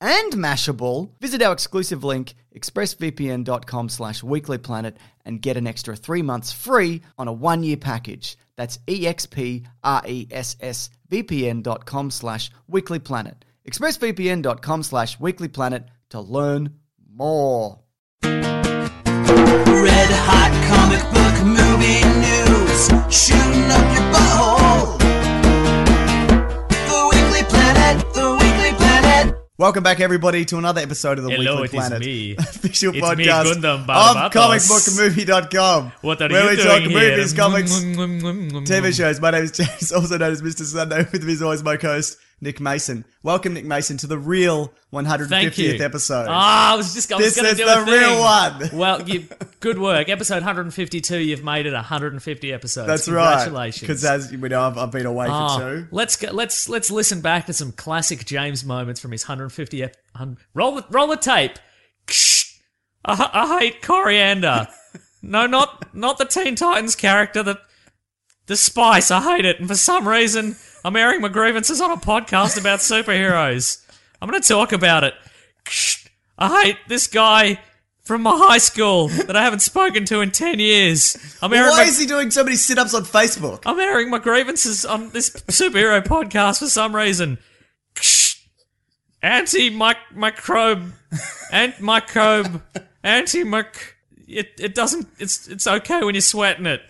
and Mashable, visit our exclusive link, expressvpn.com slash weeklyplanet, and get an extra three months free on a one-year package. That's E expressvpn.com slash weeklyplanet. expressvpn.com slash weeklyplanet to learn more. Red hot comic book movie news, shooting up your butthole. The Weekly Planet, The Weekly Planet. Welcome back, everybody, to another episode of the Hello, Weekly it is Planet. me. Official It's me, podcast Gundam of Barbados. comicbookmovie.com. What are where you we doing talk here? Mm-hmm. movies, comics, TV TV shows. My name is James, also known as Mr. Sunday. With me is always my co-host, Nick Mason. Welcome, Nick Mason, to the real 150th Thank you. episode. Ah, I was just I was This gonna is do the a thing. real one. Well, you, good work. Episode 152. You've made it 150 episodes. That's right. Congratulations. Because as we know, I've, I've been away Ah, for two. let's go, let's let's listen back to some classic James moments from his 150 ep- hun- roll the roll the tape. Ksh. I, h- I hate coriander. no, not not the Teen Titans character. The the spice. I hate it. And for some reason, I'm airing my grievances on a podcast about superheroes. I'm going to talk about it. Ksh. I hate this guy from my high school that I haven't spoken to in ten years. I'm airing Why my- is he doing so many sit-ups on Facebook? I'm airing my grievances on this superhero podcast for some reason. Anti microbe, ant microbe, anti mic. It it doesn't. It's it's okay when you're sweating it.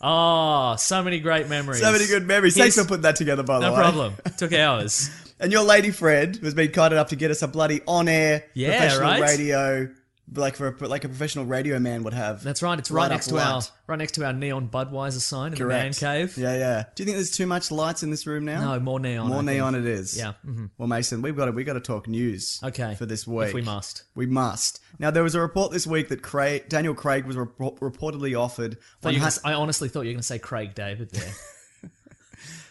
Oh, so many great memories. So many good memories. Thanks Here's- for putting that together, by the No way. problem. Took hours. And your lady friend has been kind enough to get us a bloody on-air Yeah, professional right? radio, like for a, like a professional radio man would have. That's right. It's right, Light next up to our light. right next to our neon Budweiser sign in Correct. the man cave. Yeah, yeah. Do you think there's too much lights in this room now? No more neon. More I think. neon it is. Yeah. hmm Well, Mason, we've got to, we got to talk news. Okay. For this week, If we must. We must. Now there was a report this week that Craig, Daniel Craig was repor- reportedly offered. Thought 100 you were gonna s- I honestly thought you were going to say Craig David there.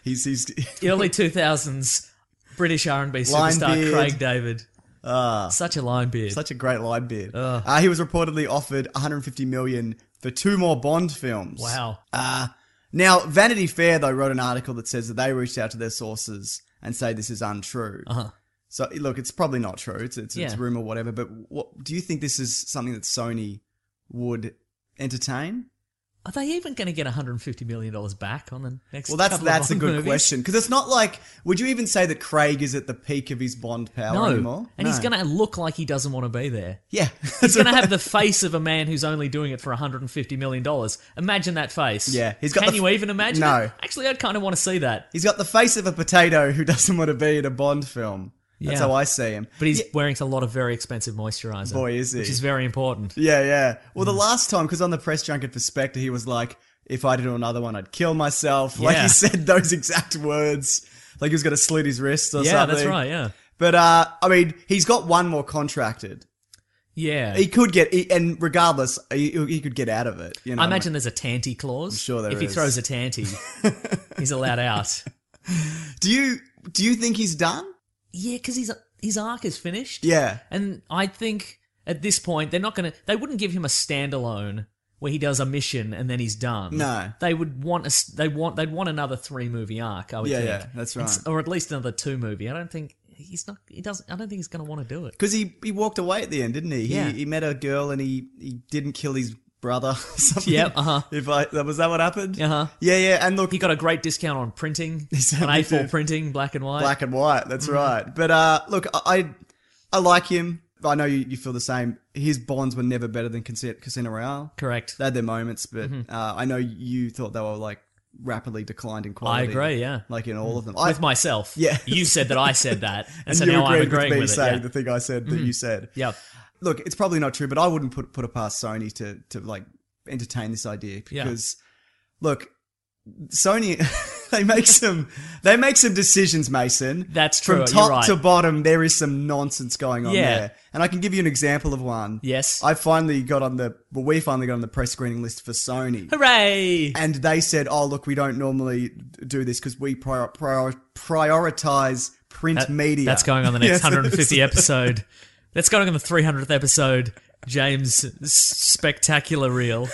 he's, he's early 2000s British R&B Line superstar beard. Ah. Craig David. Such a line beard. such a great line beard. Uh, he was reportedly offered 150 million for two more Bond films. wow. Now, Vanity Fair though wrote an article that says that they reached out to their sources and say this is untrue. Uh-huh. So look, it's probably not true. It's it's, it's Yeah. rumor, whatever. But what do you think this is something that Sony would entertain? Are they even going to get 150 million dollars back on the next? Well, that's couple that's a of Bond good movies? question because it's not like. Would you even say that Craig is at the peak of his Bond power No, anymore? and he's No. going to look like he doesn't want to be there. Yeah, He's going to have the face of a man who's only doing it for 150 million dollars. Imagine that face. Yeah, he's he's got Can the you f- even imagine? No. it? Actually, I'd kind of want to see that. he's got the face of a potato who doesn't want to be in a Bond film. That's Yeah. how I see him. But he's wearing a lot of very expensive moisturizer. Boy, is he. Which is very important. yeah, yeah. Well, Mm. the last time because on the press junket for Spectre, he was like, "If I did another one, I'd kill myself." Like Yeah. he said those exact words. Like he was going to slit his wrists or yeah, something. that's right. Yeah. But uh, I mean, he's got one more contracted. Yeah. He could get, he, and regardless, he, he could get out of it. You know, I imagine there's a tanty clause. sure there If he is. throws a tanty, he's allowed out. Do you do you think he's done? Yeah, because his his arc is finished. Yeah. and I think at this point they're not gonna. They wouldn't give him a standalone where he does a mission and then he's done. No. they would want a. s- They want. They'd want another three movie arc. I would Yeah, think. yeah, that's And s- right. Or at least another two movie. I don't think he's not. He doesn't. I don't think he's gonna want to do it. Because he he walked away at the end, didn't he? Yeah. He, he met a girl and he he didn't kill his brother. something. Yep, uh-huh. If I that was that what happened? Uh-huh. Yeah, yeah. And look, He got a great discount on printing, on certainly A4 did. printing, black and white. black and white. Mm-hmm. That's right. But uh, look, I I I like him. I know you, you feel the same. His bonds were never better than Casino, Casino Royale. Correct. Mm-hmm. They had their moments, but uh, I know you thought they were like rapidly declined in I quality. agree. Yeah. Like in all of them. with I, myself. Yeah. You said that I said that. And, so you now I'm agreed agreeing with with, me it. saying yeah. Mm-hmm. the thing I said that you said. Yeah. look, it's probably not true, but I wouldn't put put it past Sony to to like entertain this idea Yeah. because look, Sony they make some they make some decisions, Mason. That's true, From you're top right. to bottom, there is some nonsense going on Yeah. there, and I can give you an example of one. Yes. I finally got on the well, we finally got on the press screening list for Sony. Hooray! And they said, "Oh, look, we don't normally do this because we prior, prior, prioritize print That- media." That's going on the next Yes, it is. 150 episode. That's going on the 300th episode. James s- spectacular reel.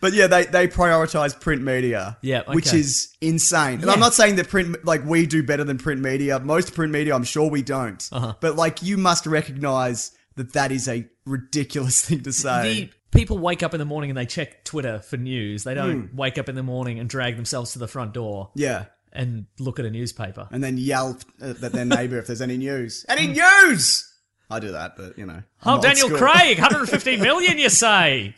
But yeah, they they prioritize print media. Yeah, okay. which is insane. And Yeah. I'm not saying that print like we do better than print media. Most print media, I'm sure we don't. Uh-huh. But like, you must recognize that that is a ridiculous thing to say. The people wake up in the morning and they check Twitter for news. They don't wake up in the morning and drag themselves to the front door Hmm. yeah, and look at a newspaper. and then yell at their neighbor if there's any news. Any news? I do that, but you know. I'm Oh, old Daniel school. Craig, 150 million, you say?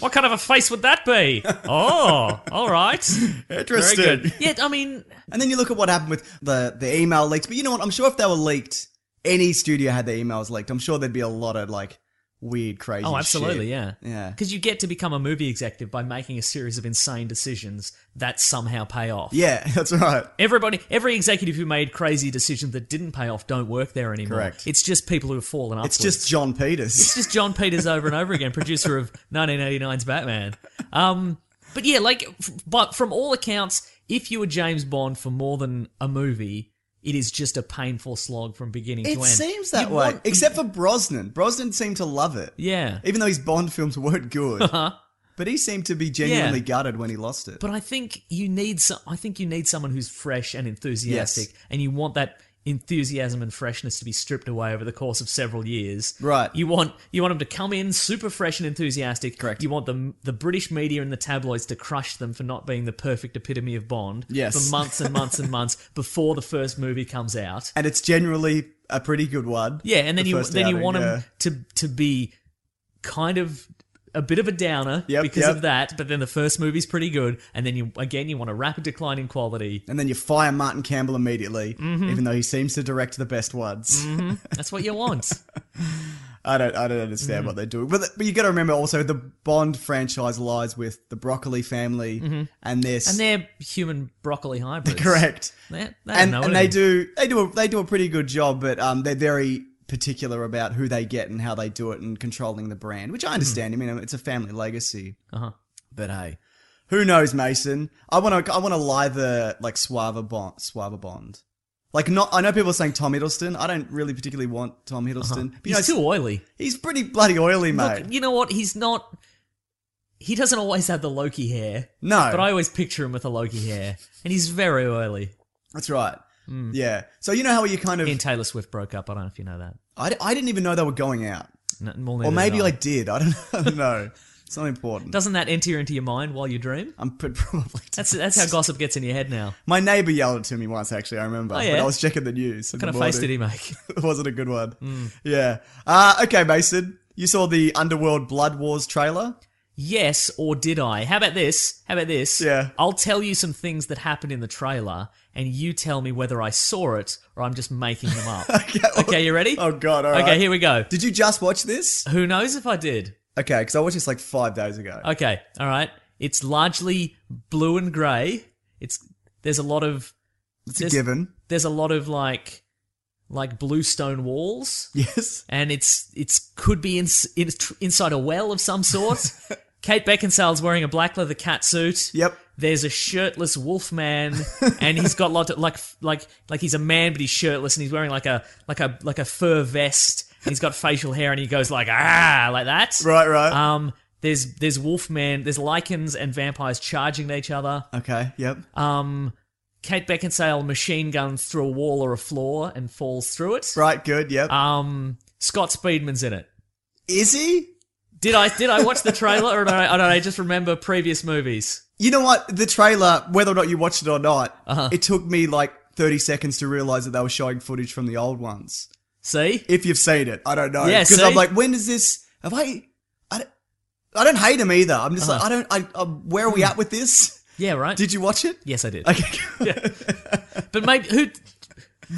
What kind of a face would that be? Oh, all right. Very Interesting. good. Yeah, I mean, And then you look at what happened with the, the email leaks. But you know what? I'm sure if they were leaked, any studio had their emails leaked, I'm sure there'd be a lot of like weird, crazy. Oh, absolutely, shit. yeah. Yeah. Because you get to become a movie executive by making a series of insane decisions that somehow pay off. Yeah, that's right. Everybody, every executive who made crazy decisions that didn't pay off don't work there anymore. Correct. It's just people who have fallen upwards. It's just John It's Peters. just John Peters over and over again, producer of 1989's Batman. Um, but yeah, like, f- but from all accounts, if you were James Bond for more than a movie, it is just a painful slog from beginning to It end. seems that You way, want- except for Brosnan. Brosnan seemed to love it, yeah. Uh-huh. even though his Bond films weren't good. But he seemed to be genuinely gutted when he lost it. But I think you need some. I think you need someone who's fresh and enthusiastic, and you want that enthusiasm and freshness to be stripped away over the course of several years. Right. You want you want them to come in super fresh and enthusiastic. Correct. You want the the British media and the tabloids to crush them for not being the perfect epitome of Bond. Yes. For months and months and months before the first movie comes out. and it's generally a pretty good one. Yeah, and then the you first then you outing, want yeah. him to to be kind of a bit of a downer Yep, because yep. of that, but then the first movie's pretty good, and then you again you want a rapid decline in quality. And then you fire Martin Campbell immediately, Mm-hmm. even though he seems to direct the best ones. That's what you want. I don't, I don't understand Mm-hmm. what they're doing. But, th- but you got to remember also the Bond franchise lies with the Broccoli family and their s- Mm-hmm. and they're human broccoli hybrids. correct. They, they don't and know and they anything. do they do a, they do a pretty good job, but um, they're very particular about who they get and how they do it and controlling the brand, which I understand. I mean, it's a family legacy. Mm-hmm. Uh-huh. But hey, who knows, Mason? I want to I want to lie the like Suava Bond Suava Bond. Like not, I know people are saying Tom Hiddleston. I don't really particularly want Tom Hiddleston. But, you Uh-huh. He's know, too oily. he's pretty bloody oily, mate. Look, you know what? He's not. He doesn't always have the Loki hair, no, but I always picture him with a Loki hair, and he's very oily. that's right. Mm. Yeah. So you know how you kind of He and Taylor Swift broke up. I don't know if you know that. I, I didn't even know they were going out, No, well, or neither maybe did I did. I don't, I don't know. It's not important. Doesn't that enter into your mind while you dream? I'm pr- probably. That's that's how gossip gets in your head now. My neighbour yelled to me once. Actually, I remember. Oh, yeah? But I was checking the news. What kind of face did he make? It wasn't a good one. Hmm. Yeah. Uh, okay, Mason. You saw the Underworld Blood Wars trailer. yes, or did I? How about this? How about this? Yeah. I'll tell you some things that happened in the trailer, and you tell me whether I saw it or I'm just making them up. okay, you ready? Oh God. all right. okay, here we go. Did you just watch this? Who knows if I did? Okay, because I watched this like five days ago. Okay, all right. It's largely blue and grey. It's there's a lot of it's a this- given. there's a lot of like like blue stone walls, Yes. and it's it's could be in, in, inside a well of some sort. Kate Beckinsale's wearing a black leather catsuit. Yep. There's a shirtless wolf man, and he's got lot of, like like like he's a man, but he's shirtless, and he's wearing like a like a like a fur vest. And he's got facial hair, and he goes like ah like that. Right, right. Um. There's there's wolfman. There's lichens and vampires charging at each other. okay. Yep. Um. Kate Beckinsale machine guns through a wall or a floor and falls through it. right. Good. Yep. Um. Scott Speedman's in it. Is he? Did I did I watch the trailer or did I, or did I just remember previous movies? You know what? The trailer, whether or not you watched it or not, Uh-huh. it took me like 30 seconds to realize that they were showing footage from the old ones. See, If you've seen it, I don't know. Yeah, Because see? I'm like, when does this? Have I? I don't, I don't hate him either. I'm just Uh-huh. like, I don't. I, I, where are we at with this? yeah, right. Did you watch it? yes, I did. Okay. But maybe who?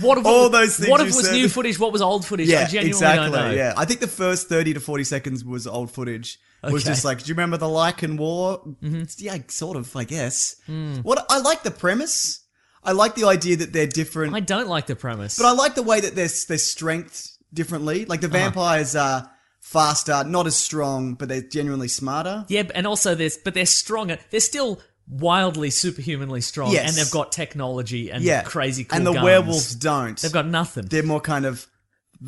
What of All those things What of you was said. new footage? What was old footage? I yeah, genuinely exactly. don't know. Yeah, I think the first 30 to 40 seconds was old footage. Was Okay. Mm-hmm. just like, do you remember the Lycan War? It's- Yeah, sort of, I guess. Hmm. What I like the premise. I like the idea that they're different. I don't like the premise. But I like the way that their their strength differently. Like Uh-huh. the vampires are faster, not as strong, but they're genuinely smarter. yeah, and also there's but they're stronger. They're still wildly superhumanly strong, Yes. and they've got technology and Yeah, crazy cool and the guns. werewolves don't. They've got nothing. they're more kind of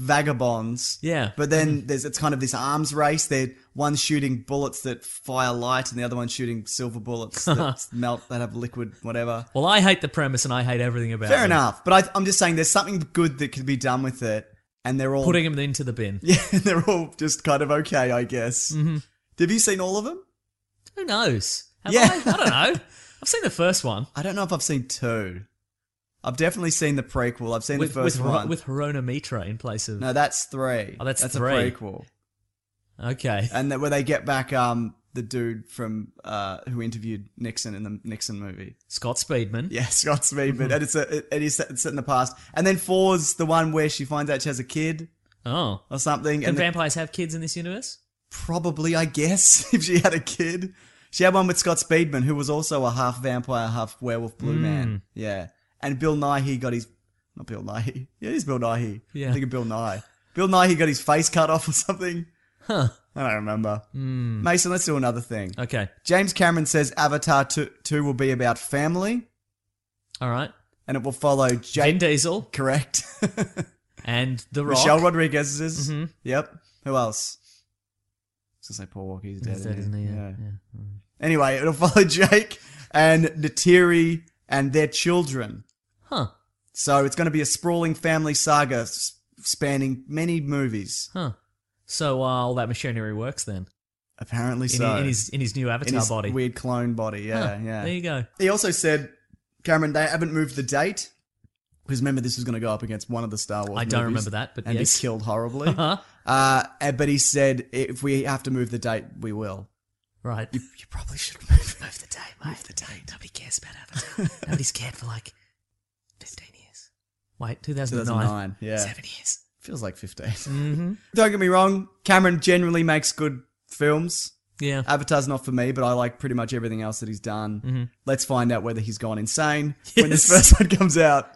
vagabonds. Yeah. But then there's it's kind of this arms race. They're one shooting bullets that fire light, and the other one shooting silver bullets that melt that have liquid whatever. well, I hate the premise and I hate everything about Fair it. enough. But I, I'm just saying, there's something good that could be done with it, and they're all Putting them into the bin. yeah, they're all just kind of okay, I guess. Mm-hmm. Have you seen all of them? Who knows? Have Yeah. I? I don't know. I've seen the first one I don't know if I've seen two. I've definitely seen the prequel. I've seen with the first with, Ro- one. with Hirona Mitra in place of. no, that's three. Oh, that's that's three. a prequel. Okay. And that where they get back um the dude from uh who interviewed Nixon in the Nixon movie. Scott Speedman. Yeah, Scott Speedman. and it's a it, it is set, it's set in the past. And then four's the one where she finds out she has a kid Oh. or something. Can and then vampires have kids in this universe? probably, I guess, if she had a kid. She had one with Scott Speedman, who was also a half vampire, half werewolf blue man. Yeah. And Bill Nighy got his not Bill Nighy. Yeah, it is Bill Nighy. Yeah. I think of Bill Nighy. Bill Nighy got his face cut off or something. Huh. I don't remember. Mason, let's do another thing. Okay. James Cameron says Avatar 2, 2 will be about family All right. and it will follow Vin Jane. Diesel Correct. and The Rock. Mm-hmm. Michelle Rodriguez is. Yep. Who else? I was going to say Paul Walker. He's dead. Is that, isn't isn't he? he? Yeah, Yeah. yeah. Mm. Anyway, it'll follow Jake and Natiri and their children. Huh. So it's going to be a sprawling family saga s- spanning many movies. Huh. So uh, all that machinery works then Apparently in, so. in his in his new avatar In his body. weird clone body. Yeah, yeah. There you go. He also said, Cameron, they haven't moved the date. Because remember, this was going to go up against one of the Star Wars. I don't movies remember that, but and yes. Uh-huh. be killed horribly. uh, and- but he said, if we have to move the date, we will. Right. You, you probably should move move the day, mate. Move the day. Nobody cares about Avatar. Nobody's cared for like fifteen years. Wait, two thousand 2009. Yeah, Seven years. feels like 15. Mm-hmm. don't get me wrong. Cameron generally makes good films. Yeah. Avatar's not for me, but I like pretty much everything else that he's done. Let's find out whether he's gone insane when this Mm-hmm. Yes. first one comes out.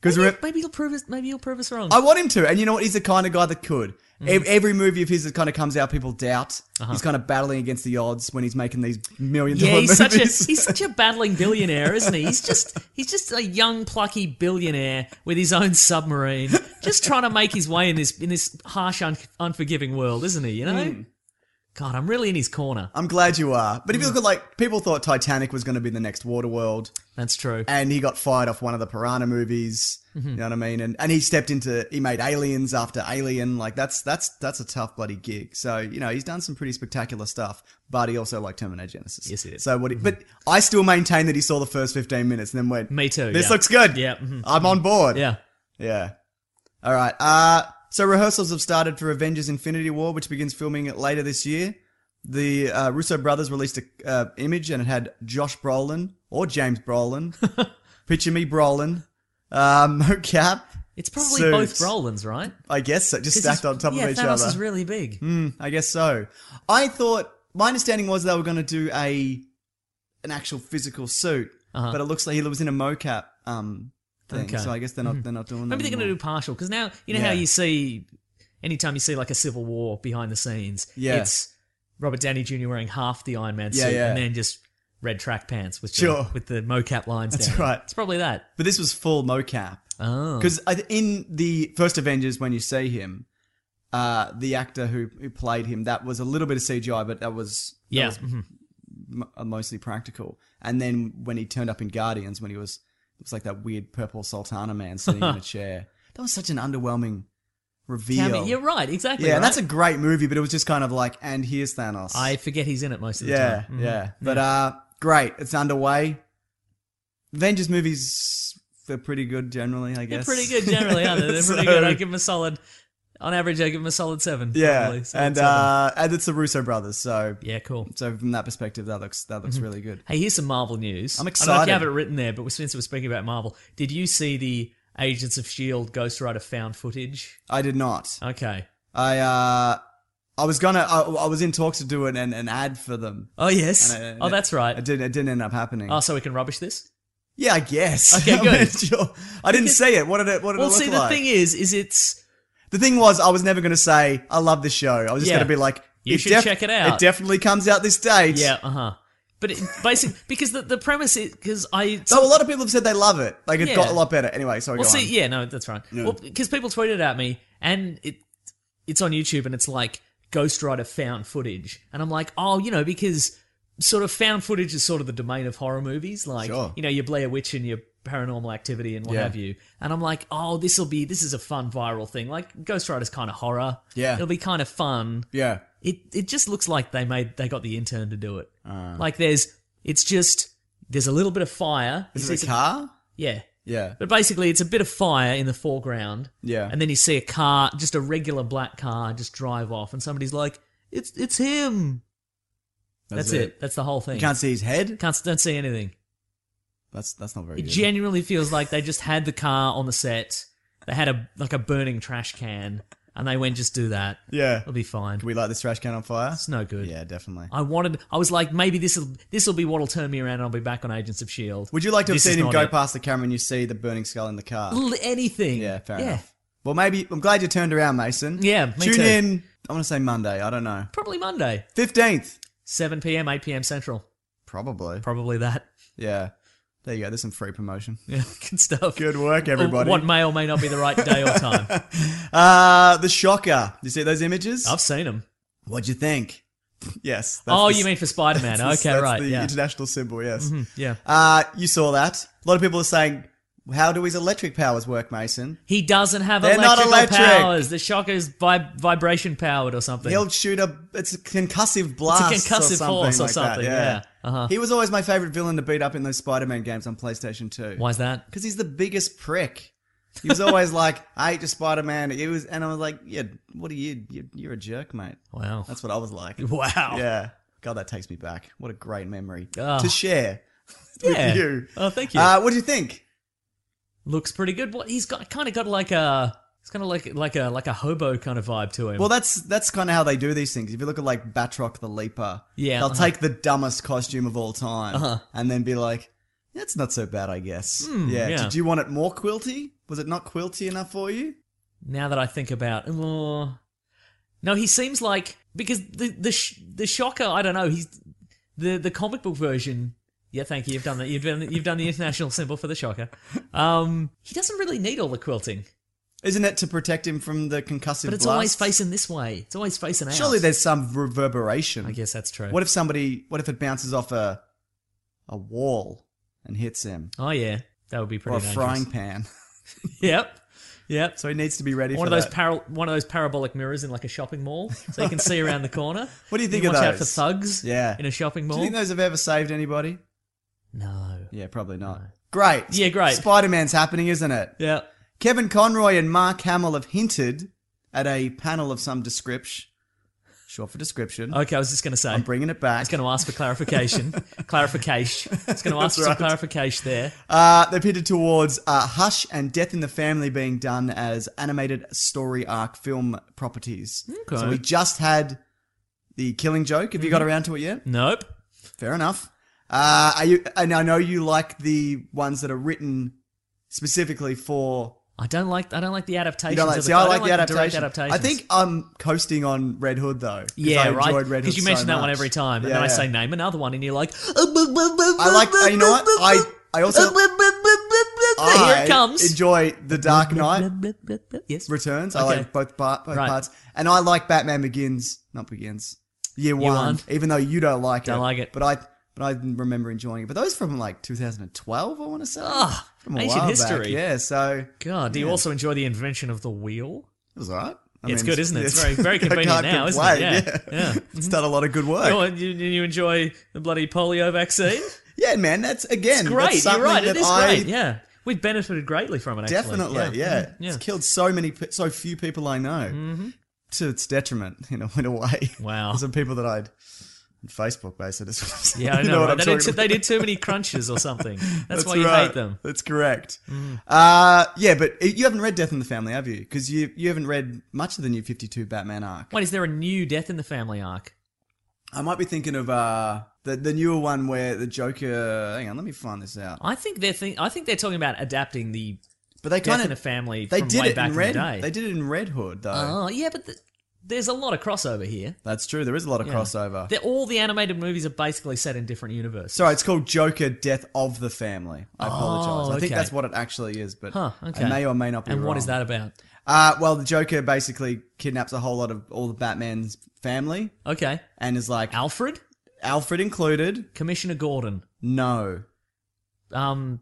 Because maybe, maybe you'll prove us. Maybe you'll prove us wrong. I want him to. And you know what? He's the kind of guy that could. Mm. Ev- Every movie of his that kind of comes out, people doubt. He's kind of battling against the odds when he's making these million dollar Uh-huh. yeah, he's such a movies. he's such a battling billionaire, isn't he? He's just he's just a young plucky billionaire with his own submarine, just trying to make his way in this in this harsh, un- unforgiving world, isn't he? You know, Hmm. God, I'm really in his corner. I'm glad you are. But if you Mm. look at like people thought Titanic was going to be the next Waterworld, That's true. Mm-hmm. and he got fired off one of the Piranha movies. You know what I mean? And and he stepped into he made Aliens after Alien. Like that's that's that's a tough bloody gig. So you know he's done some pretty spectacular stuff. But he also liked Terminator Genesis. Yes, he did. Mm-hmm. So what? He, But I still maintain that he saw the first 15 minutes and then went. Me too, This yeah. looks good. Yeah, mhm. I'm on board. Yeah, Yeah. All right. Uh, so rehearsals have started for Avengers Infinity War, which begins filming later this year. The uh, Russo brothers released a uh, image and it had Josh Brolin or James Brolin. Picture me Brolin. Um, mocap, it's probably Suits. both Rolands, right? I guess, so just 'Cause stacked he's- on top yeah, of each Thanos other. is really big. Hmm, I guess so. I thought my understanding was they were going to do a an actual physical suit, but it looks like he was in a mocap um, thing. Uh-huh. Okay. Mm-hmm. So I guess they're not they're not doing. that Maybe they're going to do anymore. partial because now you know how Mm. Yeah. you see, anytime you see like a civil war behind the scenes, Yeah. it's Robert Downey Jr. wearing half the Iron Man Yeah, suit yeah. and then just red track pants with Sure. the, with the mocap lines. That's down. right. It's probably that. But this was full mocap. Oh, Because in the first Avengers, when you see him, uh, the actor who, who played him, that was a little bit of CGI, but that was that yeah, was mhm. m- uh, mostly practical. And then when he turned up in Guardians, when he was it was like that weird purple Sultana man sitting in a chair. That was such an underwhelming reveal. Damn it. You're right. Exactly. yeah, right? and that's a great movie, but it was just kind of like, and here's Thanos. I forget he's in it most of the yeah, time. Mhm. yeah. But uh, great, it's underway. Avengers movies they're pretty good generally, I They're guess. pretty good generally, aren't they? They're pretty So- good. I give them a solid. On average, I give them a solid seven. Yeah, probably. Solid and seven. uh, and it's the Russo brothers, so yeah, Mm-hmm. cool. so from that perspective, that looks that looks really good. Hey, here's some Marvel news. I'm I don't know if excited. you have it written there, but since we're speaking about Marvel, did you see the Agents of Shield E Ghost Rider found footage? I did not. Okay. I uh, I was gonna, I, I was in talks to do an an, an ad for them. Oh yes. And I- and oh, that's It right. didn't it didn't end up happening. Oh, so we can rubbish this. yeah, I guess. Okay, I mean, good. sure. I didn't see it. What did it? What did Well, it look see, the like? thing is, is it's The thing was, I was never going to say I love the show. I was just Yeah. going to be like, You should check it out. It definitely comes out this date. yeah, uh huh. But it, basically, because the, the premise is because I So a lot of people have said they love it. Like it Yeah. got a lot better. Anyway, sorry. Well, go see, on. yeah, no, that's right. Well, because people tweeted at me, and it it's on YouTube, and it's like Ghost Rider found footage, and I'm like, oh, you know, because sort of found footage is sort of the domain of horror movies, like Sure. you know, your Blair Witch and your Paranormal Activity and what Yeah. have you, and I'm like, oh, this will be this is a fun viral thing. Like Ghost Rider's kind of horror, Yeah. it'll be kind of fun. yeah, It it just looks like they made they got the intern to do it. Ah. like there's it's just there's a little bit of fire. Is You it see a some- car? Yeah. Yeah, But basically, it's a bit of fire in the foreground. Yeah. And then you see a car, just a regular black car, just drive off, and somebody's like, "It's it's him." That's, it. That's the whole thing. You can't see his head. Can't- don't see anything. That's that's not very It good. genuinely feels like they just had the car on the set. They had a like a burning trash can, and they went, "Just do that. yeah. It'll be fine." Can we light this trash can on fire? It's no good. Yeah, definitely. I wanted. I was like, maybe this will this will be what'll turn me around. and I'll be back on Agents of Shield. Would you like to have This is seen him not go it. past the camera and you see the burning skull in the car? L- anything? Yeah, fair enough. Well, maybe I'm glad you turned around, Mason. Yeah, me Tune too. in. I want to say Monday. I don't know. Probably Monday, Fifteenth, seven p.m., eight p.m. Central. probably. Probably that. Yeah. There you go. There's some free promotion. Yeah, good stuff. Good work, everybody. Oh, What may or may not be the right day or time. Uh, the shocker. You see those images? I've seen them. What'd you think? yes. that's Oh, the- you mean for Spider Man? that's the- Okay, that's right. The Yeah. Mm-hmm, international symbol. Yes. yeah. Uh, you saw that. A lot of people are saying, "How do his electric powers work, Mason?" He doesn't have They're not electrical electric. powers. The shock is vib- vibration powered or something. He'll shoot a. It's a concussive it's a blast. concussive or something force or like that, something. Yeah. Yeah. Uh-huh. He was always my favorite villain to beat up in those Spider-Man games on PlayStation Two. Why is that? Because he's the biggest prick. He was always like, "I hate your Spider-Man." It was, and I was like, "Yeah, what are you? You're, you're a jerk, mate." Wow. That's what I was like. wow. Yeah. God, that takes me back. What a great memory Ah. to share Yeah. with you. Oh, thank you. Uh, what do you think? Looks pretty good. What he's got kind of got like a it's kind of like like a like a hobo kind of vibe to him. Well, that's that's kind of how they do these things. If you look at like Batroc the Leaper, Yeah, they'll uh-huh. take the dumbest costume of all time and then be like, "That's not so bad, I guess." yeah. Hmm, yeah. Did you want it more quilty? Was it not quilty enough for you? now that I think about oh. No, he seems like because the the sh- the shocker. I don't know. He's the the comic book version. Yeah, thank you. You've done that. You've done you've done the international symbol for the shocker. Um, he doesn't really need all the quilting, Isn't it to protect him from the concussive? but it's blast? always facing this way. It's always facing out. Surely there's some reverberation. I guess that's true. What if somebody? What if it bounces off a a wall and hits him, oh yeah, that would be or pretty. a dangerous. frying pan? Yep. Yep. so he needs to be ready One for of those that. paral- one of those parabolic mirrors in like a shopping mall, so you can see around the corner. What do you think you of watch out for those? thugs? Yeah. In a shopping Do mall. you think those have ever saved anybody? no. Yeah, probably not. Great. Yeah, great. Spider Man's happening, isn't it? Yeah. Kevin Conroy and Mark Hamill have hinted at a panel of some description. Short for description. Okay, I was just going to say. I'm bringing it back. It's going to ask for clarification. clarification. It's going to ask for some clarification there. Uh, they're pitted towards uh, Hush and Death in the Family being done as animated story arc film properties. Okay. Mm-hmm. So we just had the Killing Joke. Have you got around to it yet? Nope. Fair enough. Uh, are you? And I know you like the ones that are written specifically for. I don't like I don't like the adaptations. You don't like, of see, it. I like the don't direct adaptation. adaptations. I think I'm coasting on Red Hood though. 'cause yeah, I right. enjoyed Red Hood you so mention that one much. every time, and Yeah, then I yeah. say name another one, and you're like, I like. uh, You know what? I I also I here it comes. enjoy The Dark Knight Yes, Returns. I Okay. like both, part, both Right. parts, and I like Batman Begins, not Begins, Year, one, one. Even though you don't like it, Don't like it. but I but I remember enjoying it. But those from like 2012, I want to say. Ah, From a ancient while back. history. Yeah, so God, do you also enjoy the invention of the wheel? it was alright. I It's good, isn't it? It's very- very I convenient can't now, isn't it? complain, Yeah. Yeah. it's done a lot of good work. Oh, and you, you enjoy the bloody polio vaccine? Yeah, man, that's again that's It's great. You're something right. That It is I great. Yeah, we've benefited greatly from it. Actually. Definitely, yeah. Yeah. Mm-hmm. It's killed so many, pe- so few people I know to its detriment, you know, in a way. Wow. Some people that I'd on Facebook based it as well. So Yeah, I you know. right? what I'm they, did talking too, they about. did too many crunches or something. That's, why you hate them. Mm. That's correct. Uh, yeah, but i- you haven't read Death in the Family, have you? Because you you haven't read much of the new Fifty Two Batman arc. Wait, is there a new death in the family arc? I might be thinking of uh, the the newer one where the Joker. Hang on, let me find this out. I think they're think, I think they're talking about adapting the But they death kind in a of family they from did way it back in Red. in the day. They did it in Red Hood though. Oh yeah, but th there's a lot of crossover here. That's true. There is a lot of Yeah. crossover. They're, all the animated movies are basically set in different universes. Sorry, it's called Joker: Death of the Family. I apologize. I think Oh, okay. that's what it actually is, but Huh, okay. I may or may not be and wrong. what is that about? Uh, well, the Joker basically kidnaps a whole lot of all the Batman's family Okay, and is like Alfred, Alfred included. Commissioner Gordon, No, um,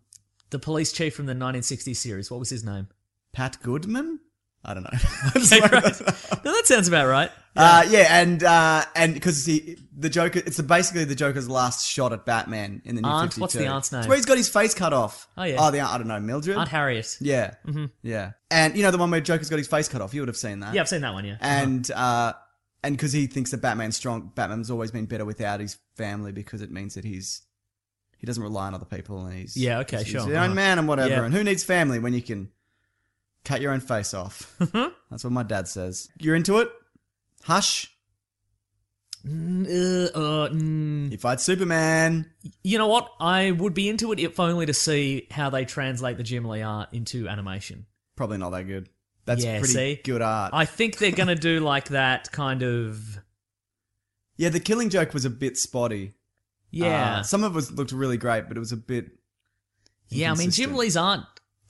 the police chief from the 1960s series. What was his name? Pat Goodman. I don't know. Okay, right. No, that sounds about right. Uh, yeah, and uh, and because he the Joker, it's basically the Joker's last shot at Batman in the new Aunt- 52. what's the aunt's It's name? where he's got his face cut off. Oh, yeah. Oh, the aunt, I don't know, Mildred. Aunt Harriet. Yeah. Mm-hmm. Yeah. And you know the one where Joker's got his face cut off. You would have seen that. Yeah, I've seen that one. Yeah. And uh, and because he thinks that Batman's strong, Batman's always been better without his family because it means that he's he doesn't rely on other people and he's Yeah, okay, he's, sure. he's his own Uh-huh. man and whatever. Yeah. And who needs family when you can cut your own face off? Mm-hmm. That's what my dad says. You're into it? Hush. Mm, uh, uh, mm. You fight Superman. You know what? I would be into it if only to see how they translate the Jim Lee art into animation. Probably not that good. That's Yeah, pretty see? good art. I think they're going to do like that kind of yeah, the Killing Joke was a bit spotty. yeah. Uh, some of it looked really great, but it was a bit Yeah, I mean, Jim inconsistent. Lee's art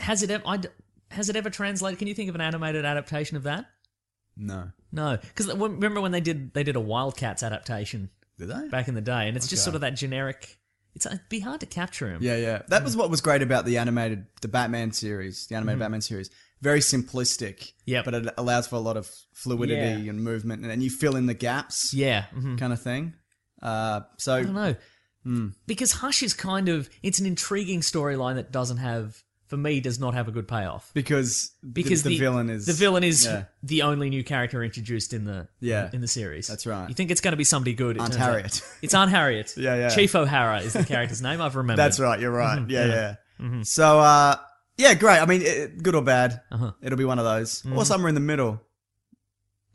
has it ever I d has it ever translated? Can you think of an animated adaptation of that? no. No, because remember when they did they did a Wildcats adaptation Did they? back in the day, and it's just Okay. sort of that generic. It's it'd be hard to capture him. Yeah, yeah. That was what was great about the animated, the Batman series, the animated Batman series. Very simplistic. Mm-hmm. Yep. But it allows for a lot of fluidity Yeah. and movement, and, and you fill in the gaps, yeah. mhm. kind of thing. Uh, I don't so know. Hmm. Because Hush is kind of it's an intriguing storyline that doesn't have for me does not have a good payoff. because Because the, the villain is the villain is yeah. the only new character introduced in the Yeah. in the series. That's right. You think it's going to be somebody good? it Aunt turns out- Harriet. It's Aunt Harriet. Yeah, yeah. Chief O'Hara is the character's name. I've remembered. That's right. You're right. Mm-hmm. Yeah, yeah. So uh, yeah, great. I mean, it, good or bad, Uh-huh. Mm-hmm. it'll be one of those, or somewhere in the middle.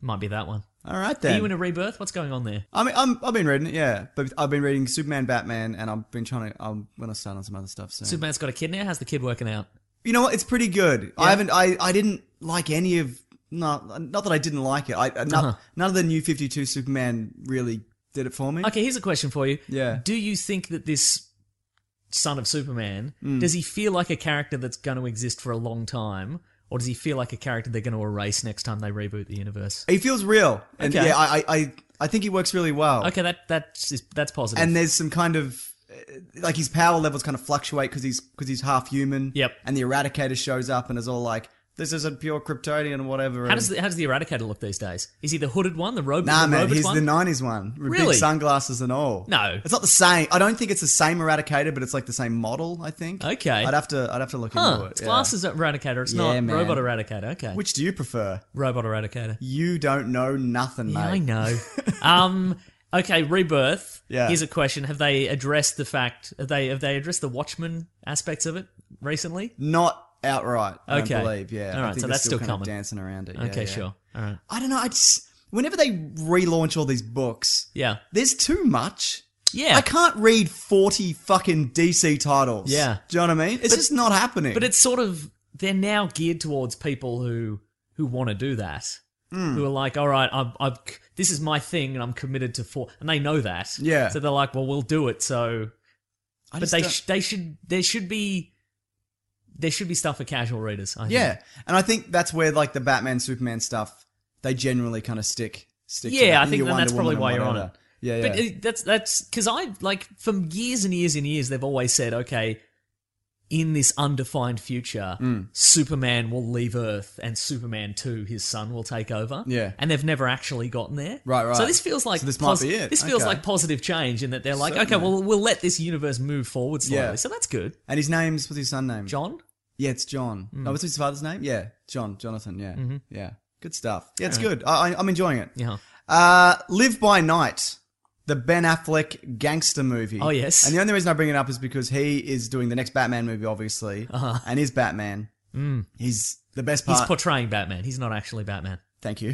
Might be that one. All right Are then. you in a rebirth? What's going on there? I mean, I'm, I've been reading it, yeah, but I've been reading Superman, Batman, and I've been trying to. I'm gonna start on some other stuff soon. Superman's got a kid now. How's the kid working out? You know what? It's pretty good. I haven't. I, I didn't like any of. No, not that I didn't like it. I uh, no- Uh-huh. none of the new Fifty Two Superman really did it for me. Okay, here's a question for you. Yeah. Do you think that this son of Superman Hmm. does he feel like a character that's going to exist for a long time, or does he feel like a character they're going to erase next time they reboot the universe? He feels real, and Okay. yeah, I, I- I I think he works really well. Okay, that that's that's positive. And there's some kind of uh, like his power levels kind of fluctuate because he's because he's half human. Yep. And the Eradicator shows up and is all like, "This isn't pure Kryptonian, or whatever." how does the, how does the Eradicator look these days? Is he the hooded one, the robot? Nah, the man, robot he's one? the '90s one, with Really? big sunglasses and all. No. it's not the same. I don't think it's the same Eradicator, but it's like the same model. I think. Okay. I'd have to. I'd have to look Huh, into it. it's yeah. glasses eradicator. It's Yeah, not man. robot eradicator. Okay, Which do you prefer? robot eradicator? You don't know nothing, Yeah, mate. I know. um, okay, rebirth. Yeah. Here's a question: Have they addressed the fact? Have they have they addressed the Watchmen aspects of it recently? Not outright. I Okay. don't believe. Yeah. All I right, think so they're that's still kind of coming. dancing around it. yeah, yeah. Okay, Uh, sure. All right. I don't know. I just whenever they relaunch all these books, Yeah. there's too much. Yeah. I can't read 40 fucking DC titles. Yeah. Do you know what I mean? It's just not happening. But it's sort of they're now geared towards people who who want to do that, Hmm. who are like, all right, I'm, I'm this is my thing, and I'm committed to four, and they know that. Yeah. So they're like, well, we'll do it. So, I but just they don't- sh- they should there should be there should be stuff for casual readers. I think. Yeah. And I think that's where like the Batman, Superman stuff, they generally kind of stick. stick to that. Yeah, I And think your then Wonder that's probably Woman why and you're on whatever. it. Yeah, yeah. But it, that's that's because I like from years and years and years they've always said, okay, in this undefined future, Mm. Superman will leave Earth and Superman two, his son, will take over. Yeah. and they've never actually gotten there. Right, right. So this feels like So this might be it. This feels Okay. like positive change in that they're like, okay, Certainly. well, we'll let this universe move forward slowly. Yeah. Mm. So that's good. and his name's what's his son name? John, Mm. Yeah, it's John. No, what's his father's name? Yeah, John, Jonathan. Yeah, yeah. Good stuff. Yeah, it's good. I, I, I'm enjoying it. Mm-hmm. yeah, Uh, Live by Night, the Ben Affleck gangster movie. Oh, yes. And the only reason I bring it up is because he is doing the next Batman movie, obviously, uh-huh. and is Batman. Mm. He's the best part. he's portraying Batman. He's not actually Batman. Thank you.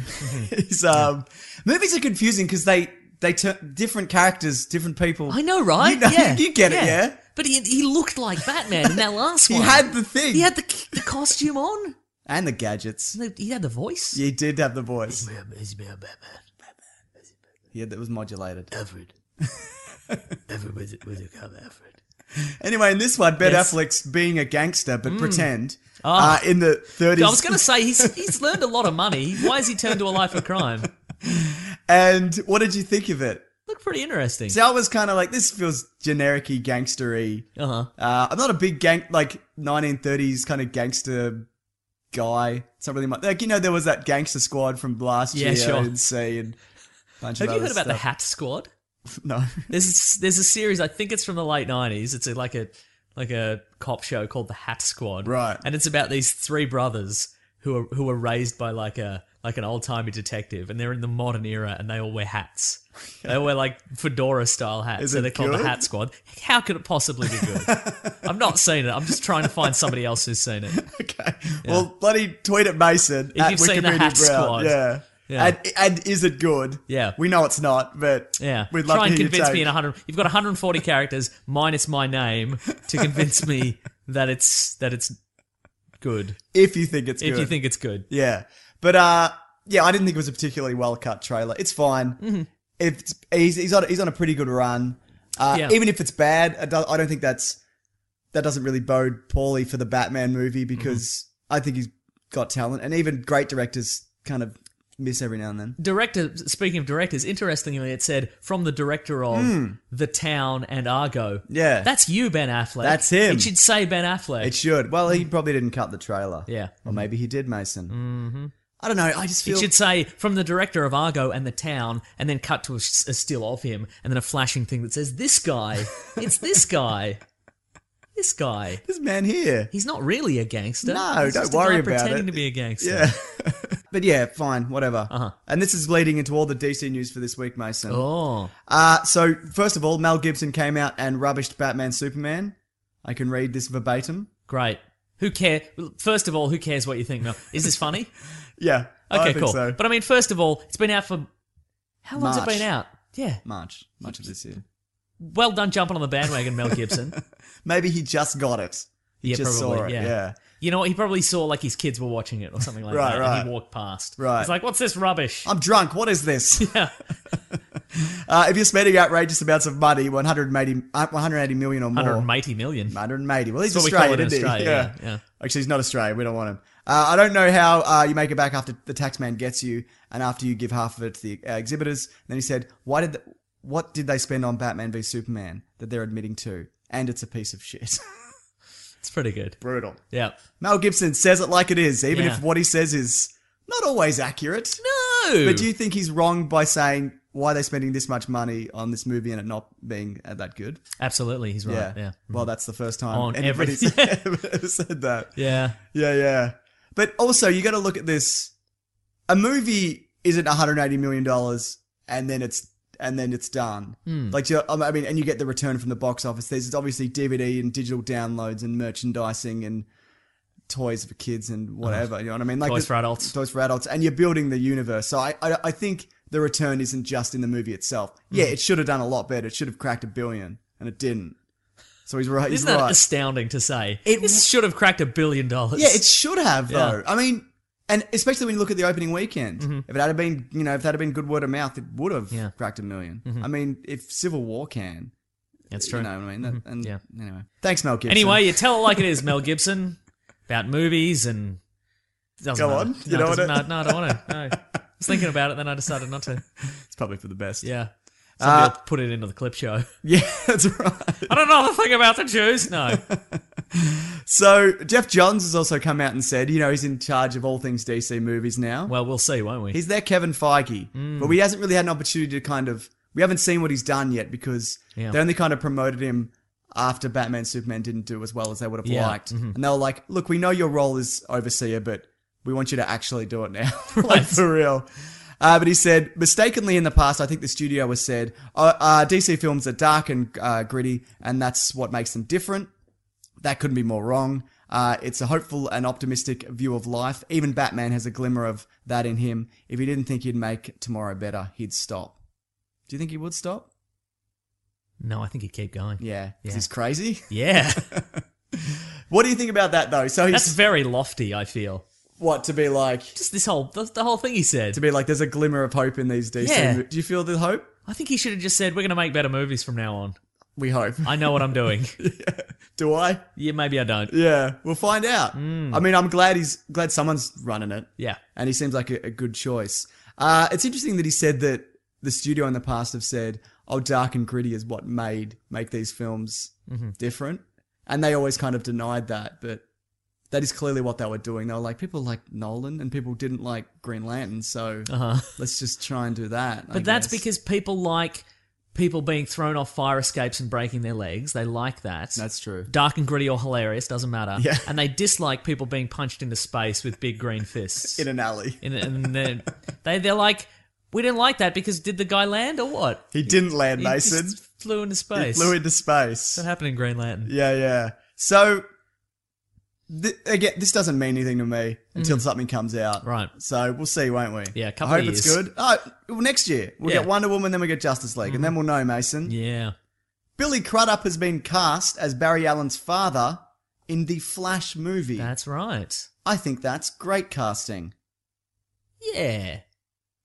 Mm-hmm. He's, um, Movies are confusing because they they turn different characters, different people. I know, right? You know- yeah, you get it, yeah? But he, he looked like Batman in that last He one. had the thing he had the, the costume on. and the gadgets. The- He had the voice. He did have the voice. He's been a Batman. He had, it was modulated. Alfred. Alfred, where's it, where's it come, Alfred? Anyway, in this one, Ben Yes. Affleck's being a gangster, but pretend Ah. uh, in the 30s. I was going to say, he's, he's learned a lot of money. Why has he turned to a life of crime? and what did you think of it? Look pretty interesting. See, I was kind of like, this feels generic-y, gangstery. Uh-huh. Uh, I'm not a big gang, like 1930s kind of gangster guy. It's not really my, like, you know, there was that gangster squad from last Yeah, year sure. and see and bunch Have of you other heard about the stuff. Hat Squad? No. There's there's a series. I think it's from the late '90s. It's a, like a like a cop show called the Hat Squad, Right. And it's about these three brothers who are who are raised by like a like an old timey detective, and they're in the modern era, and they all wear hats. They all wear like fedora style hats, Is so it they're called good? the Hat Squad. How could it possibly be good? I've not seen it. I'm just trying to find somebody else who's seen it. Okay. Well, bloody tweet at Mason If at you've Wikimedia seen the Hat Brown. Squad. Yeah. Yeah. And, and is it good? Yeah. We know it's not, but Yeah, we'd love try to and hear your convince take. me in 100. You've got 140 characters minus my name to convince me that it's that it's good. if you think it's if good. you think it's good. Yeah. But uh yeah, I didn't think it was a particularly well cut trailer. It's fine. Mm-hmm. If it's, he's he's on he's on a pretty good run. Uh, Yeah. Even if it's bad, I don't, I don't think that's that doesn't really bode poorly for the Batman movie because Mm-hmm. I think he's got talent, and even great directors kind of miss every now and then. Director. Speaking of directors, interestingly, it said from the director of The Town and Argo. Hmm. Yeah. that's you, Ben Affleck. That's him. It should say Ben Affleck. It should. Well, he probably didn't cut the trailer. Mm-hmm. Yeah. Or maybe he did, Mason. Mm-hmm. I don't know. I just feel it should say from the director of Argo and the town, and then cut to a, s- a still of him, and then a flashing thing that says, "This guy, it's this guy, this guy." this man here. He's not really a gangster. No, He's don't just a worry guy about Pretending it. to be a gangster. Yeah. but yeah, fine, whatever. Uh-huh. And this is leading into all the DC news for this week, Mason. Oh, Uh, so, first of all, Mel Gibson came out and rubbished Batman Superman. I can read this verbatim. great. Who care? First of all, who cares what you think, Mel? Is this funny? Yeah. I Okay, think cool. So. But I mean, first of all, it's been out for how long's March. it been out? Yeah. March. March of this year. Well done jumping on the bandwagon, Mel Gibson. Maybe he just got it. He yeah, just probably. saw it. Yeah. You know what? He probably saw like his kids were watching it or something like Right, that, right. and he walked past. Right. He's like, "What's this rubbish?" I'm drunk. What is this? yeah. Uh, if you're spending outrageous amounts of money, 180, uh, 180 million or more. 180 million. 180. Well, he's That's what we call Australian, it in isn't he? Australia, yeah, yeah. Actually, he's not Australian. We don't want him. Uh, I don't know how uh, you make it back after the tax man gets you and after you give half of it to the uh, exhibitors. And then he said, "Why did the, what did they spend on Batman v Superman that they're admitting to? And it's a piece of shit. It's pretty good. Brutal." Yeah. Mel Gibson says it like it is, even Yeah. if what he says is not always accurate. No. But do you think he's wrong by saying why they're spending this much money on this movie and it not being uh, that good? Absolutely, he's right. Yeah. Yeah. Well, that's the first time On anybody's ever said that. yeah. Yeah, yeah. But also, you got to look at this. A movie isn't 180 million dollars, and then it's and then it's done. Hmm. Like, you I mean, and you get the return from the box office. There's obviously DVD and digital downloads and merchandising and toys for kids and whatever. You know what I mean? Like Oh, Toys the- for adults. Toys for adults, and you're building the universe. So I, I, I think the return isn't just in the movie itself. Yeah, Hmm. it should have done a lot better. It should have cracked a billion, and it didn't. So he's right. He's Isn't that right. astounding to say? It- this should have cracked a billion dollars. Yeah, it should have Yeah. though. I mean, and especially when you look at the opening weekend, if it had been, you know, if that had been good word of mouth, it would have Mm-hmm. Yeah. cracked a 1000000 I mean, if Civil War can, That's true. Mm-hmm. you know what I mean? That, and Yeah. anyway, thanks, Mel Gibson. Anyway, you tell it like it is, Mel Gibson, about movies and. Doesn't Go matter. on. You No, know it what doesn't- it- no, no, I don't want to. No. I was thinking about it, then I decided not to. it's probably for the best. Yeah. Uh, Somebody will put it into the clip show. yeah, that's right. I don't know the thing about the Jews. No. So Jeff Johns has also come out and said, you know, he's in charge of all things DC movies now. Well, we'll see, won't we? He's their Kevin Feige, Mm. but we hasn't really had an opportunity to kind of. We haven't seen what he's done yet because Yeah. they only kind of promoted him after Batman Superman didn't do as well as they would have Yeah, Mm-hmm. liked, and they were like, "Look, we know your role is overseer, but we want you to actually do it now, like for real." Uh, but he said, mistakenly in the past, I think the studio was said, uh, uh, DC films are dark and uh, gritty, and that's what makes them different. That couldn't be more wrong. Uh, it's a hopeful and optimistic view of life. Even Batman has a glimmer of that in him. If he didn't think he'd make tomorrow better, he'd stop. Do you think he would stop? no, I think he'd keep going. Yeah, 'cause Yeah. he's crazy. Yeah. What do you think about that though? So he's That's very lofty, I feel. what to be like Just this whole, the, the whole thing he said. to be like. There's a glimmer of hope in these DC. Yeah. mo- Do you feel the hope? I think he should have just said, we're going to make better movies from now on. We hope. I know what I'm doing. do I? yeah, maybe I don't. Yeah, we'll find out. Hmm. I mean, I'm glad he's glad someone's running it. Yeah. and he seems like a, a good choice. Uh, it's interesting that he said that the studio in the past have said, "Oh, dark and gritty is what made make these films Mm-hmm. different," and they always kind of denied that, but that is clearly what they were doing. They were like, people like Nolan, and people didn't like Green Lantern, so let's just try and do that. Uh-huh. But that's because people like people being thrown off fire escapes and breaking their legs. They like that. that's true. Dark and gritty or hilarious, doesn't matter. Yeah. And they dislike people being punched into space with big green fists. In an alley, In- and then they, they're like, we didn't like that because did the guy land or what? he didn't land, He Mason. just flew into He space. flew into space. That happened in Green Lantern. Yeah, yeah. So, th- again, this doesn't mean anything to me until something comes out. Mm. Right. So we'll see, won't we? Yeah, a couple I hope of it's years. good. Oh, well, next year we'll Yeah. Mm. get Wonder Woman, then we get Justice League, and then we'll know, Mason. Yeah. Billy Crudup has been cast as Barry Allen's father in the Flash movie. That's right. I think that's great casting. Yeah.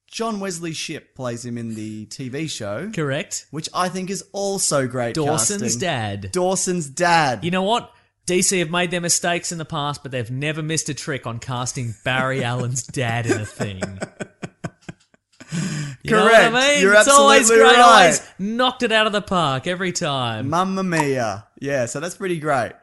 John Wesley Shipp plays him in the TV show, Correct. which I think is also great. Dawson's casting. dad. Dawson's dad. You know what? DC have made their mistakes in the past, but they've never missed a trick on casting Barry Allen's dad in a thing. You know what I Correct. mean? You're it's always absolutely great. Always right. knocked it out of the park every time. Mamma Mia. Yeah, so that's pretty great.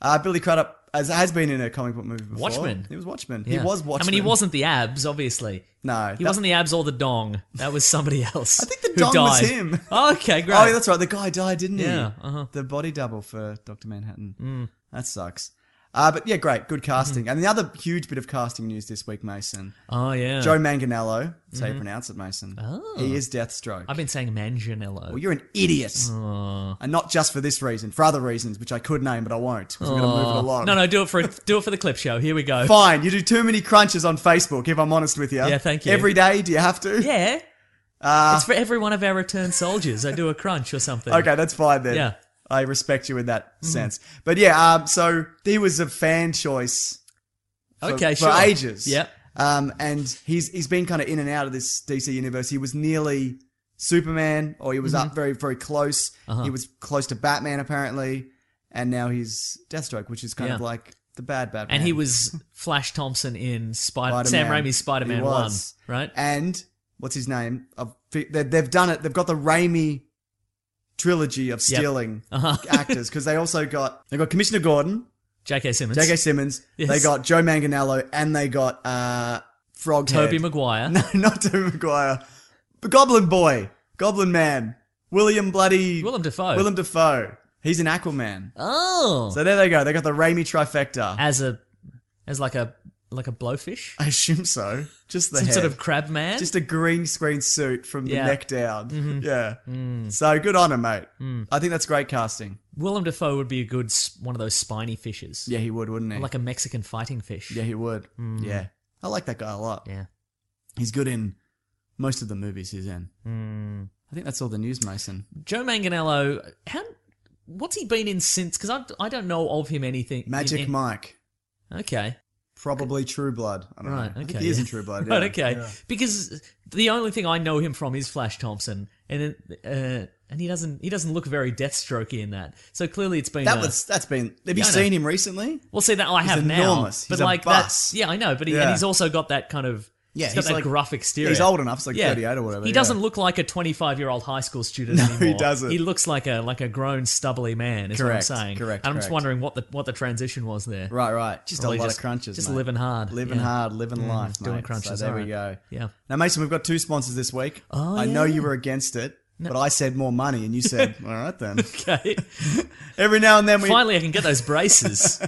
Uh, Billy Crudup as has been in a comic book movie before. Watchmen. He was Watchmen. Yeah. He was Watchmen. I mean, he wasn't the abs, obviously. No, He that- wasn't the abs or the dong. That was somebody else. I think the who dong was died. him. Oh, okay, great. Oh, yeah, that's right. The guy died, didn't he? Yeah, uh-huh. The body double for Doctor Manhattan. Mm. That sucks. Uh, but yeah, great, good casting. And the other huge bit of casting news this week, Mason. Mm-hmm. oh yeah. Joe Manganello. That's how you pronounce it, Mason. Oh. He is Deathstroke. I've been Oh. saying Manganiello. well, you're an idiot. And not just for this reason, for other reasons, which I could name, but I won't. 'cause I'm going to move it along. Oh. no, no, do it for do it for the clip show. Here we go. Fine, you do too many crunches on Facebook, if I'm honest with you. Yeah, thank you. Every day, do you have to? Yeah. it's for every one of our returned soldiers. I do a crunch or something. Uh, Okay, that's fine then. Yeah. Mm-hmm. I respect you in that sense. But yeah, um, so he was a fan choice for, Okay, for sure. ages. Yep. Um, and he's he's been kind of in and out of this DC universe. He was nearly Superman, or he was Mm-hmm. up very very close. Uh-huh. He was close to Batman apparently, and now he's Deathstroke, which is kind of Yeah. like the bad Batman. And he was Flash Thompson in Spider- Uh, Sam Spider-Man. Raimi's Spider Man He 1, was. right? And what's his name? I've fi- they- They've done it. They've got the Raimi trilogy of stealing Uh-huh. actors because they also got they got Commissioner Gordon, J.K. Simmons. J.K. Simmons, Yes. they got Joe Manganello, and they got uh, Frog Toby Maguire. Maguire. No, not Toby Maguire. The Goblin Boy, Goblin Man, William Bloody Willem Dafoe. Willem Dafoe. He's an Aquaman. Oh. So there they go. They got the Raimi trifecta. as a, as like a, like a blowfish? I assume so. Just the Some head. sort of crab man? just a green screen suit from the Yeah. Mm-hmm. Mm. neck down. Yeah. So good on him, mate. I think that's great casting. Willem Dafoe would be a good, s- one of those spiny fishes. Yeah, he would, wouldn't he? Like Mm. a Mexican fighting fish. yeah, he would. Yeah. I like that guy a lot. Yeah. He's good in most of the movies he's in. Mm. I think that's all the news, Mason. Joe Manganello, how, what's he been in since? Because I, I don't know of him anything. Magic in- in- Mike, Okay. probably True Blood. I don't Right. know. I Okay. think he is yeah. in True Blood. Right. yeah. Okay. Because the only thing I know him from is Flash Thompson, and it- uh, and he doesn't he doesn't look very Deathstrokey in that. So clearly it's been That a- was that's been. Have you Yeah, I seen him recently? Well, see that oh, I He's have enormous. now, but He's a like bus. that's yeah, I know, but he, Yeah. and he's also got that kind of Yeah, he's got he's that like- gruff exterior. He's old enough. He's like 38 or whatever. He yeah. doesn't look like a 25 year old high school student No, he anymore. doesn't. He looks like a like a grown stubbly man. Is Correct, what I'm saying. correct, And I'm just correct. wondering what the what the transition was there. Right, right. Just Probably a lot just- of crunches. just mate. living hard, Living yeah. hard, living Mm, life. doing mate. crunches, So there we go. alright. Yeah. Now, Mason, we've got two sponsors this week. Oh, I know yeah. you were against it, but I said more money, and you said, all right then. Okay. Every now and then we. Finally, I can get those braces.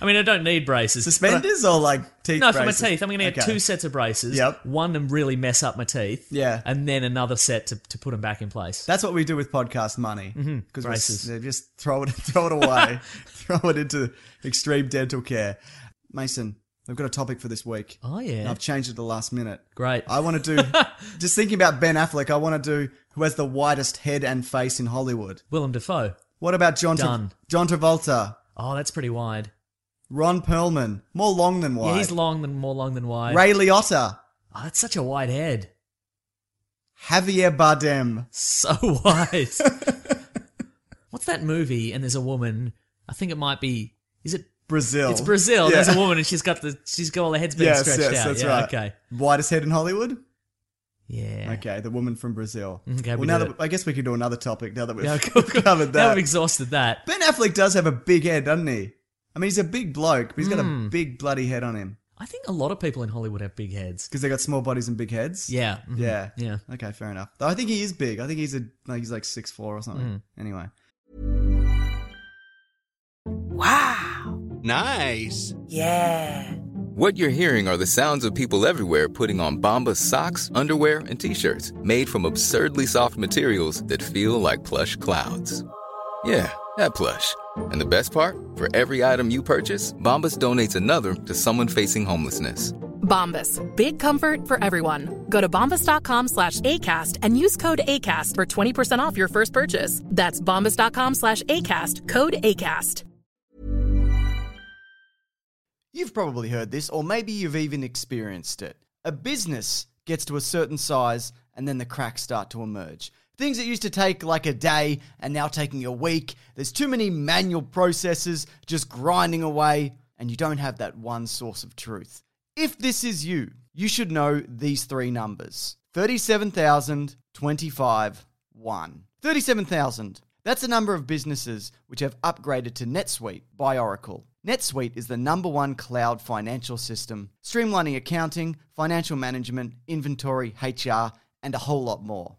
I mean, I don't need braces. Suspenders or like teeth? But I- no, braces? for my teeth, I'm going to get Okay. two sets of braces. Yep. One to really mess up my teeth. Yeah. And then another set to, to put them back in place. That's what we do with podcast money because Mm-hmm. Braces. mm just throw it throw it away, throw it into extreme dental care. Mason, I've got a topic for this week. Oh, yeah. And I've changed it at the last minute. Great. I want to do just thinking about Ben Affleck. I want to do who has the widest head and face in Hollywood. Willem Dafoe. What about John Tra- Done. John Travolta, Oh, that's pretty wide. Ron Perlman, more long than wide. Yeah, he's long than more long than wide. Ray Liotta, Oh, that's such a wide head. Javier Bardem. So wide. What's that movie? And there's a woman. I think it might be. Is it? Brazil. It's Brazil. There's Yeah. a woman, and she's got the she's got all the heads being Yes, stretched yes, out. that's yeah. right. Okay. Widest head in Hollywood? Yeah. Mm, Okay, the woman from Brazil. Okay, well, we now did that, I guess we could do another topic now that we've Yeah, cool, cool. covered Now that. we've exhausted that. ben Affleck does have a big head, doesn't he? I mean, he's a big bloke, but he's got Hmm. a big bloody head on him I think a lot of people in Hollywood have big heads. because they got small bodies and big heads. Yeah. mhm. yeah, Yeah. Okay, fair enough. Though I think he is big. I think he's a like he's like six four or something. Mm. Anyway, Nice. Yeah. What you're hearing are the sounds of people everywhere putting on Bombas socks, underwear, and t-shirts made from absurdly soft materials that feel like plush clouds. Yeah, that plush. And the best part? For every item you purchase, Bombas donates another to someone facing homelessness. Bombas. Big comfort for everyone. Go to bombas.com slash ACAST and use code ACAST for 20% off your first purchase. That's bombas.com slash ACAST, code ACAST. You've probably heard this, or maybe you've even experienced it. A business gets to a certain size, and then the cracks start to emerge. Things that used to take like a day are now taking a week. There's too many manual processes just grinding away, and you don't have that one source of truth. If this is you, you should know these three numbers 37,025, 1. 37,000. That's the number of businesses which have upgraded to NetSuite by Oracle. NetSuite is the number one cloud financial system, streamlining accounting, financial management, inventory, HR, and a whole lot more.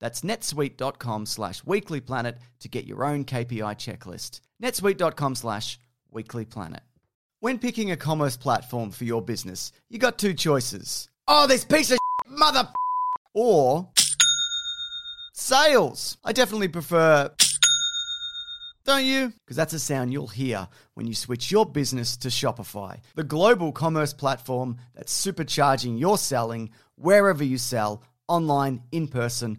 That's netsuite.com slash weeklyplanet to get your own KPI checklist. netsuite.com slash weeklyplanet. When picking a commerce platform for your business, you got two choices. Oh, this piece of mother or sales. I definitely prefer don't you? Because that's a sound you'll hear when you switch your business to Shopify, the global commerce platform that's supercharging your selling wherever you sell, online, in person,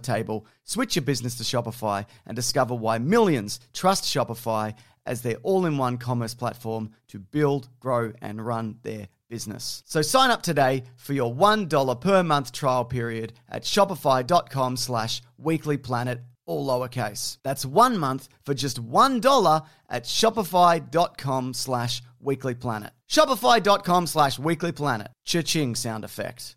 table, switch your business to Shopify, and discover why millions trust Shopify as their all in one commerce platform to build, grow, and run their business. So sign up today for your $1 per month trial period at shopify.com slash weeklyplanet, all lowercase. That's one month for just $1 at shopify.com slash weeklyplanet. Shopify.com slash weeklyplanet. Cha-ching sound effect.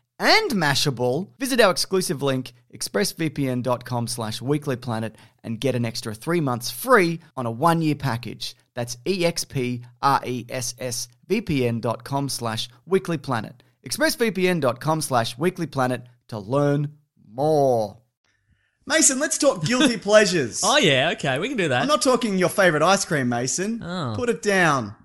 and Mashable, visit our exclusive link, expressvpn.com slash weeklyplanet, and get an extra three months free on a one-year package. That's E expressvpn.com slash weeklyplanet. expressvpn.com slash weeklyplanet to learn more. Mason, let's talk guilty pleasures. Oh yeah, okay, we can do that. I'm not talking your favorite ice cream, Mason. Oh. Put it down.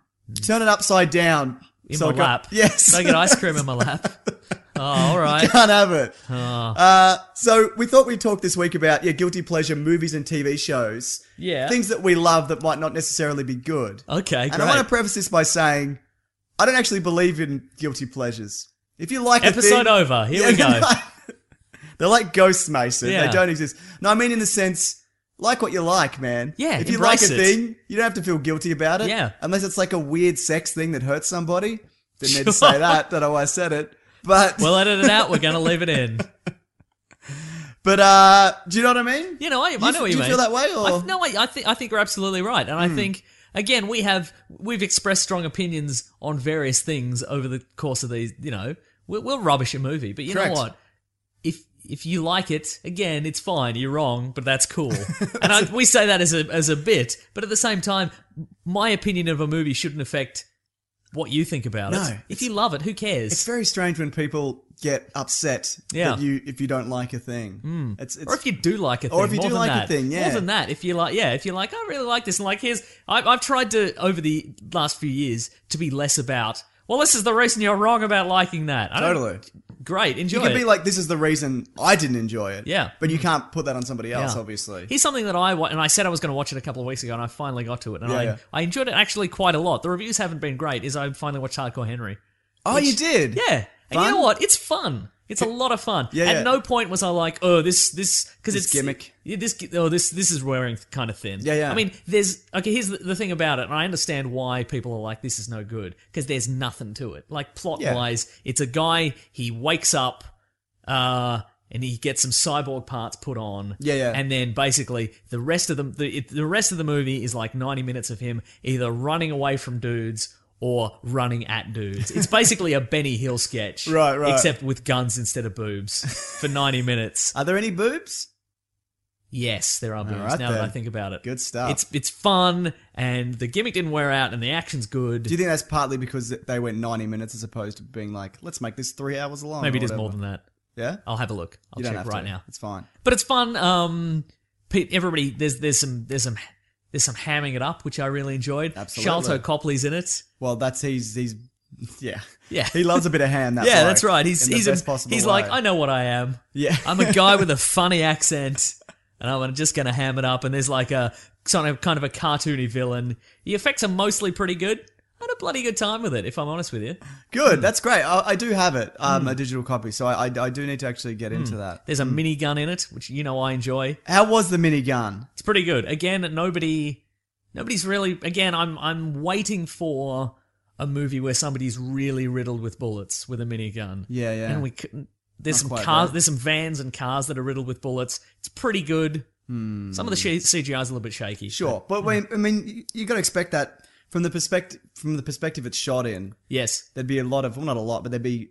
Turn it upside down. in So my I got- lap. Yes. So I get ice cream in my lap. Oh, all right. Can't have it. Oh. Uh, so we thought we'd talk this week about yeah, guilty pleasure movies and TV shows. Yeah. Things that we love that might not necessarily be good. Okay, And I great. want to preface this by saying, I don't actually believe in guilty pleasures. If you like a Episode thing- over. Here we go. They're like ghosts, Mason. Yeah. They don't exist. No, I mean in the sense, like what you like, man. Yeah, If you like embrace a it. thing, you don't have to feel guilty about it. Yeah. Unless it's like a weird sex thing that hurts somebody. Didn't need to say that. Don't know why I said it. But We'll edit it out. We're going to leave it in. but uh, do you know what I mean? You know, I, I f- know what do you you mean. feel that way, or- Hmm. I, no, I, I think I think you're absolutely right, and I think again we have we've expressed strong opinions on various things over the course of these. You know, we'll, we'll rubbish a movie, but you Correct. know what? If if you like it, again, it's fine. You're wrong, but that's cool. and I, we say that as a as a bit, but at the same time, my opinion of a movie shouldn't affect what you think about No, it. If you love it, who cares? It's very strange when people get upset Yeah. Hmm. that you if you don't like a thing. It's, it's or if you do like a thing, Or if you more do than like a that. thing, yeah. More than that, if you like, yeah, if you like, I really like this, and like, here's, I, I've tried to over the last few years to be less about. Well, this is the reason you're wrong about liking that. I don't- totally. great. Enjoy. You can it. be like, this is the reason I didn't enjoy it. Yeah. But you can't put that on somebody else, Yeah. obviously. Here's something that I wa- and I said I was going to watch it a couple of weeks ago, and I finally got to it, and Yeah, I yeah. I enjoyed it actually quite a lot. The reviews haven't been great. Is I finally watched Hardcore Henry. oh, you did. Yeah, and you Fun? know what? It's fun. It's a lot of fun. Yeah, At yeah. no point was I like, oh, this this because This it's gimmick. Yeah, this gi- oh this this is wearing kind of thin. Yeah, yeah. I mean, there's okay. Here's the, the thing about it, and I understand why people are like, this is no good because there's nothing to it. Like plot wise, it's a guy he wakes up, uh, and he gets some cyborg parts put on. Yeah, yeah. And then basically the rest of the the, it, the rest of the movie is like 90 minutes of him either running away from dudes. Or running at dudes. It's basically a Benny Hill sketch, Right, right. Except with guns instead of boobs for 90 minutes. Are there any boobs? Yes, there are boobs. right now that I then. think about it, Good stuff. It's it's fun, and the gimmick didn't wear out, and the action's good. Do you think that's partly because they went 90 minutes as opposed to being like, let's make this three hours long? Maybe or it is more whatever? than that. Yeah? I'll have a look. I'll you check don't have right to. now. It's fine. But it's fun. Um, pe- everybody, there's there's some there's some there's some hamming it up, which I really enjoyed. Absolutely. Shalto Copley's in it. Well, that's he's he's yeah Yeah. He loves a bit of ham. That yeah, bloke, that's right. He's in the he's best a- possible he's way. like I know what I am. Yeah. I'm a guy with a funny accent, and I'm just gonna ham it up. And there's like a sort of kind of a cartoony villain. The effects are mostly pretty good. I had a bloody good time with it, if I'm honest with you. Hmm. good. That's great. I, I do have it, um, a digital copy, so I, I I do need to actually get Hmm. into that. There's a minigun in it, which you know I enjoy. How was the minigun? It's pretty good. Again, nobody, nobody's really. Again, I'm I'm waiting for a movie where somebody's really riddled with bullets with a minigun. Yeah, yeah. And we couldn't. There's some quite cars. right. There's some vans and cars that are riddled with bullets. It's pretty good. Some of the sh- CGI is a little bit shaky. Hmm. Sure, but when, I mean, you, you got to expect that from the perspective from the perspective it's shot in. Yes. There'd be a lot of well, not a lot, but there'd be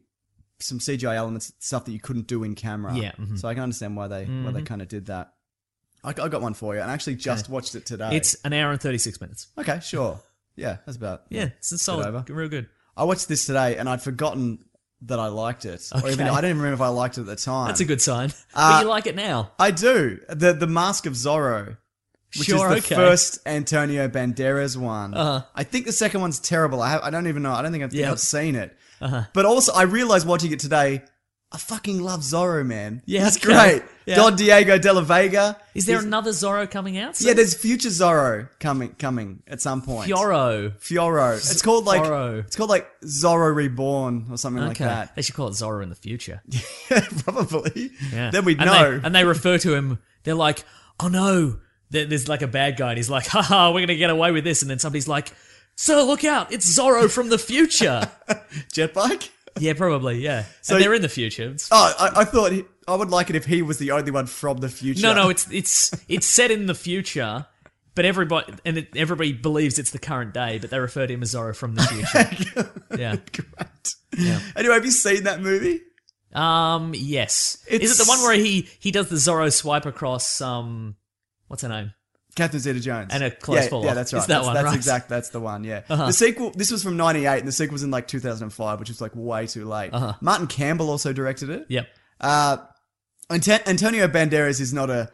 some CGI elements, stuff that you couldn't do in camera. Yeah, Mm-hmm. mhm. So I can understand why they why they kind of did that. I, I got one for you, and I actually just watched it today. It's an hour and 36 minutes. okay, sure, yeah, that's about Yeah, it's a over. solid. Real good. I watched this today and I'd forgotten that I liked it. Or even Okay. I don't even remember if I liked it at the time. That's a good sign. Uh, but you like it now. I do. The the Mask of Zorro. Which Sure, is the okay. first Antonio Banderas one. Uh-huh. I think the second one's terrible. I have, I don't even know. I don't think I've, think Yeah. I've seen it. Uh-huh. But also, I realized watching it today, I fucking love Zorro, man. Yeah, That's okay. great. Yeah. Don Diego de la Vega. Is there He's- another Zorro coming out? Yeah, there's future Zorro coming coming at some point. Fioro. Fioro. It's called like Zorro. it's called like Zorro Reborn or something like Okay. that. They should call it Zorro in the future. Probably. Yeah. Then we'd and know. They, and they refer to him. They're like, "Oh no, there- there's like a bad guy." And he's like, "Haha, we're gonna get away with this." And then somebody's like, "Sir, look out! It's Zorro from the future." Jet bike? yeah, probably. Yeah. So- and they're in the future. It's- Oh, I, I thought he, I would like it if he was the only one from the future. no, no, it's it's it's set in the future. But everybody and it, everybody believes it's the current day, but they refer to him as Zorro from the future. yeah. Great. Anyway, have you seen that movie? Um. Yes. Is it It's- the one where he he does the Zorro swipe across? Um. What's her name? Catherine Zeta-Jones. And a close yeah, follow. Yeah, that's right. It's that that's one, that's right? Uh-huh. exact. That's the one, yeah. The sequel, this was from 98 and the sequel was in like 2005, which is like way too late. Uh-huh. Martin Campbell also directed it. Yep. Uh, Ante- Antonio Banderas is not a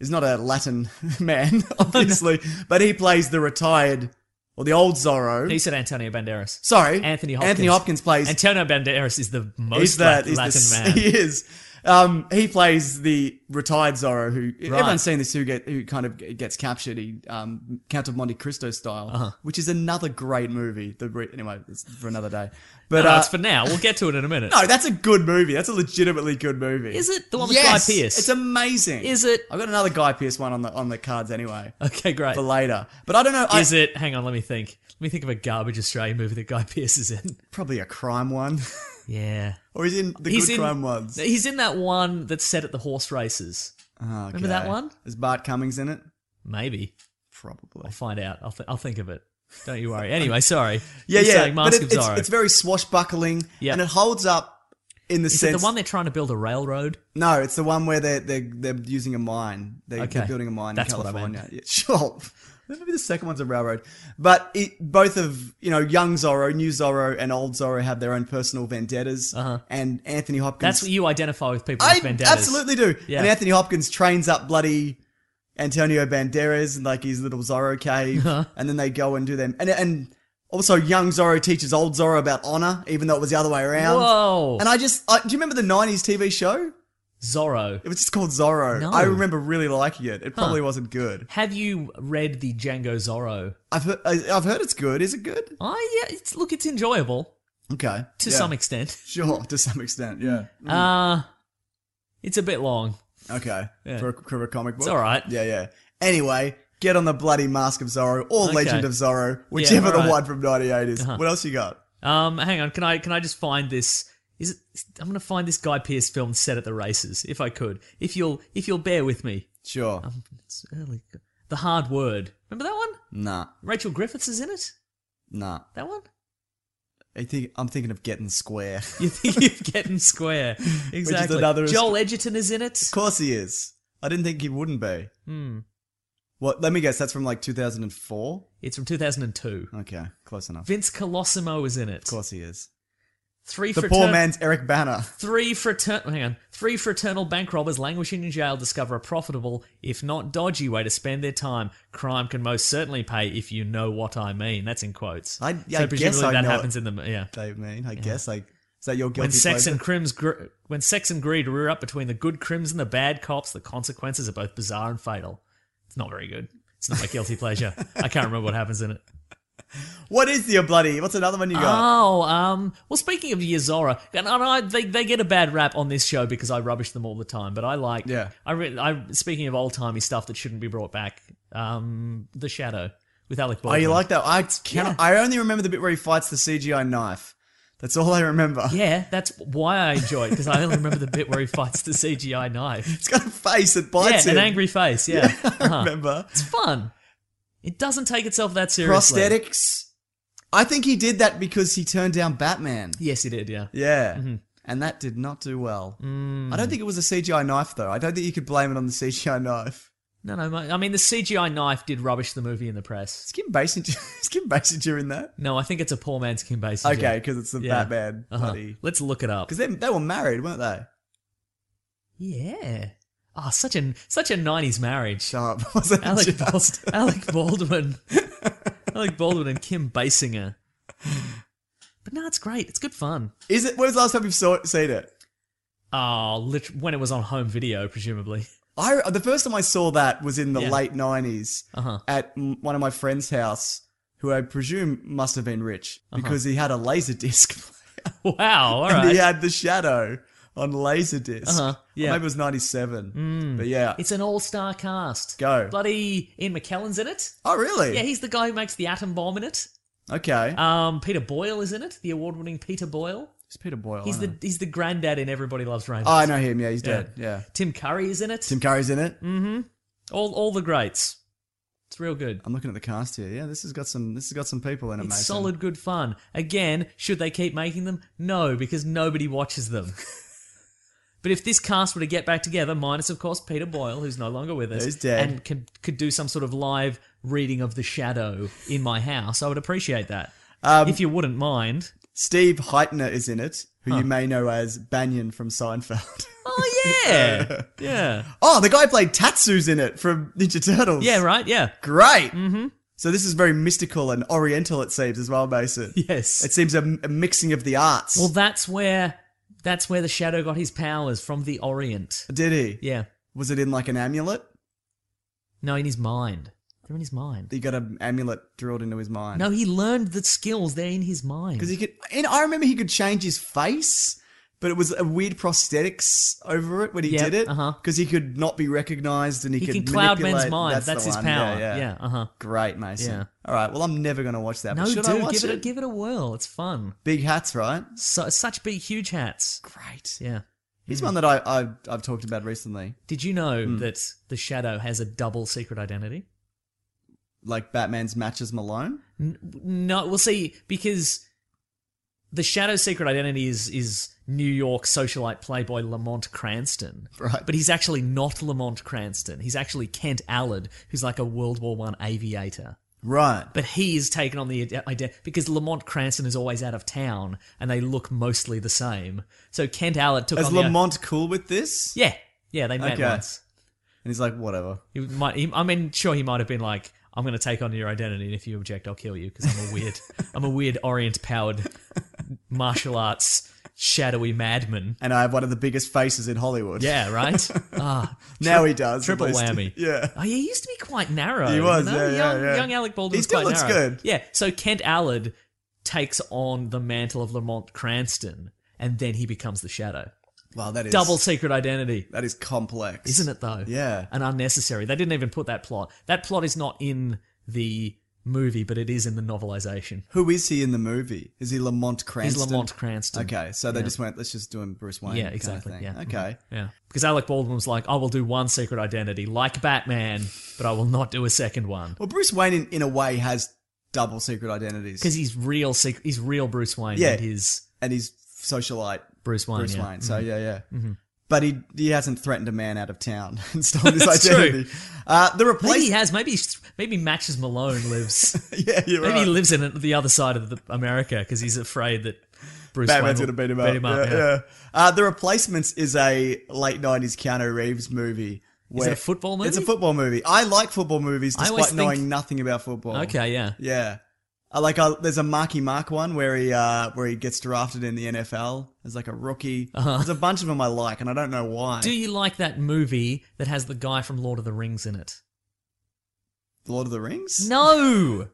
is not a Latin man, Oh, obviously, but he plays the retired or the old Zorro. He said Antonio Banderas. Sorry, Anthony Hopkins. Anthony Hopkins plays. Antonio Banderas is the most he's the, Lat- he's the- Latin man. He is. Um, he plays the retired Zorro who everyone's seen this who get who kind of gets captured. He um, Count of Monte Cristo style, Uh-huh. which is another great movie. The re- anyway, it's for another day. But No, uh, it's for now. We'll get to it in a minute. no, that's a good movie. That's a legitimately good movie. Is it the one with yes, Guy Pearce? It's amazing. Is it- I've got another Guy Pearce one on the on the cards anyway okay, great. for later. But I don't know. Is I, it? Hang on, let me think. Let me think of a garbage Australian movie that Guy Pearce is in. probably a crime one, Yeah, or is he in the he's good in crime ones? He's in that one that's set at the horse races. Remember that Okay. one? Is Bart Cummings in it? Maybe Probably. I'll find out. I'll, th- I'll think of it. Don't you worry. Anyway, sorry. Yeah, You're yeah. saying Mask But it, of it's, Zorro. it's very swashbuckling, Yeah. and it holds up in the is sense. Mm. it the one they're trying to build a railroad? no, it's the one where they're they're, they're using a mine. They're, they're Okay. building a mine That's in what I California. meant. Yeah, sure. Maybe the second one's a railroad, but it, both of you know young Zorro, new Zorro, and old Zorro have their own personal vendettas, uh-huh. and Anthony Hopkins. That's what you identify with people I with vendettas. absolutely do. Yeah. And Anthony Hopkins trains up bloody Antonio Banderas and like his little Zorro cave, Uh-huh. and then they go and do them. And and also young Zorro teaches old Zorro about honor, even though it was the other way around. Whoa, And I just I, do you remember the '90s TV show? Zorro. It was just called Zorro. No. I remember really liking it. It probably wasn't good. Have you read the Django Zorro? I've heard, I- I've heard it's good. Is it good? Oh yeah, it's look, it's enjoyable. Okay. to Yeah. Mm. some extent. Sure, to some extent, yeah. Uh, it's a bit long. Okay. For, a, for a comic book. It's all right. Yeah, yeah. Anyway, get on the bloody Mask of Zorro or Okay. Legend of Zorro, whichever the alright. Uh-huh. one from 98 is. What else you got? Um, hang on, can I can I just find this? Is it, I'm gonna find this Guy Pearce film set at the races if I could. If you'll if you'll bear with me. Sure. Um. It's early. The Hard Word. Remember that one? Nah, Rachel Griffiths is in it. nah. That one. I think, I'm thinking of Getting Square. You think you're getting square? Exactly. another- Joel Edgerton is in it. of course he is. I didn't think he wouldn't be. Hmm. What? Let me guess. That's from like 2004. It's from 2002. Okay, close enough. Vince Colosimo is in it. Of course he is. Three The frater- poor man's Eric Banner. Three fraternal, hang on. Three fraternal bank robbers languishing in jail discover a profitable, if not dodgy, way to spend their time. Crime can most certainly pay if you know what I mean. That's in quotes. I- yeah, I so guess presumably I that know happens in the yeah. They mean, I guess. Like, is that your guilty When sex pleasure? and crims gr- when sex and greed rear up between the good crims and the bad cops, the consequences are both bizarre and fatal. It's not very good. It's not my guilty pleasure. I can't remember what happens in it. What is your bloody? What's another one you got? Oh, um, well, speaking of Yazora, and and I, they, they get a bad rap on this show because I rubbish them all the time, but I like, Yeah. I, re- I speaking of old timey stuff that shouldn't be brought back, um, The Shadow with Alec Oh, Baldwin. you like that? I cannot. I only remember the bit where he fights the CGI knife. That's all I remember. Yeah, that's why I enjoy it because I only remember the bit where he fights the CGI knife. It's got a face that Yeah, bites an him. angry face. Yeah, Uh-huh. Remember it's fun. It doesn't take itself that seriously. prosthetics? I think he did that because he turned down Batman. Yes, he did. Yeah. Yeah. Mm-hmm. And that did not do well. Mm. I don't think it was a CGI knife, though. I don't think you could blame it on the CGI knife. No, no. my- I mean, the CGI knife did rubbish the movie in the press. Is Kim Basinger, is Kim Basinger in that? No, I think it's a poor man's Kim Basinger. Okay, because it's the Yeah. Batman Uh-huh. buddy. Let's look it up. Because they, they were married, weren't they? Yeah. Oh, such an such a nineties marriage. Shut up. Oh, Was that Alec, just- Bald, Alec Baldwin, Alec Baldwin, and Kim Basinger. But no, it's great. It's good fun. Is it? When was the last time you've saw, seen it? Oh, lit- when it was on home video, presumably. I the first time I saw that was in the Yeah. Uh-huh. late 90s at m- one of my friend's house, who I presume must have been rich Uh-huh. because he had a laser disc. Wow. All and right. he had the shadow on laser disc. Uh-huh, yeah. maybe it was 97. But yeah. It's an all-star cast. Go. Bloody Ian McKellen's in it. oh, really? Yeah, he's the guy who makes the atom bomb in it. okay. Um, Peter Boyle is in it. The award-winning Peter Boyle. it's Peter Boyle. He's the I know. he's the granddad in Everybody Loves Raymond. Oh, I know him. Yeah, he's dead. Yeah. Tim Curry is in it. Tim Curry's in Mm. it. All all the greats. It's real good. I'm looking at the cast here. Yeah, this has got some. This has got some people in it. It's Mason. solid good fun. Again, should they keep making them? No, because nobody watches them. but if this cast were to get back together, minus of course Peter Boyle, who's no longer with us, Who's dead. and could could do some sort of live reading of The Shadow in my house, I would appreciate that. if you wouldn't mind. Steve Heitner is in it, who you may know as Banyan from Seinfeld. Oh yeah, yeah, oh, the guy who played Tatsu's in it from Ninja Turtles. yeah. Right. Yeah. Great. Mm-hmm. So this is very mystical and oriental, it seems, as well, Mason. Yes. It seems a, a mixing of the arts. well, that's where that's where the Shadow got his powers from the Orient. Did he? Yeah. Was it in like an amulet? No, in his mind. They're in his mind. He got an amulet drilled into his mind. No, he learned the skills. They're in his mind. Because he could, and I remember he could change his face, but it was a weird prosthetics over it when he Yeah, did it. uh-huh. Because he could not be recognized and he, He could can cloud manipulate- men's minds. That's, the his one. power. Yeah, Yeah, uh-huh. Great, Mason. Yeah. All right. Well, I'm never going to watch that. No, but should I dude, watch give it, it? a, give it a whirl. It's fun. Big hats, right? So, such big, huge hats. Great. Yeah. He's Hmm. one that I, I I've talked about recently, Did you know Hmm. that the Shadow has a double secret identity? like Batman's matches Malone. No, we'll see because the Shadow's secret identity is is New York socialite playboy Lamont Cranston. Right. But he's actually not Lamont Cranston. He's actually Kent Allard, who's like a World War One aviator. Right. But he is taken on the idea because Lamont Cranston is always out of town, and they look mostly the same. So Kent Allard took Is on Lamont cool with this? The, um, yeah, yeah, they met Okay. once. And he's like, whatever. He might, he, I mean, sure, he might have been like, "I'm going to take on your identity, and if you object, I'll kill you because I'm a weird, I'm a weird Orient-powered martial arts shadowy madman." And I have one of the biggest faces in Hollywood. Yeah, right. Ah, Now he does. at triple least. whammy. Yeah. Oh, he used to be quite narrow. He was, you know? yeah, yeah, young, yeah. young Alec Baldwin. He was still quite looks narrow. good. Yeah. So Kent Allard takes on the mantle of Lamont Cranston, and then he becomes the Shadow. Wow, that is Double secret identity. That is complex, Isn't it though? Yeah. And unnecessary. They didn't even put that plot. That plot is not in the movie, but it is in the novelization. Who is he in the movie? Is he Lamont Cranston? He's Lamont Cranston. Okay, so they just went. Let's just do him Bruce Wayne. Yeah, kind of exactly. thing. Yeah. Okay. Yeah. Because Alec Baldwin was like, I will do one secret identity like Batman, but I will not do a second one. Well, Bruce Wayne in, in a way has double secret identities Because he's real secret, he's real Bruce Wayne Yeah. and he's and he's socialite Bruce Wayne. Bruce yeah. mm-hmm. Wayne. So yeah, yeah. But he he hasn't threatened a man out of town and stolen his That's identity. Uh, Maybe the he replacement. has. Maybe he's- maybe Matches Malone lives. Yeah, you're maybe right. he lives in the other side of the America because he's afraid that Bruce Batman's Wayne gonna will beat him up. yeah, yeah. yeah. Uh, the replacements is a late nineties Keanu Reeves movie. Where it a football movie? It's a football movie. I like football movies I always despite knowing think- nothing about football. Okay, yeah. Yeah. I like I, there's a Marky Mark one where he uh, where he gets drafted in the NFL as like a rookie. There's a bunch of them I like, and I don't know why. Uh-huh. Do you like that movie that has the guy from Lord of the Rings in it? Lord of the Rings? No,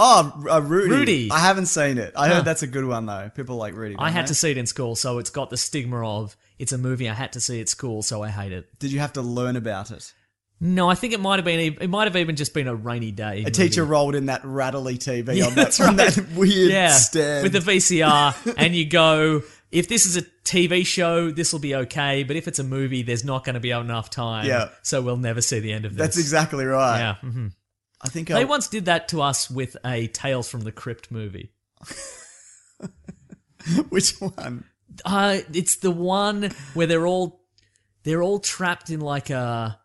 Oh, uh, Rudy. Rudy. I haven't seen it. I Huh. heard that's a good one though. People like Rudy. I don't had they? to see it in school, so it's got the stigma of it's a movie I had to see at school, so I hate it. Did you have to learn about it? No, I think it might have been e- it might have even just been a rainy day. A teacher rolled in that rattly TV Yeah, on, that, that's on that right. weird yeah, stand. with the VCR, and you go. If this is a TV show, this will be okay. But if it's a movie, there's not going to be enough time. Yeah. So we'll never see the end of this. that's exactly right. Yeah. mhm. I think I, They once did that to us with a Tales from the Crypt movie. which one? Uh, it's the one where they're all they're all trapped in like a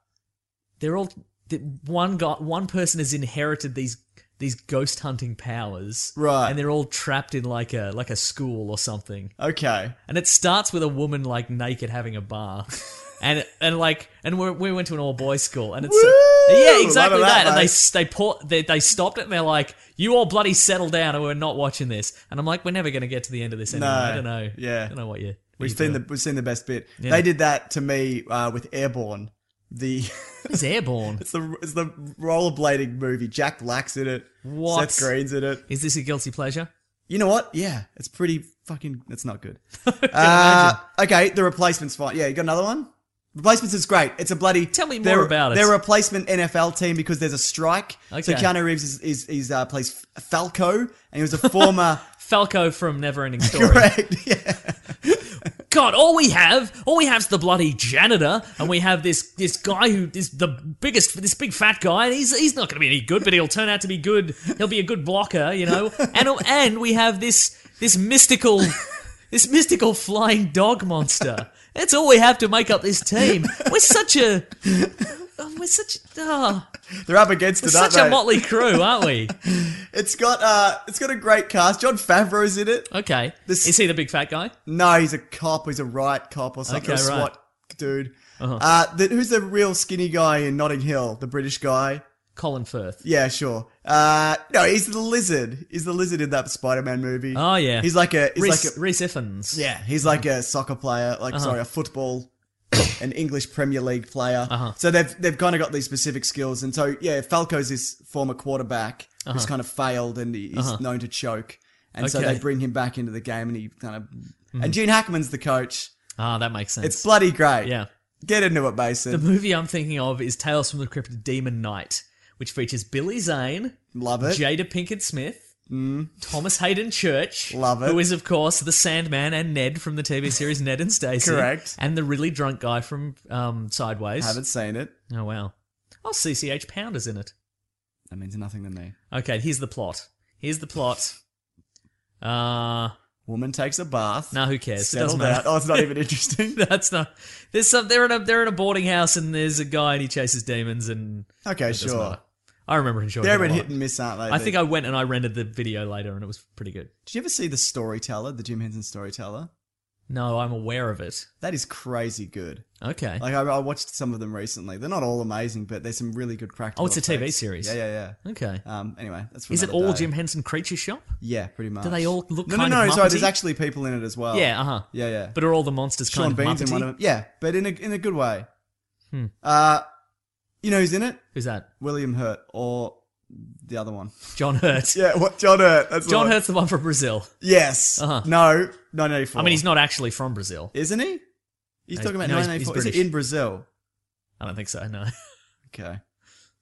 they're all the- one got one person has inherited these these ghost hunting powers, Right. And they're all trapped in like a like a school or something. Okay. And it starts with a woman like naked having a bar. And, and like and we we went to an all boys school and it's Woo! yeah exactly Love that, that, and they mate. s- they, pour, they they stopped it and they're like you all bloody settle down and we're not watching this and I'm like we're never going to get to the end of this anyway No. I don't know Yeah. I don't know what you what We've you seen do. the we've seen the best bit. They did that to me uh, with Airborne. The It's airborne. it's the it's the rollerblading movie. Jack Black's in it. What? Seth Green's in it. Is this a guilty pleasure? You know what? Yeah, it's pretty fucking. It's not good. uh, okay, the replacement's fine. Yeah, you got another one. Replacements is great. It's a bloody. Tell me more they're- about it. They're a replacement NFL team because there's a strike. So Okay. Keanu Reeves is, is, is uh, plays Falco, and he was a former. Falco from Neverending Story. correct. Yeah. God, all we have, all we have's the bloody janitor, and we have this this guy who is the biggest, this big fat guy. And he's he's not going to be any good, but he'll turn out to be good. He'll be a good blocker, you know. And and we have this this mystical, this mystical flying dog monster. That's all we have to make up this team. We're such a, oh, we're such, ah, They're up against we're it, aren't such a they? motley crew, aren't we? It's got uh, it's got a great cast. John Favreau's in it. Okay, This- is he the big fat guy? No, he's a cop. He's a right cop or something. Okay, a right. Uh-huh. SWAT dude. uh the, who's the real skinny guy in Notting Hill? The British guy. Colin Firth. Yeah, sure. Uh, no, he's the lizard. He's the lizard in that Spider-Man movie. Oh yeah, he's like a he's Reese, like a, Reese Iffens. yeah, he's like a soccer player. Like Uh-huh. sorry, a football, an English Premier League player. Uh-huh. So they've they've kind of got these specific skills, and so yeah, Falco's this former quarterback who's kind of failed and he- he's known to choke, and so Uh-huh. Okay. Hmm. they bring him back into the game, and he kind of and Gene Hackman's the coach. Ah, that makes sense. It's bloody great. yeah. Get into it, The Mason. movie I'm thinking of is Tales from the Crypt Demon Knight, which features Billy Zane, Love it. Jada Pinkett Smith, Thomas Hayden Church, Hmm. Love it. who is, of course, the Sandman and Ned from the TV series Ned and Stacy. Correct. And the really drunk guy from um, Sideways. Haven't seen it. Oh, wow. Oh, CCH Pounder's in it. That means nothing to me. Okay, here's the plot. Here's the plot. Uh, Woman takes a bath. no, who cares? It doesn't settled matter. out. Oh, it's not even interesting. That's not. There's some. They're in a. They're in a boarding house, and there's a guy, and he chases demons, and Okay, it doesn't sure. matter. I remember enjoying. They're it a a hit lot. and miss, aren't they? I think I went and I rented the video later, and it was pretty good. Did you ever see the storyteller, the Jim Henson storyteller? No, I'm aware of it. That is crazy good. Okay. Like I, I watched some of them recently. They're not all amazing, but there's some really good practical. Oh, it's a TV effects. series. Yeah, yeah, okay. yeah. Um, anyway, that's for Is it another all day. Jim Henson Creature Shop? Yeah, pretty much. Do they all look No, kind no, no. of sorry, there's Muppety? actually people in it as well. Yeah. Uh huh. Oh. yeah, yeah. But are all the monsters Sean kind Bean's of Muppety? in Hmm. one of them. Yeah, but in a in a good way. Uh, you know who's in it? Who's that? William Hurt or the other one. John Hurt. Yeah, what John Hurt? That's the John one. Hurt's the one from Brazil. Yes. Uh-huh. No. 1984. I mean, he's not actually from Brazil. Isn't he? He's No, talking about no, he's- 1984. he's Is he British. in Brazil? I don't think so. No. Okay.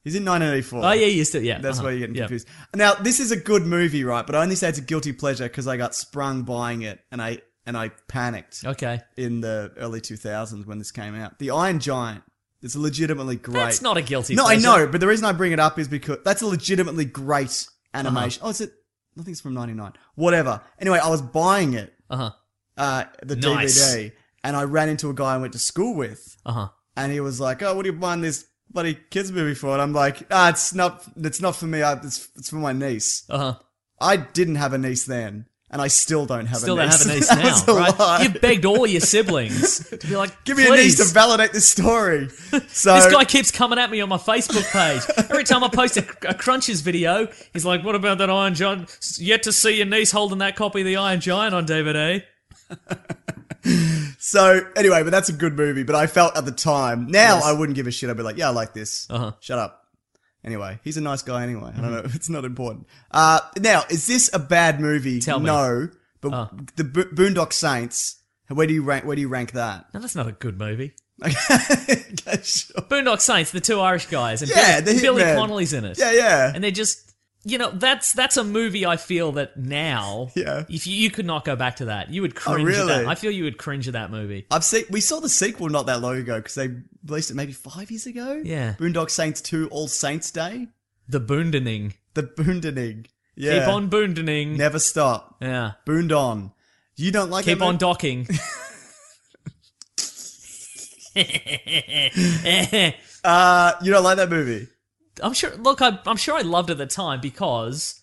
He's in 1984. Oh yeah, you still yeah. That's uh-huh, where you're getting yeah. confused. Now, this is a good movie, right? But I only say it's a guilty pleasure because I got sprung buying it and I and I panicked Okay. in the early 2000s when this came out. The Iron Giant. It's legitimately great. That's not a guilty. No, pleasure. Oh, I know, but the reason I bring it up is because that's a legitimately great Uh-huh. animation. Oh, is it? I think it's from 99. Whatever. Anyway, I was buying it, Uh huh. uh, the Nice. DVD, and I ran into a guy I went to school with, Uh huh. and he was like, "Oh, what are you buying this bloody kids movie for?" And I'm like, "Ah, it's not. It's not for me. I, it's it's for my niece. Uh huh. I didn't have a niece then, and I still don't have Still a don't niece. have a niece That was now, a right? lie. You begged all your siblings to be like, Give me a niece "Please, to validate this story. So This guy keeps coming at me on my Facebook page. Every time I post a, a Crunches video, he's like, "What about that Iron Giant? S- Yet to see your niece holding that copy of the Iron Giant on DVD." So anyway, but that's a good movie. But I felt at the time, now I wouldn't give a shit. I'd be like, yeah, I like this. Uh-huh. Mm-hmm. Shut up. Anyway, he's a nice guy. Anyway, I don't know. It's not important. Uh, now, is this a bad movie? Tell me. Uh. No, but the Bo- Boondock Saints. Where do you rank? Where do you rank that? No, that's not a good movie. Okay, sure. Boondock Saints, the two Irish guys, and Yeah, Billy, the Billy hitman. Connolly's in it. Yeah, yeah. and they're just you know that's that's a movie I feel that now Yeah. Oh, if you, you could not go back to that you would cringe at really? that I feel you would cringe at that movie I've seen. We saw the sequel not that long ago because they released it maybe five years ago. Yeah. Boondock Saints Two: All Saints Day. the boondening The Boondening. Yeah. keep on boondening Never stop. yeah Boond on. You don't like keep that on movie? docking Uh, you don't like that movie? I'm sure look I, I'm sure I loved it at the time because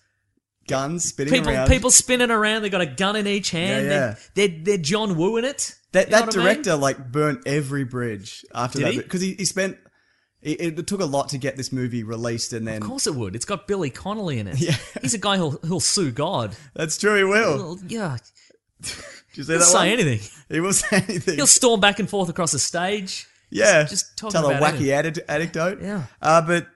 Guns spitting people around. people spinning around they got a gun in each hand Yeah, yeah. They're, they're they're John Woo in it that You know that what I mean? director like burnt every bridge after Did that he? because he? he spent. It, it took a lot to get this movie released, and then of course it would it's got Billy Connolly in it he's a guy who'll who'll sue God that's true. He will. Well, yeah Did you see he'll that say one? anything. He will say anything. He'll storm back and forth across the stage. yeah, just talking tell about a wacky adi- anecdote. Yeah. Uh, but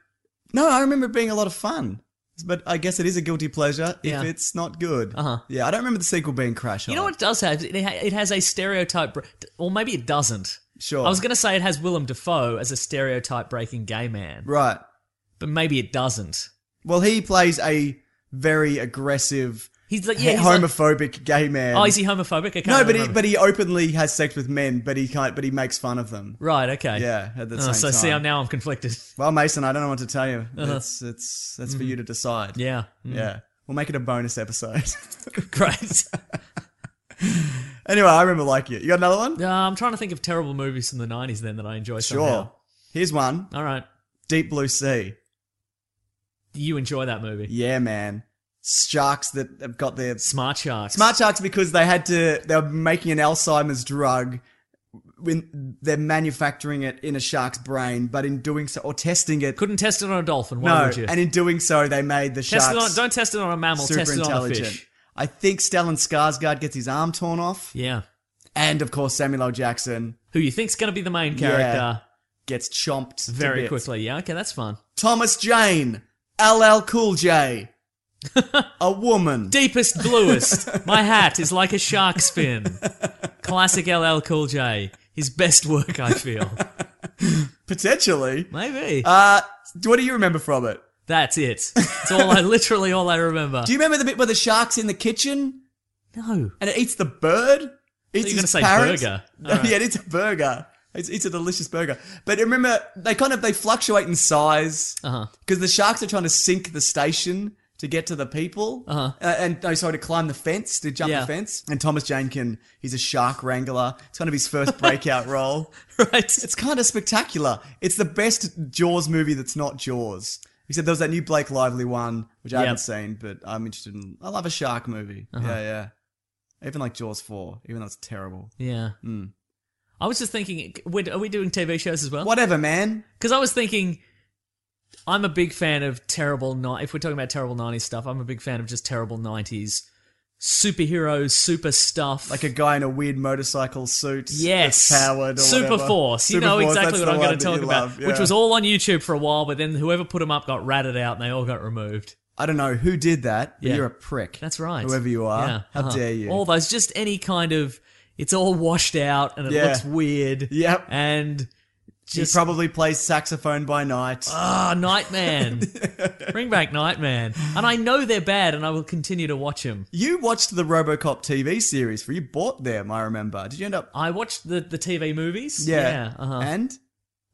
no, I remember it being a lot of fun. But I guess it is a guilty pleasure Yeah. if it's not good. Uh-huh. Yeah, I don't remember the sequel being Crash. You know what it does have? It ha- it has a stereotype, br- or maybe it doesn't. Sure. I was going to say it has Willem Dafoe as a stereotype breaking gay man, Right. but maybe it doesn't. Well, he plays a very aggressive, He's like, yeah, he's like- homophobic gay man. oh, is he homophobic? I can't no, but he, remember. but he openly has sex with men, but he can't. But he makes fun of them. right, okay, Yeah, at the Oh, same so time. see, I'm now I'm conflicted. Well, Mason, I don't know what to tell you. It's it's that's for you to decide. Mm. Yeah, Mm. yeah. We'll make it a bonus episode. great. anyway, I remember liking it. You got another one? Uh, I'm trying to think of terrible movies from the '90s then that I enjoy. sure. Somehow. Here's one. All right, Deep Blue Sea. you enjoy that movie? Yeah, man. Sharks that have got their Smart Sharks. Smart Sharks because they had to. They were making an Alzheimer's drug when they're manufacturing it in a shark's brain, but in doing so or testing it, Couldn't test it on a dolphin. Why no. would you? And in doing so, they made the test sharks it on, don't test it on a mammal. super Test it on a intelligent. fish. I think Stellan Skarsgård gets his arm torn off, Yeah. and of course Samuel L. Jackson who you think's going to be the main character gets chomped to very bits. quickly. Yeah, okay, that's fun. Thomas Jane, LL Cool J, a woman. Deepest bluest. My hat is like a shark's fin. Classic LL Cool J. His best work, I feel. Potentially. Maybe Uh, what do you remember from it? that's it. It's all I literally all I remember. Do you remember the bit where the shark's in the kitchen? no, and it eats the bird. Eats you're gonna his say parrot. burger. No, All right. Yeah, it eats a burger. It's, it's a delicious burger. But remember, they kind of they fluctuate in size Uh-huh. because the sharks are trying to sink the station to get to the people, uh and no, sorry, to climb the fence, to jump Uh-huh. Yeah. the fence. And Thomas Jane can he's a shark wrangler. It's kind of his first breakout role. right? It's kind of spectacular. It's the best Jaws movie that's not Jaws. Except there was that new Blake Lively one, which I Yep. haven't seen, but I'm interested in. I love a shark movie. Uh-huh. Yeah, yeah. Even like Jaws 4, even though it's terrible. Yeah. I was just thinking, we're- are we doing TV shows as well? Whatever, man. Because I was thinking, I'm a big fan of terrible. Ni- if we're talking about terrible '90s stuff, I'm a big fan of just terrible '90s superhero super stuff. Like a guy in a weird motorcycle suit. Yes, that's Powered or Super whatever. Force. You Super know Force, exactly that's what the I'm going one to that talk you about, love, which yeah. was all on YouTube for a while, but then whoever put them up got ratted out, and they all got removed. I don't know who did that, but Yeah. you're a prick. That's right. Whoever you are. Yeah, How uh-huh. dare you? All those, just any kind of. It's all washed out and it Yeah. looks weird. Yep. And He just probably plays saxophone by night. Ah, Nightman. Bring back Nightman. And I know they're bad, and I will continue to watch them. you watched the RoboCop TV series for you bought them, I remember. Did you end up I watched the, the TV movies. Yeah. uh-huh. And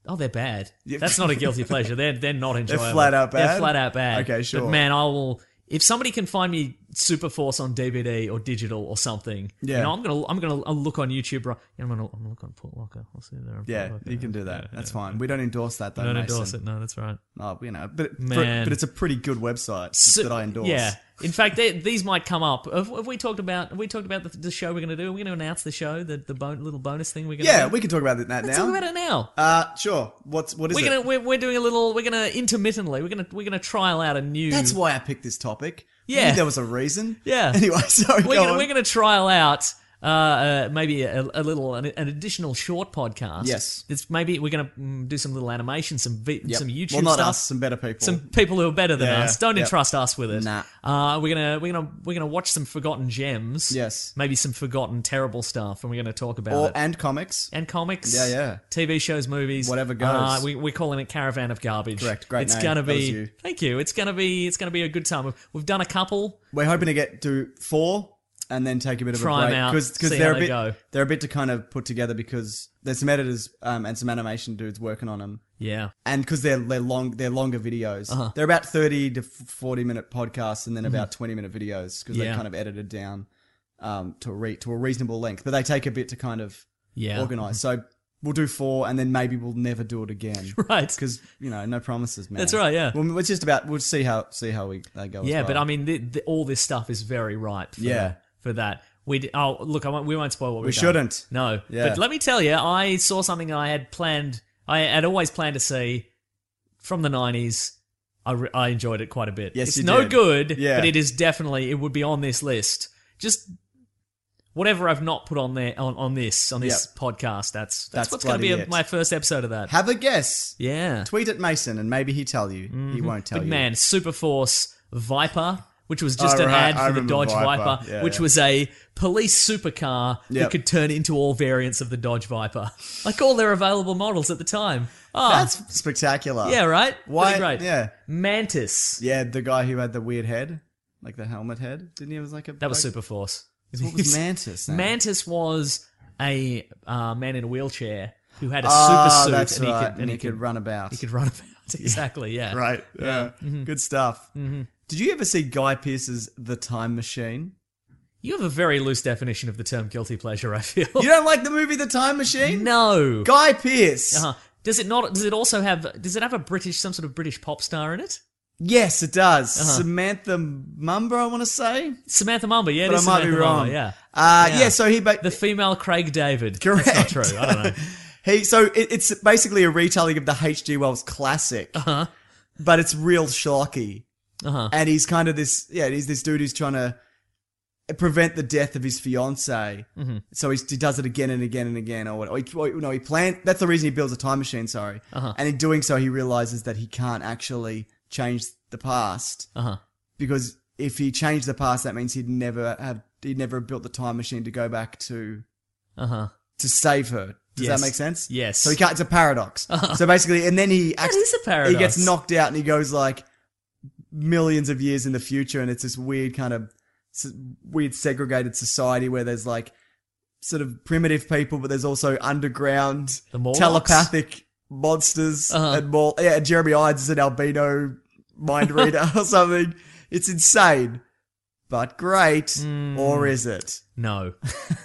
oh, they're bad. Yep. That's not a guilty pleasure. They're they're not enjoyable. flat out They're bad? flat out bad. Okay, sure. But man, I will. If somebody can find me Superforce on DVD or digital or something, you Yeah. know, I'm gonna I'm gonna I'll look on YouTube. Right, I'm gonna I'm gonna look on Port Locker. I'll see there. on Port Yeah, Locker. you can do that. That's fine. We don't endorse that though. I don't Mason. endorse it. No, that's right. Oh, you know, but for- Man. but it's a pretty good website So- that I endorse. Yeah. In fact, they, these might come up. Have, have we talked about? Have we talked about the, the show we're going to do? Are we going to announce the show? The the bon- little bonus thing we're going to Yeah, Do? we can talk about that now. Let's talk about it now. Uh, sure. What's what is we're it? gonna we're, we're doing a little. We're gonna intermittently. We're gonna we're gonna trial out a new. That's why I picked this topic. I knew Yeah. there was a reason. Yeah. Anyway, sorry. we're go gonna on. we're gonna trial out. Uh, uh, maybe a, a little an, an additional short podcast. Yes. it's maybe we're gonna mm, do some little animation, some vi- Yep. some YouTube Well, not stuff. us. Some better people. some people who are better than Yeah, us. Don't yeah. entrust us with it. Nah. Uh, we're gonna we're gonna we're gonna watch some forgotten gems. Yes. Maybe some forgotten terrible stuff, and we're gonna talk about or it. and comics. And comics. Yeah, yeah. TV shows, movies, Whatever goes. Uh, we, we're calling it Caravan of Garbage. Correct. Great It's name. gonna That was be. you. Thank you. It's gonna be. It's gonna be a good time. We've, we've done a couple. We're hoping to get to four and then take a bit of Try 'em a break out, because see they're how a they bit go. they're a bit to kind of put together because there's some editors um, and some animation dudes working on them. Yeah. and because they're they're long they're longer videos. Uh-huh. They're about thirty to forty minute podcasts, and then about twenty minute videos because they're Mm-hmm. Yeah. kind of edited down um, to a re- to a reasonable length. But they take a bit to kind of Yeah. Mm-hmm. organize. So we'll do four, and then maybe we'll never do it again. Right. Because you know, no promises, man. That's right, yeah. Well, it's just about we'll see how see how we they go. as Yeah, but well. I mean, the, the, all this stuff is very ripe. For, Yeah. For that. We d- oh look, I won't, we won't spoil what We we've done. shouldn't. No. Yeah. But let me tell you, I saw something I had planned. I had always planned to see from the nineties. I, re- I enjoyed it quite a bit. Yes, it's you no did. good, Yeah. but it is definitely it would be on this list. Just whatever I've not put on there on, on this on this Yep. podcast. That's that's, That's what's going to be bloody a, it. my first episode of that. have a guess. yeah. Tweet at Mason, and maybe he tell you. He won't tell But Mm-hmm. you. man, Superforce Viper, which was just Oh, an right. ad I for the remember Dodge Viper. Viper, Yeah, which yeah. was a police supercar Yep. that could turn into all variants of the Dodge Viper, like all their available models at the time. Oh, that's spectacular. yeah, right. Why? Pretty great. Yeah. Mantis. Yeah, the guy who had the weird head, like the helmet head, didn't he? It was like a That was like- Superforce. What was Mantis? Then? Mantis was a uh, man in a wheelchair who had a Ah, super suit that's and he right, could and he could run about. he could run about. Exactly. Yeah. Mm-hmm. right. Yeah, good stuff. Did you ever see Guy Pearce's The Time Machine? You have a very loose definition of the term guilty pleasure. I feel. You don't like the movie The Time Machine? no. Guy Pearce. Mm-hmm. Uh-huh. Does it not? Does it also have? Does it have a British, some sort of British pop star in it? Yes, it does. Uh-huh. Samantha Mumba, I want to say, Samantha Mumba, yeah, it but I is might Samantha be wrong. Mumba, yeah, Uh, yeah. Yeah. So he ba- the female Craig David. Correct. That's not true. I don't know. He so it, it's basically a retelling of the H.G. Wells classic, uh-huh. but it's real shocky. Uh-huh. And he's kind of this yeah, he's this dude who's trying to prevent the death of his fiance. Mm-hmm. So he's, he does it again and again and again, or what? Or he, or, no, he planned. That's the reason he builds a time machine. Sorry, uh-huh. and in doing so, he realizes that he can't actually change the past Uh huh. because if he changed the past, that means he'd never have he'd never built the time machine to go back to Uh huh. to save her. Does Yes. that make sense? Yes. So he can't, it's a paradox. So basically, and then he acts, is a paradox. He gets knocked out and he goes like millions of years in the future, and it's this weird kind of s- weird segregated society where there's like sort of primitive people, but there's also underground The Morlocks? Uh-huh. telepathic monsters and more. Yeah, and Jeremy Irons is an albino mind reader or something. It's insane. But great, or is it? No,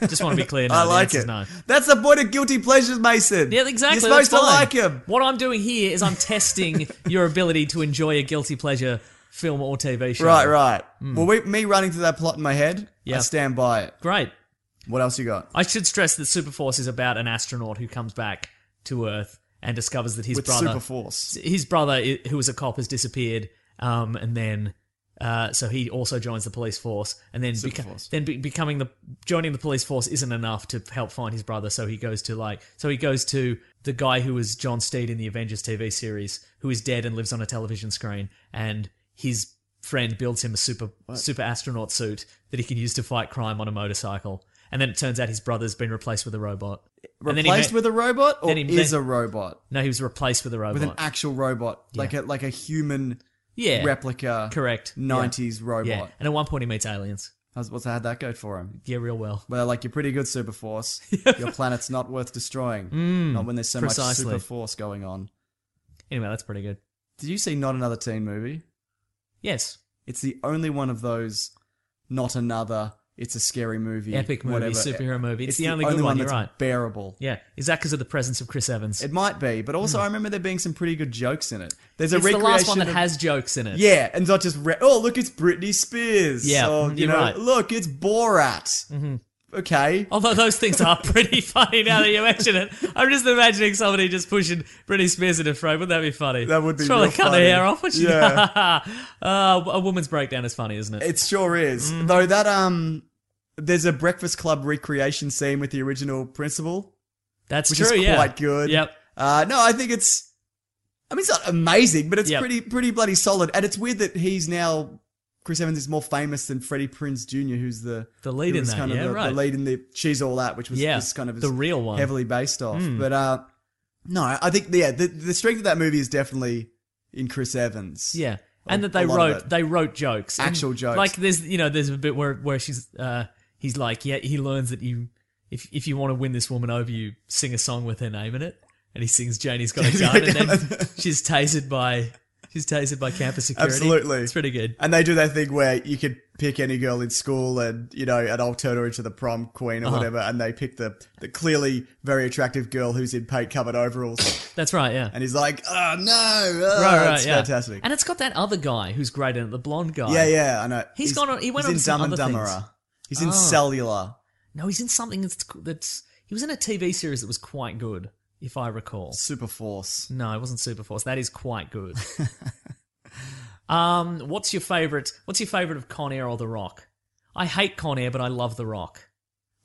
just want to be clear. Hmm. No, I the like answer's it. No. That's the point of guilty pleasures, Mason. Yeah, exactly. You're supposed to that's fine. like him. What I'm doing here is I'm testing your ability to enjoy a guilty pleasure film or TV show. Right, right. Well, we, me running through that plot in my head, I Hmm. Yeah. stand by it. Great. What else you got? I should stress that Superforce is about an astronaut who comes back to Earth and discovers that his With brother super force. his brother, i- who was a cop, has disappeared. Um, and then Uh, so he also joins the police force, and then beco- then be- becoming the joining the police force isn't enough to help find his brother. So he goes to like so he goes to the guy who was John Steed in the Avengers TV series, who is dead and lives on a television screen, and his friend builds him a super super astronaut suit that he can use to fight crime on a motorcycle. And then it turns out his brother's been replaced with a robot. And then he Replaced ma- with a robot, or then he is met- a robot no, he was replaced with a robot. with an actual robot, like a like a human yeah, replica, correct. Yeah. nineties robot. Yeah, and at one point he meets aliens. How's, what's how'd that go for him? Yeah, real well. Well, like you're pretty good, Super Force. Your planet's not worth destroying. not when there's so Hmm. precisely. much Super Force going on. Anyway, that's pretty good. Did you see Not Another Teen Movie? Yes, It's the only one of those. Not another. It's a scary movie. Epic movie, whatever. superhero movie. It's the only good one, you're that's right. bearable. yeah. Is that because of the presence of Chris Evans? It might be, but also I remember there being some pretty good jokes in it. There's a Hmm. it's the last one recreation that of- has jokes in it. Yeah, and not just re- oh look, it's Britney Spears. Yeah, or, mhm, you you're know, right. Oh. look, it's Borat. Mm-hmm. Okay, Although those things are pretty funny now that you mention it. I'm just imagining somebody just pushing Britney Spears in a frame. Wouldn't that be funny? That would be She's probably real cut funny. her hair off. Would she? Yeah. uh, a woman's breakdown is funny, isn't it? it sure is. Mm-hmm. Though that um, there's a Breakfast Club recreation scene with the original principal, That's which true. is yeah. quite good. Yep. Uh, no, I think it's. I mean, it's not amazing, but it's Yep. pretty pretty bloody solid. And it's weird that he's now Chris Evans is more famous than Freddie Prinze Jr., who's the The lead who in was that, Kind of yeah, the, the right. lead in the She's All That, which was Yeah, this kind of the real one. Hmm. heavily based off. But uh, no, I think yeah, the the strength of that movie is definitely in Chris Evans. Yeah, and A- that they a lot of wrote it. they wrote jokes, And, Actual jokes. Like there's you know there's a bit where where she's uh he's like yeah he learns that you if if you want to win this woman over you sing a song with her name in it and he sings Janie's got a gun and then she's tasered by she's tasered by campus security. Absolutely. it's pretty good. And they do that thing where you could pick any girl in school and, you know, and I'll turn her into the prom queen or Uh-huh. whatever. And they pick the, the clearly very attractive girl who's in paint covered overalls. That's right, yeah. and he's like, oh, no. Oh, right, right, it's yeah. fantastic. And it's got that other guy who's great in it, the blonde guy. yeah, yeah, I know. He's gone on- he went he's on in to some Dumb and other Dumberer. things. He's in Oh. Cellular. No, he's in something that's that's he was in a TV series that was quite good, if I recall. Super Force. No, it wasn't Superforce. That is quite good. um, what's your favorite? What's your favorite of Con Air or The Rock? I hate Con Air, but I love The Rock.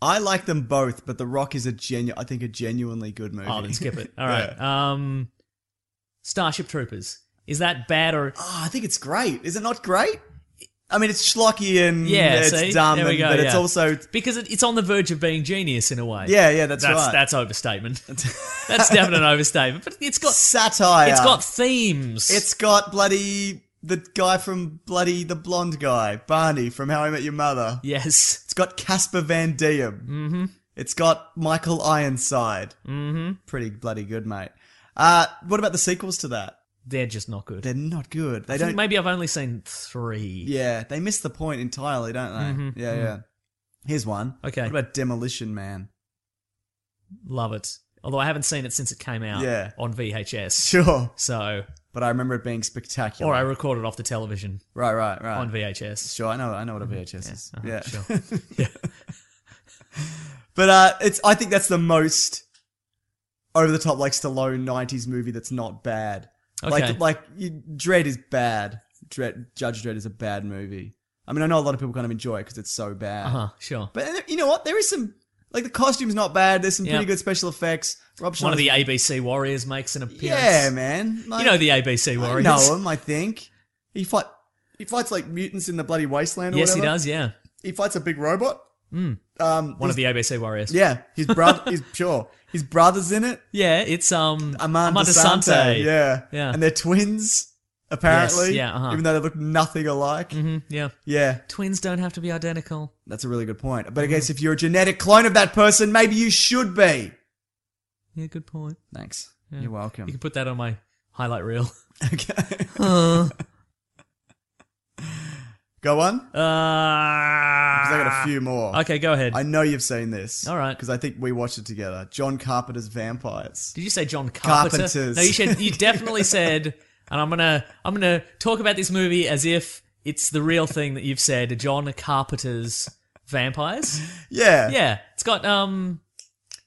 I like them both, but The Rock is a genu- I think a genuinely good movie. Oh, then skip it. All right. Um, Starship Troopers. Is that bad or? Oh, I think it's great. Is it not great? I mean, it's schlocky and Yeah, it's see? dumb, There we and, go, but it's yeah. also Because it, it's on the verge of being genius in a way. yeah, yeah. That's, that's right. that's overstatement. that's definitely an overstatement. But it's got satire. it's got themes. It's got bloody the guy from bloody the blonde guy Barney from How I Met Your Mother. yes. It's got Casper Van Diem. Mm-hmm. It's got Michael Ironside. Mm-hmm. Pretty bloody good, mate. Uh, what about the sequels to that? They're just not good. They're not good. They I don't. think maybe I've only seen three. yeah, they miss the point entirely, don't they? Yeah, yeah. Here's one. Mm-hmm. Okay. What about Demolition Man? Love it. Although I haven't seen it since it came out Yeah. on VHS. Sure, So, but I remember it being spectacular. or I recorded off the television right, right, right. on VHS. Uh, Sure, I know, I know what a VHS is. Uh-huh, yeah, sure. But uh, it's I think that's the most over the top like Stallone '90s movie that's not bad. Okay. Like like you, Dread is bad. Dread Judge Dread is a bad movie. I mean, I know a lot of people kind of enjoy it because it's so bad. Uh-huh, sure. But there- you know what? There is some like the costume's not bad. There's some Yeah. pretty good special effects. Rob One of Schneider's- the ABC Warriors makes an appearance. yeah, man. Like, You know the ABC I Warriors. know him. I think he fight he fights like mutants in the bloody wasteland. Or Yes, he whatever. does, yeah. He fights a big robot. Um, One of the ABC Warriors. Yeah, his brother. his sure, his brother's in it. Yeah, it's um Amanda, Amanda Sante. Sante. Yeah, Yeah. and they're twins apparently. Yes, yeah, uh-huh. even though they look nothing alike. Mhm, yeah. Yeah, Twins don't have to be identical. that's a really good point. Mm-hmm. But I guess if you're a genetic clone of that person, maybe you should be. Yeah, good point. Thanks. You're welcome. You can put that on my highlight reel. okay, Uh, go on. Because I got uh, a few more. okay, go ahead. I know you've seen this. All right. Because I think we watched it together. John Carpenter's Vampires. Did you say John Carpenter? Carpenters. No, you said you definitely said. And I'm gonna I'm gonna talk about this movie as if it's the real thing that you've said. John Carpenter's vampires. Yeah. Yeah, it's got um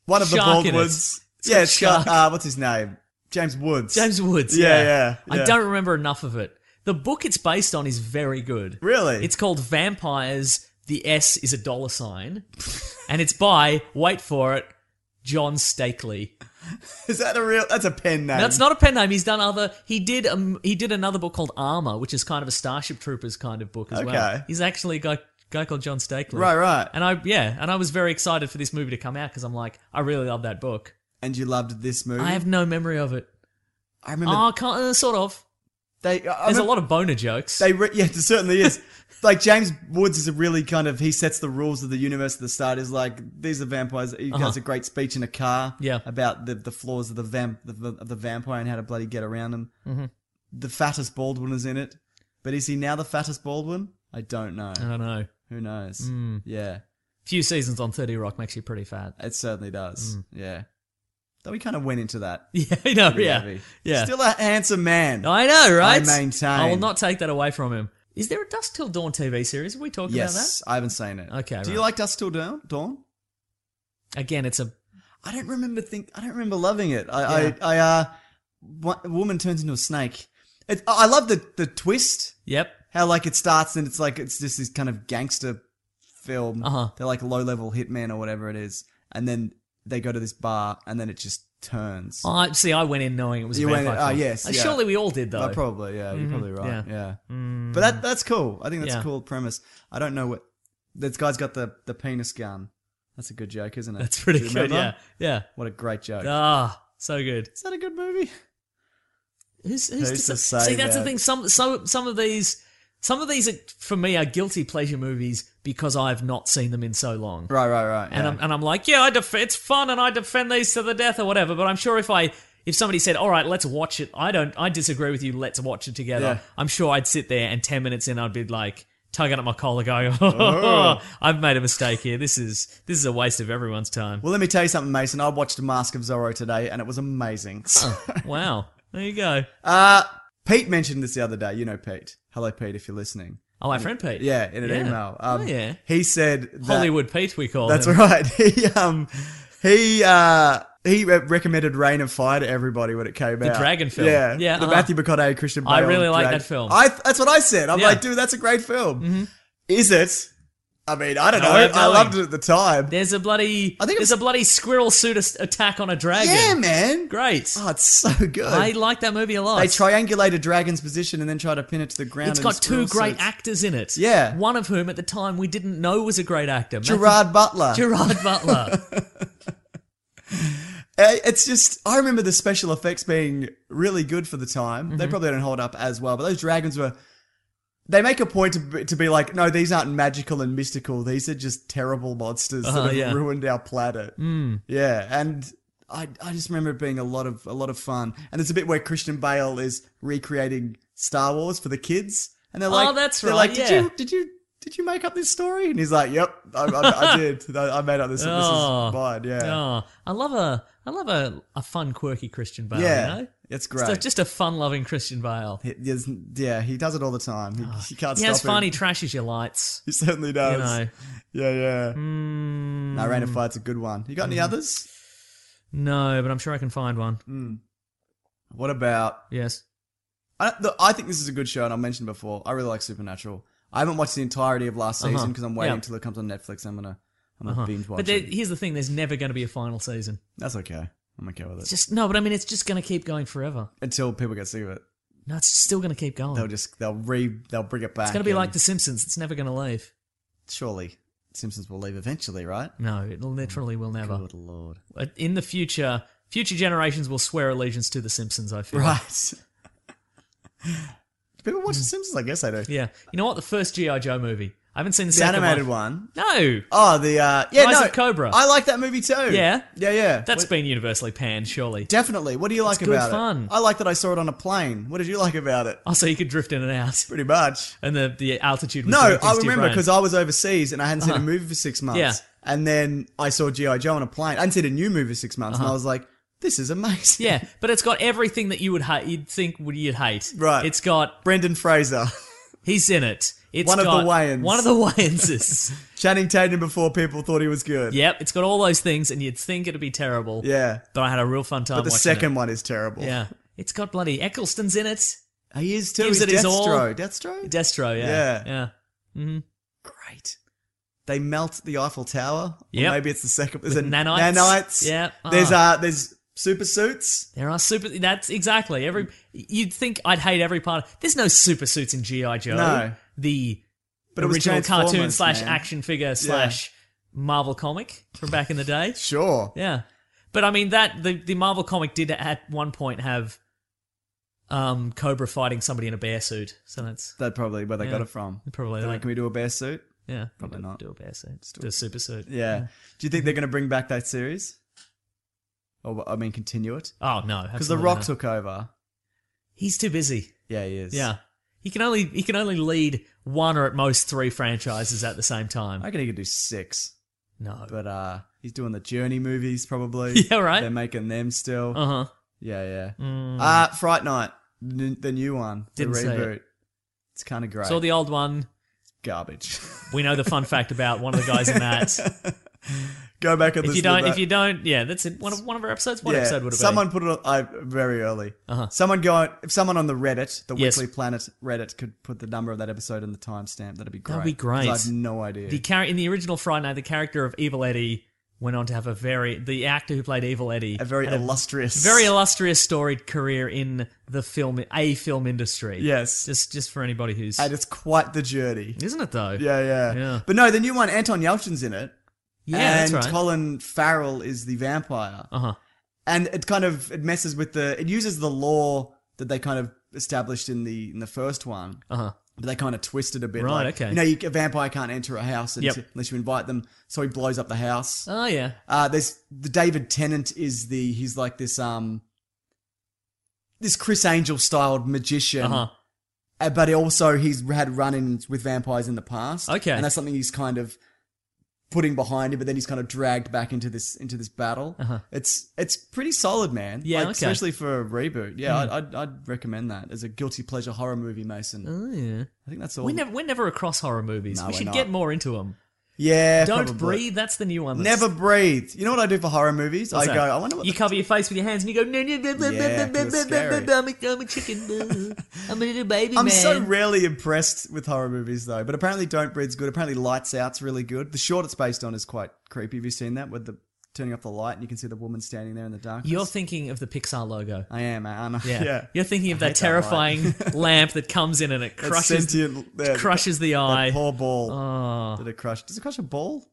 One of the Shark in it. Baldwins. It's Yeah, got it's got, Shark. uh, what's his name? James Woods. James Woods. Yeah, yeah, I yeah. don't remember enough of it. The book it's based on is very good. Really? It's called Vampires. The S is a dollar sign, and it's by wait for it, John Stakely. Is that a real? That's a pen name. That's not a pen name. He's done other. He did um. He did another book called Armor, which is kind of a Starship Troopers kind of book as well. Okay. He's actually a guy guy called John Stakely. Right, right. And I yeah, and I was very excited for this movie to come out because I'm like, I really love that book. And you loved this movie. I have no memory of it. I remember Oh, kind uh, sort of. they. I There's a remember- lot of boner jokes. They re- yeah, it certainly is. like James Woods is a really kind of he sets the rules of the universe at the start. Is like these are vampires. He does a great speech in a car. Uh-huh. Yeah. about the the flaws of the vamp the, of the vampire and how to bloody get around them. Mm-hmm. The fattest Baldwin is in it, but is he now the fattest Baldwin? I don't know. I don't know. Who knows? hmm. Yeah, Few seasons on Thirty Rock makes you pretty fat. it certainly does. Hmm. Yeah, though we kind of went into that. Yeah, I know. pretty Yeah, heavy. yeah. Still a handsome man. I know, right? maintain. I will not take that away from him. Is there a Dusk Till Dawn TV series? Have we talked yes, I haven't seen it. Okay, Do you right. like Dust Till Dawn? Dawn? about that? Again, it's a I don't remember think I don't remember loving it. I I, I uh one, a woman turns into a snake. It, I love the the twist yep. how like it starts and it's like it's just this kind of gangster film. Uh-huh. They're like low level hitman or whatever it is, and then they go to this bar and then it just turns. I see. I went in knowing it was. You a went in- vampire oh, film. yes, Uh, yeah. Surely we all did though. Uh, probably yeah, you're probably right. Yeah, but that that's cool. I think that's Mm-hmm. Mm. Yeah. a cool premise. I don't know what this guy's got the the penis gun. That's a good joke, isn't it? That's pretty Do you good. remember? Yeah. What a great joke. Yeah. Ah, so good. is that a good movie? Who's, who's, Who's to to say? say See, that's the that? thing. Some some some of these some of these are, for me are guilty pleasure movies because I've not seen them in so long. Right, right, right. And yeah. I'm and I'm like, yeah, I def- it's fun and I defend these to the death or whatever. But I'm sure if I if somebody said, all right, let's watch it, I don't, I disagree with you. Let's watch it together. Yeah. I'm sure I'd sit there and ten minutes in, I'd be like tugging at my collar, going, Oh. I've made a mistake here. This is this is a waste of everyone's time. Well, let me tell you something, Mason. I watched Mask of Zorro today, and it was amazing. wow, there you go. uh, Pete mentioned this the other day. You know Pete. Hello, Pete, if you're listening. Oh, my friend Pete. Yeah, in an Yeah. email. Um, oh yeah. He said that, Hollywood Pete, we call That's him. right. He um he uh he re- recommended Rain of Fire to everybody when it came out. dragon film. Yeah, Yeah, The uh-huh. Matthew McConaughey Christian. Bale I really like dragon- that film. I that's what I said. I'm Yeah. Mm-hmm. like, dude, that's a great film. Is it? I mean, I don't No, know. we're I going. loved it at the time. There's a bloody, I think it there's was- a bloody squirrel suit as- attack on a dragon. Yeah, man. Great. Oh, it's so good. I like that movie a lot. They triangulate a dragon's position and then try to pin it to the ground. It's in got two squirrel great suits. actors in it. Yeah. One of whom at the time we didn't know was a great actor. Matthew- Gerard Butler. Gerard Butler. Uh, It's just I remember the special effects being really good for the time. They Mm-hmm. probably don't hold up as well, but those dragons were. They make a point to be, to be like, no, these aren't magical and mystical. These are just terrible monsters Uh-huh, that have yeah. Hmm. ruined our planet. Yeah, and I I just remember it being a lot of a lot of fun. And there's a bit where Christian Bale is recreating Star Wars for the kids, and they're like, Oh, that's they're right, like, did yeah. you did you did you make up this story? And he's like, yep, I, I, I did. I, I made up this. This Oh. is mine. Yeah. oh, I love a, I love a, a fun, quirky Christian Bale. Yeah, You know? it's Just a- great. Just a fun-loving Christian Bale. He- he isn't- yeah, he does it all the time. He, he can't He stop has fun. him. He trashes your lights. He certainly You does. know. Yeah, yeah. Mm. No, Rain of Fire's a good one. You got Mm-hmm. any others? No, but I'm sure I can find one. Mm. What about? Yes. I, the, I think this is a good show, and I mentioned before. I really like Supernatural. I haven't watched the entirety of last season because I'm waiting Uh-huh. Yeah. until it comes on Netflix. I'm gonna, I'm gonna binge watch But there, it. here's the thing: there's never going to be a final season. That's okay. I'm okay with it. Just no, but I mean, it's just going to keep going forever. until people get sick of it, No, it's still going to keep going. they'll just they'll re they'll bring it back. it's going to be and- like The Simpsons. It's never going to leave. surely Simpsons will leave eventually, right? No, it literally will never. Good lord. Uh, In the future, future generations will swear allegiance to The Simpsons. I feel. Right. Do people watch The Simpsons? I guess they do. Yeah. You know what? The first GI Joe movie. I haven't seen the, The second animated one. one. No. Oh, the uh, yeah, Rise no, of Cobra. I like that movie too. Yeah? yeah, yeah. that's What- been universally panned, surely. definitely. What do you like good about fun. it? I like that I saw it on a plane. What did you like about it? Oh, so you could drift in and out, Pretty much. and the the altitude. Was No, doing things to I your remember brain. Uh-huh. because I was overseas and I hadn't seen a movie for six months. Yeah. and then I saw GI Joe on a plane. I hadn't seen a new movie for six months, and I was like, "This is amazing." Uh-huh. Yeah, but it's got everything that you would hate. You'd think would you'd hate. Right. It's got Brendan Fraser, he's in it. It's One of the got- Wayans. One of the Wayanses. Channing Tatum before people thought he was good. yep. It's got all those things, and you'd think it'd be terrible. yeah. But I had a real fun time. But the watching second It. one is terrible. Yeah. It's got bloody Eccleston's in it. He is too. Gives He's it his all. Deathstroke. Deathstroke. Destro, yeah. Yeah. Yeah. hmm Great. They melt the Eiffel Tower. Or Yep. Maybe it's the second. There's With a nanites. Nanites. Yep. There's Ah. uh. There's super suits. There are super. That's exactly every. You'd think I'd hate every part. Of, there's no super suits in GI Joe. No. the But it was original cartoon Transformers, slash man. action figure slash Marvel comic from back in the day. Sure. Yeah, but I mean that the the Marvel comic did at one point have um Cobra fighting somebody in a bear suit. So that's That probably where they Yeah. got it from. Probably They're like- like, can we do a bear suit? yeah, Probably do- not. do a bear suit. do a super suit. Yeah. Do you think Mm-hmm. they're going to bring back that series? Or I mean, continue it? Oh no, Because The absolutely Rock not. took over. He's too busy. Yeah, he is. Yeah. He can only he can only lead one or at most three franchises at the same time. I reckon he could do six, no. but uh, he's doing the Journey movies probably. Yeah, right. They're making them still. Uh huh. Yeah, yeah. Uh, Fright Night, n- the new one, Didn't the see reboot. it. It's kind of great. Saw the old one. garbage. We know the fun fact about one of the guys in that. Go back and If listen you don't, to that. if you don't, yeah, that's it. One of one of our episodes. What yeah, episode would it someone put it on, I, very early. Uh-huh. Someone go on, if someone on the Reddit, the Yes. Weekly Planet Reddit, could put the number of that episode and the timestamp. That'd be great. That'd be great. 'Cause I have no idea. be? The char- in the original Friday Night, the character of Evil Eddie went on to have a very the actor who played Evil Eddie a very had illustrious, very illustrious storied career in the film a film industry. Yes. Just just for anybody who's and it's quite the journey. isn't it though? Yeah, yeah, Yeah. But no, the new one, Anton Yelchin's in it, Yeah, and that's right. Colin Farrell is the vampire, Uh huh. and it kind of it messes with the it uses the law that they kind of established in the in the first one. Uh huh. But they kind of twisted a bit. Right, like, okay. You know, you, a vampire can't enter a house until, Yep. unless you invite them. So he blows up the house. Oh yeah. Uh, there's the David Tennant is the he's like this um this Chris Angel styled magician, Uh huh. uh, but also he's had run-ins with vampires in the past. Okay. and that's something he's kind of putting behind him, but then he's kind of dragged back into this into this battle. Uh-huh. It's it's pretty solid, man. Yeah, Like, okay. Hmm. especially for a reboot. Yeah, I'd, I'd I'd recommend that as a guilty pleasure horror movie, Mason. Oh yeah. I think that's all. We're never, we're never across horror movies. No, we we're should not. get more into them. yeah, Don't probably. breathe. That's the new one. that's- Never breathe. You know what I do for horror movies? What's I that? go. I wonder what you the cover your face with your hands and you go. No, no, blah, blah, blah, blah, Yeah, 'cause blah, it's blah, blah, scary. blah, I'm a- I'm a chicken. I'm a little baby I'm man. so rarely impressed with horror movies though, but apparently Don't Breathe's good. Apparently Lights Out's really good. The short it's based on is quite creepy. Have you seen that with the turning off the light and you can see the woman standing there in the darkness? You're thinking of the Pixar logo. I am, Anna. Yeah. Yeah. You're thinking of I that hate that terrifying lamp that comes in and it That crushes sentient- yeah, crushes the that eye. poor ball. Oh. Did it crush? Does it crush a ball?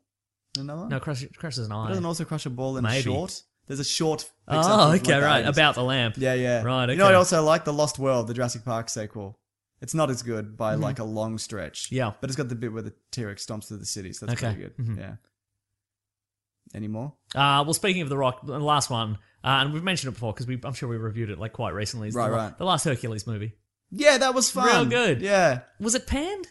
Another one? No, crushes, crushes an It eye. doesn't also crush a ball in Maybe. a short. There's a short. uh, Pixar Oh, film from, okay, like, the right. 80s. About the lamp. Yeah, yeah. Right, okay. You know, what I also like the Lost World, the Jurassic Park sequel. It's not as good by like a long stretch. Mm-hmm. Yeah. but it's got the bit where the T Rex stomps through the city, so that's Okay. pretty good. Mhm. Yeah. Any more? Uh, well, speaking of The Rock, the last one, uh, and we've mentioned it before because I'm sure we reviewed it like quite recently. is the Right, la- right. The last Hercules movie. Yeah, that was fun. Real good. Yeah. Was it panned?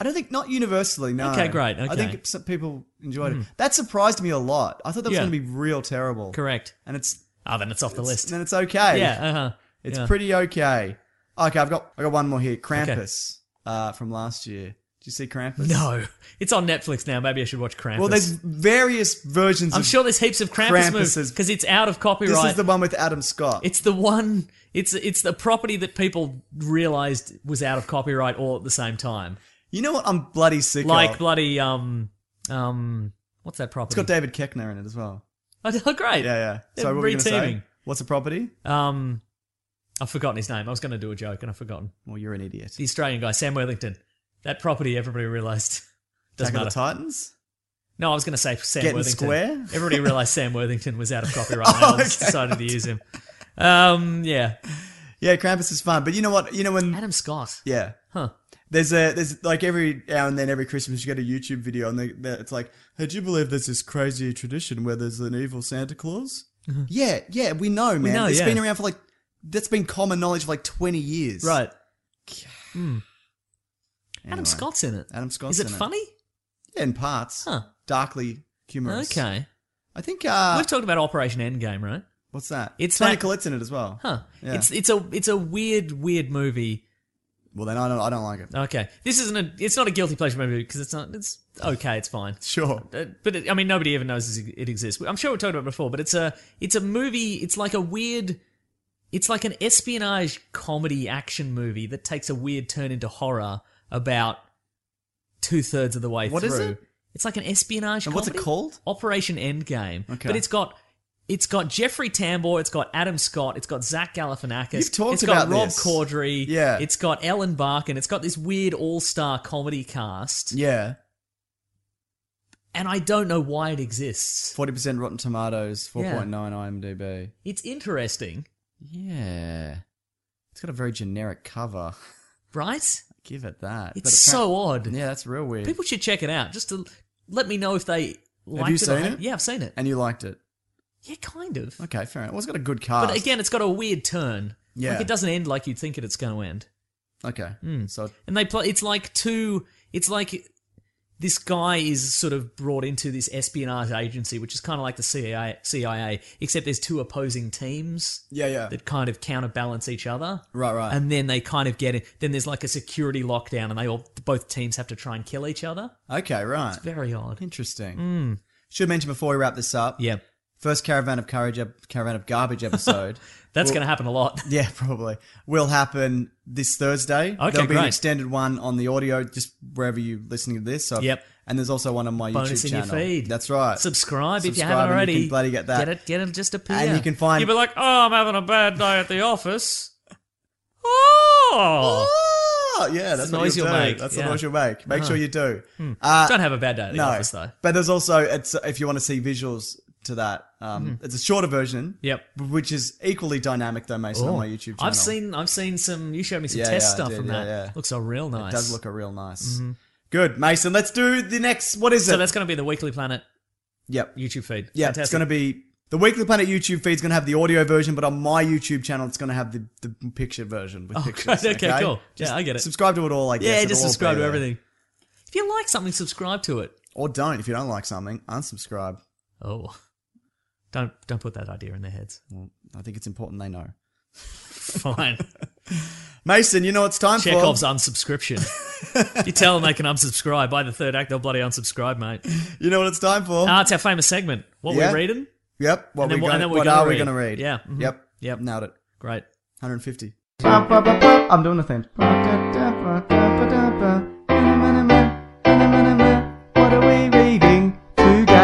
I don't think not universally. No. Okay, great, I okay. Mm-hmm. think some people enjoyed it. That surprised me a lot. I thought that was Yeah. going to be real terrible. Correct. And it's Ah, then it's off the list. and it's okay. Yeah, uh-huh. It's Yeah. pretty okay. Okay, I've got I got one more here. Krampus uh, from last year. Did you see Krampus? No, it's on Netflix now. Maybe I should watch Krampus. Well, there's various versions. I'm of, sure there's heaps of Krampus, Krampus movies is- because it's out of copyright. this is the one with Adam Scott. it's the one. It's it's the property that people realized was out of copyright all at the same time. you know what? I'm bloody sick Like of. bloody um um what's that it's property? got David Keckner in it as well. oh, great. Yeah, yeah. They're Sorry, what were you gonna reteaming. say? What's the property? Um, I've forgotten his name. I was going to do a joke and I've forgotten. Well, you're an idiot. The Australian guy, Sam Worthington. That property, everybody realised. Attack Doesn't of the matter. Titans. No, I was going to say Sam Getting Worthington. square? Everybody realised Sam Worthington was out of copyright. Oh, and I just okay. decided to use him. Um, yeah. Yeah, Krampus is fun, but you know what? You know when? Adam Scott. yeah. Huh. There's a there's like every now and then every Christmas you get a YouTube video and they, they, it's like, hey, do you believe there's this crazy tradition where there's an evil Santa Claus? Yeah, yeah, we know, man. Uh-huh. know, It's yeah. been around for like that's been common knowledge for like 20 years. Right. Anyway. Adam Scott's in it. Adam Scott's Is it in it. funny? Yeah, in parts. Huh. Darkly humorous. Okay. I think uh We've talked about Operation Endgame, right? what's that? It's Tony that- Collette's in it as well. Huh. Yeah. It's it's a it's a weird weird movie. Well then I don't I don't like it. Okay. This isn't a it's not a guilty pleasure movie because it's not it's okay, it's fine. Sure. Uh, but it, I mean, nobody ever knows this- it exists. I'm sure we talked about it before, but it's a it's a movie. It's like a weird It's like an espionage comedy action movie that takes a weird turn into horror about two thirds of the way What through. is it? It's like an espionage. And what's it comedy? called? Operation Endgame. Okay. But it's got it's got Jeffrey Tambor, it's got Adam Scott, it's got Zach Galifianakis, You've talked it's got about Rob this. Corddry, Yeah. it's got Ellen Barkin, it's got this weird all star comedy cast, Yeah. and I don't know why it exists. 40% Rotten Tomatoes, Yeah. 4.9 IMDb. It's interesting, Yeah. It's got a very generic cover. right? Give it that. But It's so odd. apparent- Yeah, that's real weird. People should check it out just to let me know if they liked you it. or seen hate- it? Yeah, I've seen it. and you liked it. yeah, kind of. Okay, fair enough. Well, it's got a good cast. But again, it's got a weird turn. Yeah. Like it doesn't end like you'd think it, it's going to end. Okay. Hmm. So, And they play. It's like two. It's like this guy is sort of brought into this espionage agency, which is kind of like the CIA. CIA, except there's two opposing teams yeah, yeah. that kind of counterbalance each other. Right, right. And then they kind of get it. Then there's like a security lockdown, and they all both teams have to try and kill each other. okay, right. Very odd. Interesting. Should mention before we wrap this up. Yeah, First Caravan of Courage, ep- Caravan of Garbage episode. that's going to happen a lot. yeah, probably. Will happen this Thursday. Okay, There'll be an great. extended one on the audio, just wherever you're listening to this. So Yep. And there's also one on my Bonus YouTube in your channel. feed. That's right. Subscribe, if you Subscribe haven't and already. you can bloody get that. Get it. Get it. Just appear. And you can find- You'd be like, oh, I'm having a bad day at the office. Oh. Oh, yeah, that's the what noise you'll you'll do. make, That's yeah. Uh-huh. Hmm. the noise you'll make. Make sure you do. Don't have a bad day at the no, office though. but there's also it's if you want to see visuals to that, um, Hmm. it's a shorter version. Yep. which is equally dynamic though, Mason, on my YouTube channel. Oh. I've seen I've seen some you showed me some Yeah, test yeah, I stuff did, from yeah, that. yeah. Looks all real nice. Mm-hmm. It does look a real nice. Good, Mason. Let's do the next. What is it? so that's gonna be the Weekly Planet yep. YouTube feed. Yeah, it's Fantastic. going to be the Weekly Planet YouTube feed's going to have the audio version, but on my YouTube channel, it's going to have the, the picture version with pictures. Oh, okay, cool. Yeah, Just I get it. Subscribe to it all. I guess. Yeah, It'll just all be subscribe to there. everything. If you like something, subscribe to it. or don't. If you don't like something, unsubscribe. Oh. Don't don't put that idea in their heads. I think it's important they know. Fine. Mason, you know it's time Chekhov's for. unsubscription. you tell them they can unsubscribe by the third act, they'll bloody unsubscribe, mate. You know what it's time for. Ah, it's our famous segment. What Yeah. we reading? yep. What, and then we what- gonna, and then we're what gonna are we read. going to read? Yeah, mhm. Yep. Yep. Nailed it. Great. 150. I'm doing the thing. What are we reading today?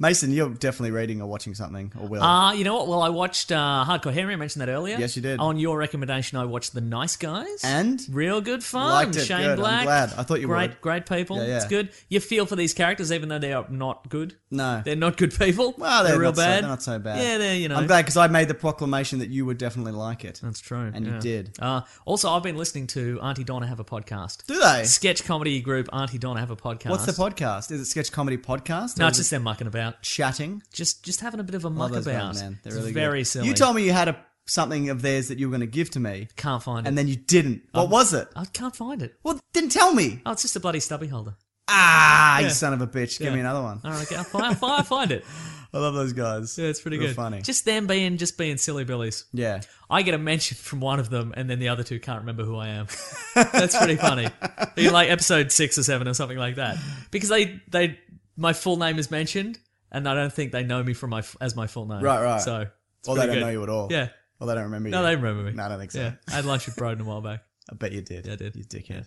Mason, you're definitely reading or watching something, or will. Uh, you know what? Well, I watched uh, Hardcore Henry. I mentioned that earlier. Yes, you did. On your recommendation, I watched The Nice Guys. And? Real good fun. Liked it. Shane Good. I'm Black. glad. I thought you great, would. Great people. Yeah, yeah. It's good. You feel for these characters, even though they are not good. no. They're not good people. Well, they're, real not So, bad. they're not so bad. Yeah, they're, you know. I'm glad because I made the proclamation that you would definitely like it. That's true. And you yeah. did. Uh, also, I've been listening to Auntie Donna have a podcast. Do they? Sketch comedy group Auntie Donna have a podcast. What's the podcast? Is it Sketch Comedy Podcast? No, or it's is just them mucking about. it chatting. Just just having a bit of a Love muck those guys, about. man. They're It's really good. very silly. You told me you had a something of theirs that you were going to give to me, Can't find it. and then you didn't. Uh-huh. What was it? I can't find it. Well, didn't tell me. Oh, it's just a bloody stubby holder. Ah, you son of a bitch! Give Yeah. me another one. All right, okay, I'll, find, I'll, find, I'll find it. I love those guys. Yeah, it's pretty Real good. Funny. Just them being just being silly billies. yeah. I get a mention from one of them, and then the other two can't remember who I am. That's pretty funny. They're like episode six or seven or something like that, because they they my full name is mentioned, and I don't think they know me from my f- as my full name. Right, right. So, it's Well, they pretty don't good. know you at all. Yeah. Well, they don't remember No, you. they remember me. No, I don't think so. Yeah, I had lunch with Broden a while back. I bet you did. Yeah, I did. You dickhead.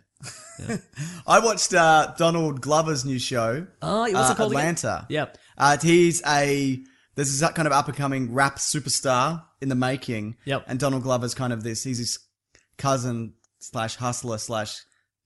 Yeah. I watched uh, Donald Glover's new show. Oh, what's uh, it called? again? Atlanta. Yep. Uh, he's a this is that kind of up and coming rap superstar in the making. Yep. And Donald Glover's kind of this. He's his cousin slash hustler slash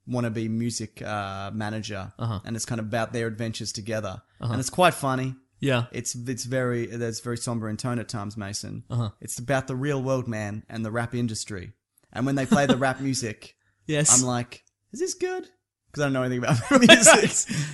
wannabe music uh, manager, Uh-huh. and it's kind of about their adventures together. And it's quite funny. Yeah. It's it's very there's very somber in tone at times, Mason. Uh-huh. It's about the real world, man, and the rap industry. And when they play the rap music, Yes. I'm like, is this good? Because I don't know anything about music.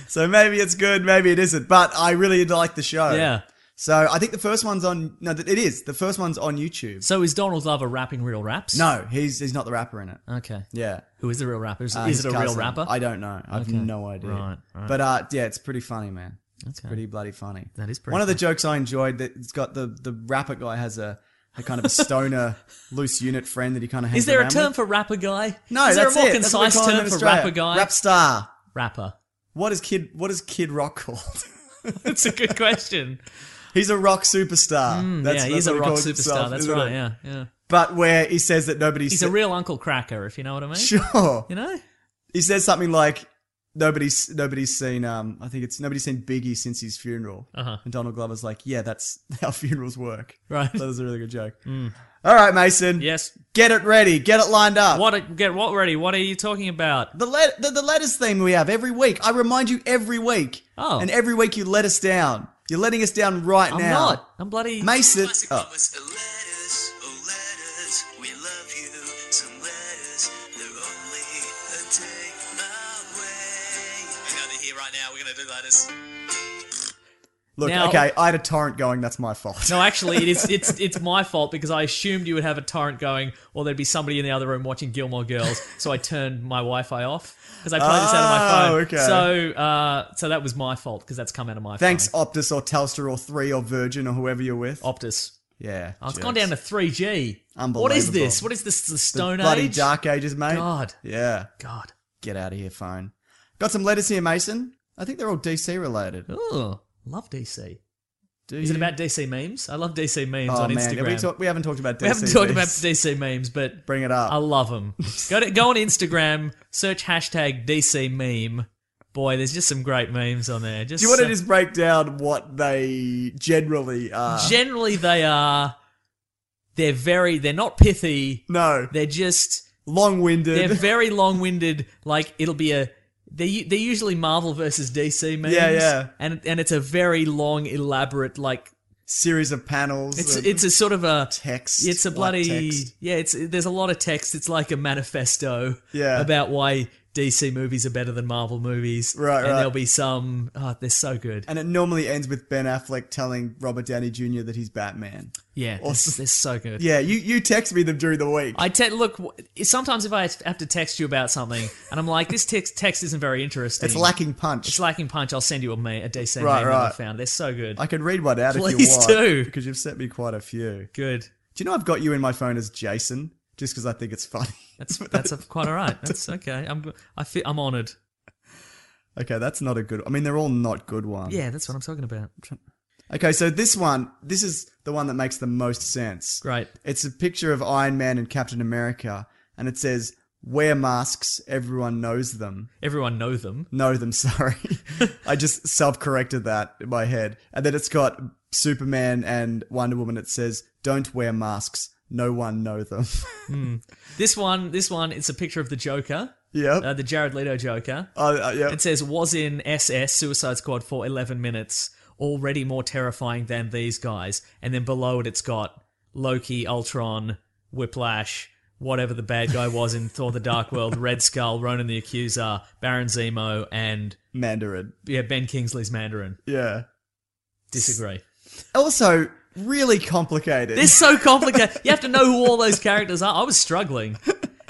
so maybe it's good, maybe it isn't. But I really like the show. yeah. So I think the first one's on. No, th- it is. The first one's on YouTube. So is Donald Glover rapping real raps? No, he's he's not the rapper in it. Okay. Yeah. Who is the real rapper? Is, Uh, is his it a real cousin. rapper? I don't know. I have Okay. no idea. Right, right. But uh, yeah, it's pretty funny, man. It's Okay. pretty bloody funny. That is pretty One of the jokes I enjoyed that it's got the the rapper guy has a, a kind of a stoner loose unit friend that he kind of hangs Is there a around term with. for rapper guy? No, is there that's a more it. That's what we concise call them term in for Australia. rapper guy? Rap star. rapper. What is kid? What is Kid Rock called? That's a good question. He's a rock superstar. Hmm, yeah, that's he's what a he rock calls superstar. himself, that's isn't right. it? Yeah, yeah. But where he says that nobody He's sa- a real Uncle Cracker, if you know what I mean. sure. You know. He says something like nobody's nobody's seen. Um, I think it's nobody's seen Biggie since his funeral. Uh-huh. And Donald Glover's like, yeah, that's how funerals work. Right. Hmm. That was a really good joke. All right, Mason. Yes. Get it ready. Get it lined up. What? Get what ready? What are you talking about? The, let- the the letters theme we have every week. I remind you every week. Oh. And every week you let us down. You're letting us down right I'm now. not. I'm bloody. Mason. Oh. Promise a lettuce, oh lettuce, we love you. Some lettuce, they're only a day away. Hang on, they're here right now. We're gonna do lettuce. Look, Now- okay, I had a torrent going. That's my fault. No, actually, it is. It's it's my fault because I assumed you would have a torrent going, or there'd be somebody in the other room watching Gilmore Girls. So I turned my Wi-Fi off because I played this out of Oh, my phone. okay. So, uh, so that was my fault because that's come out of my Thanks, phone. Optus or Telstra or Three or Virgin or whoever you're with. Optus. yeah, Oh, it's jerks. gone down to three G. What is Unbelievable. this? What is this? The Stone bloody Age? Dark Ages, mate. God. Yeah, God. get out of here, phone. Got some letters here, Mason. I think they're all DC related. Oh, love DC. Do Is it you? about DC memes? I love DC memes Oh on man, Instagram. We, talk- we haven't talked about DC. We haven't talked about these. DC memes, but Bring it up. I love them. go to, go on Instagram, search hashtag DC meme. Boy, there's just some great memes on there. Just Do you want to so- just break down what they generally are? generally they are they're very they're not pithy. no, They're just they're long-winded. very long-winded. Like it'll be a they're u- they're usually Marvel versus DC memes. Yeah, yeah. And and it's a very long, elaborate like series of panels. it's and it's a sort of a text. It's a like bloody text. yeah. It's there's a lot of text. It's like a manifesto Yeah. about why DC movies are better than Marvel movies. Right, and right. there'll be some. Oh, they're so good. And it normally ends with Ben Affleck telling Robert Downey Jr. that he's Batman. Yeah, they're, Awesome. they're so good. Yeah, you, you text me them during the week. I te- look w- sometimes if I have to text you about something and I'm like this text text isn't very interesting. it's lacking punch. It's lacking punch. I'll send you a, ma- a DC Right, meme that I right. found. They're so good. I could read one out if you Please want. do. Because you've sent me quite a few. good. Do you know I've got you in my phone as Jason just because I think it's funny? That's that's a, quite all right. That's okay. I'm I feel, I'm honored. Okay, that's not a good. I mean, they're all not good ones. Yeah, that's what I'm talking about. Okay, so this one, this is the one that makes the most sense. Great. It's a picture of Iron Man and Captain America, and it says, "Wear masks. Everyone knows them. Everyone know them. Know them." Sorry, I just self-corrected that in my head. And then it's got Superman and Wonder Woman. It says, "Don't wear masks. No one know them." This one, this one, it's a picture of the Joker, yep. uh, the Jared Leto Joker. Uh, uh, yep. It says was in SS Suicide Squad for 11 minutes, already more terrifying than these guys. And then below it, it's got Loki, Ultron, Whiplash, whatever the bad guy was in Thor: The Dark World, Red Skull, Ronan the Accuser, Baron Zemo, and Mandarin. yeah, Ben Kingsley's Mandarin. Yeah. Disagree. Also, really complicated. They're so complicated. You have to know who all those characters are. I was struggling.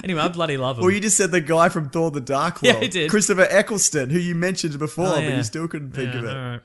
Anyway, I bloody love them. Well, you just said the guy from Thor: The Dark Yeah, World, I did. Christopher Eccleston, who you mentioned before, Oh, but yeah. you still couldn't think of it. all right.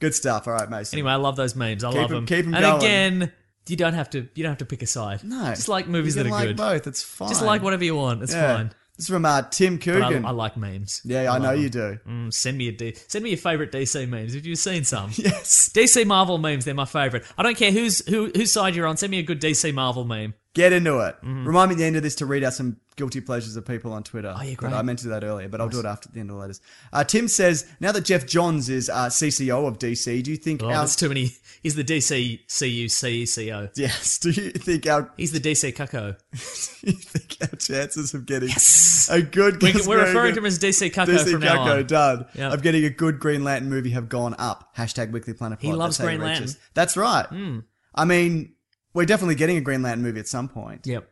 Good stuff. All right, Mason. Anyway, I love those memes. I Keep love 'em- them. keep 'em and going. again, you don't have to. You don't have to pick a side. no, just like movies you that can are like good. Both, it's fine. Just like whatever you want. It's Yeah. fine. This is from uh, Tim But I, Coogan. I like memes. yeah, I, know you do. Mm, send me a D. Send me your favorite DC memes if you've seen some. Yes, DC Marvel memes. They're my favorite. I don't care who's who whose side you're on. Send me a good DC Marvel meme. get into it. Remind me at the end of this to read out some guilty pleasures of people on Twitter. Mm-hmm. Oh, yeah, But great. I meant to do that earlier, but I'll do it after the end of the letters. Uh, Tim says, now that Jeff Johns is uh, CCO of DC, do you think Oh, our that's too many. He's the DC CUCECO. yes, do you think our E He's the DC Cucko. do you think our chances of getting a good We, Gus we're referring Gring- to him as DC Cucko DC from now Cucko on. done. Yep. Of getting a good Green Lantern movie have gone up. Hashtag Weekly Planet. He Pod. loves That's how Green Lantern. Hmm. reaches. That's right. I mean, we're definitely getting a Green Lantern movie at some point. Yep.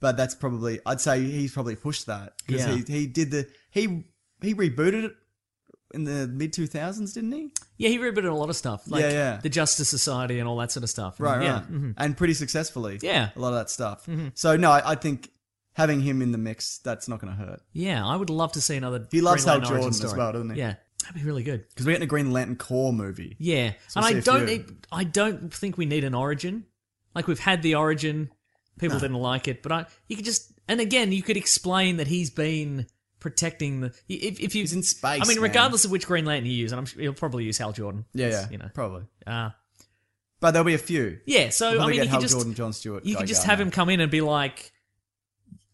But that's probably I'd say he's probably pushed that because Yeah. he he did the he he rebooted it in the mid two thousands, didn't he? Yeah, he rebooted a lot of stuff. Like Yeah, yeah. The Justice Society and all that sort of stuff. Right, yeah. mm-hmm. right, and pretty successfully. Yeah. a lot of that stuff. So no, I, I think having him in the mix that's not going to hurt Yeah, I would love to see another. He loves Green Hal Lantern origin Jordan as story. well, doesn't he? Yeah, that'd be really good. because we're getting a Green Lantern core movie. Yeah, So and we'll I see a don't, few. need, I don't think we need an origin. Like we've had the origin, people didn't like it, but I, you could just, and again, you could explain that he's been protecting the. If, if you, He's in space, I mean, man. regardless of which Green Lantern you use, and I'm sure you'll probably use Hal Jordan. Yeah, It's, yeah, you know, probably. uh, But there'll be a few. Yeah, so We'll I probably mean, get you Hal could just Jordan, John Stewart, You Guy could just Gardner. have him come in and be like,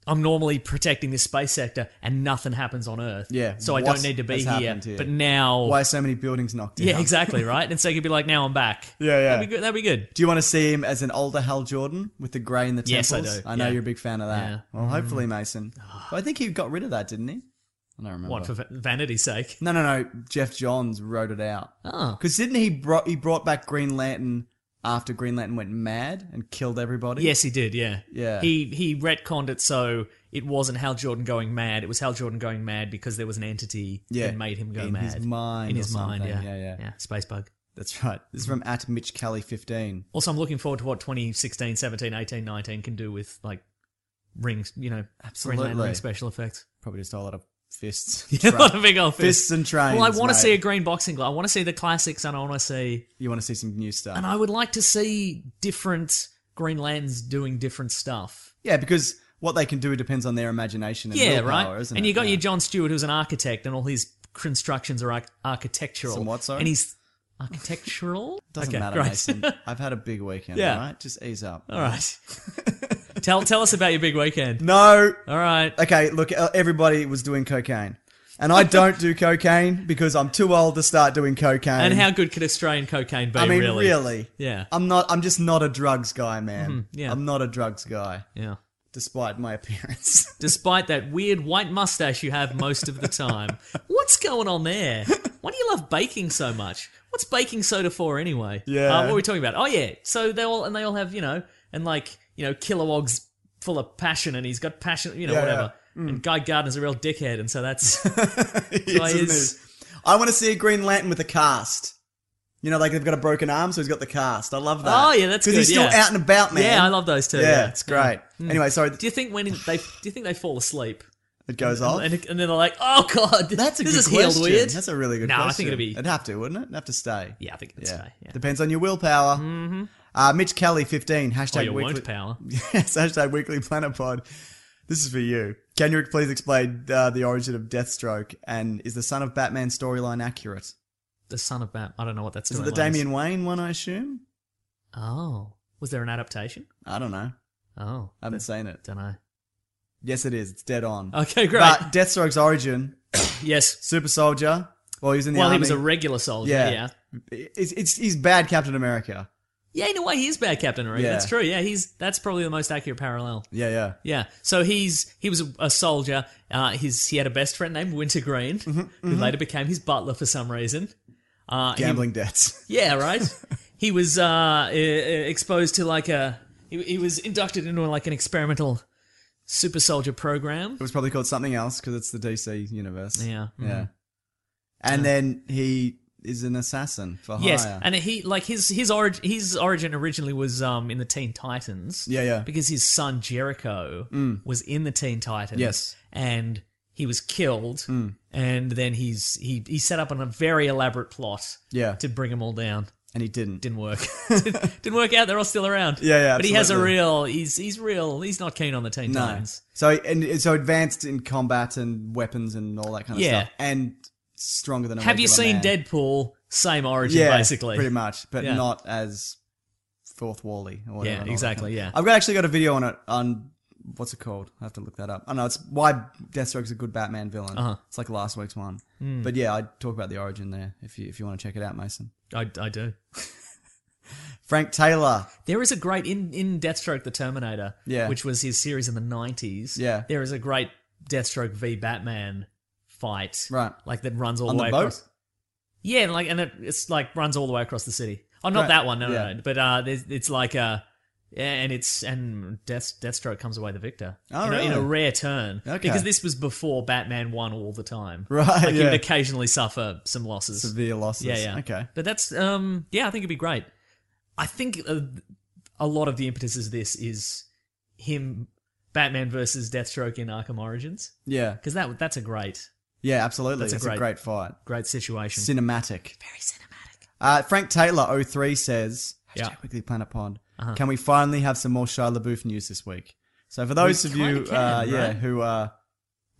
"I'm normally protecting this space sector, and nothing happens on Earth. Yeah, so I what's- don't need to be has here. happened here? But now, Why are so many buildings knocked down? yeah, exactly, right. And so you could be like, "Now I'm back. Yeah, yeah. that'd be good. That'd be good. Do you want to see him as an older Hal Jordan with the grey in the temples? Yes, I do, know yeah. you're a big fan of that. Yeah. Mm. Well, hopefully, Mason. But I think he got rid of that, didn't he? I don't remember. What for va- vanity's sake? No, no, no. Jeff Johns wrote it out. Oh, Because didn't he brought he brought back Green Lantern after Green Lantern went mad and killed everybody? yes, he did. Yeah, Yeah. He he retconned it so it wasn't Hal Jordan going mad. It was Hal Jordan going mad because there was an entity Yeah, that made him go in mad his mind In or his mind, something. yeah. Yeah, yeah. Space bug. that's right. This is from at Mitch Kelly fifteen. Also, I'm looking forward to what 2016, 17, 18, 19 can do with like rings, you know, Green Lantern Absolutely. ring special effects. Probably just a lot of fists. Yeah, a lot of big old fists. Fists and trains, Well, I want to mate. see a green boxing glove. I want to see the classics, and I want to see, you want to see some new stuff? and I would like to see different Green Lanterns doing different stuff. yeah, because what they can do depends on their imagination. And yeah, willpower, right. Isn't and it? you got Yeah. your John Stewart, who's an architect, and all his constructions are arch- architectural. Some what, sorry? And he's architectural. Doesn't okay, matter, great. Mason. I've had a big weekend. Yeah. all right? just ease up. all right. tell tell us about your big weekend. No. All right. Okay, look, uh, everybody was doing cocaine, and I don't do cocaine because I'm too old to start doing cocaine. And how good could Australian cocaine be? I mean, really? really? Yeah. Mm-hmm. I'm not. I'm just not a drugs guy, man. yeah. I'm not a drugs guy, Yeah. despite my appearance. Despite that weird white mustache you have most of the time, what's going on there? Why do you love baking so much? What's baking soda for anyway? Yeah. Uh, what were we talking about? Oh yeah. So they all and they all have you know and like you know Kilowog's full of passion and he's got passion you know Yeah, Mm. whatever. And Guy Gardner's a real dickhead and so that's Yes, Why isn't is- it? I want to see a Green Lantern with a cast. You know, like they've got a broken arm, so he's got the cast. I love that. Oh, yeah, that's because he's good, still yeah. out and about, man. yeah I love those too. Yeah, Yeah, it's great. Anyway, sorry, Do you think when they do you think they fall asleep it goes off. and, and then they're like oh god That's a this good is question. healed weird That's a really good no question. I think it'd be It'd have to, wouldn't it? It'd have to stay. yeah I think it'd Yeah. stay yeah. Depends on your willpower. Mm-hmm. Uh, Mitch Kelly, 15, hashtag Oh, your weekly. won't power. yes, hashtag weekly planet pod. This is for you. Can you please explain uh, the origin of Deathstroke and is the Son of Batman storyline accurate? The son of Batman. I don't know what that's. Is it the Damian Wayne one, I assume? Oh, was there an adaptation? I don't know. Oh, I haven't seen it. don't know. Yes, it is. It's dead on. Okay, great. But Deathstroke's origin, yes. super soldier. Well, he was in the Well, army. he was a regular soldier. Yeah. Yeah. yeah. it's, it's, he's bad Captain America. in a way, he is bad Captain America. Yeah. That's true. Yeah, he's that's probably the most accurate parallel. Yeah, yeah. Yeah. So he's he was a, a soldier. Uh, his he had a best friend named Wintergreen, Mm-hmm, who later became his butler for some reason. Uh, he- Gambling debts. yeah, right. he was uh, e- exposed to like a he, he was inducted into like an experimental super soldier program. It was probably called something else because it's the DC universe. Yeah. Mm-hmm. Yeah. And then he is an assassin for Yes, hire. and he like his his origin his origin originally was um in the Teen Titans. Yeah, yeah. Mm. Because his son Jericho was in the Teen Titans. Yes. Mm. and he was killed, and then he's he he set up on a very elaborate plot. Yeah. to bring them all down. and he didn't. Didn't work. Didn't work out. They're all still around. Yeah, yeah, But he has a absolutely. real. He's he's real. He's not keen on the Teen No. Titans. So and so advanced in combat and weapons and all that kind of Yeah. stuff. And stronger than a Have you regular seen man. Deadpool? Same origin, Yeah, basically. pretty much, but Yeah. not as fourth wally or whatever. Yeah, and all that exactly, kind of- yeah. I've got, actually got a video on it on what's it called? I have to look that up. I know it's why Deathstroke's a good Batman villain. Uh-huh. Hmm. It's like last week's one. But yeah, I talk about the origin there if you if you want to check it out, Mason. I I do. Frank Taylor. There is a great in in Deathstroke the Terminator, Yeah. which was his series in the nineties. Yeah. there is a great Deathstroke v Batman fight, Right. Like that runs all On the the way boat? across. Yeah, and like and it, it's like runs all the way across the city. Oh, not Right. that one, no, Yeah. no, no. But uh, there's, it's like uh, and it's and Death Deathstroke comes away the victor. Oh, in, a, in a really? rare turn, Okay. because this was before Batman won all the time. Right, like he yeah. would occasionally suffer some losses. Severe losses. Yeah, yeah. Okay. But that's um yeah, I think it'd be great. I think uh, a lot of the impetus is this is him Batman versus Deathstroke in Arkham Origins Yeah. because that that's a great Yeah, absolutely. That's a it's a great- great fight. great situation. Cinematic. Very cinematic. Uh, Frank Taylor 03 says, Yeah. Uh-huh. hashtag Weekly Planet Pod, can we finally have some more Shia LaBeouf news this week? So for those of you kinda can, uh, yeah, right? who are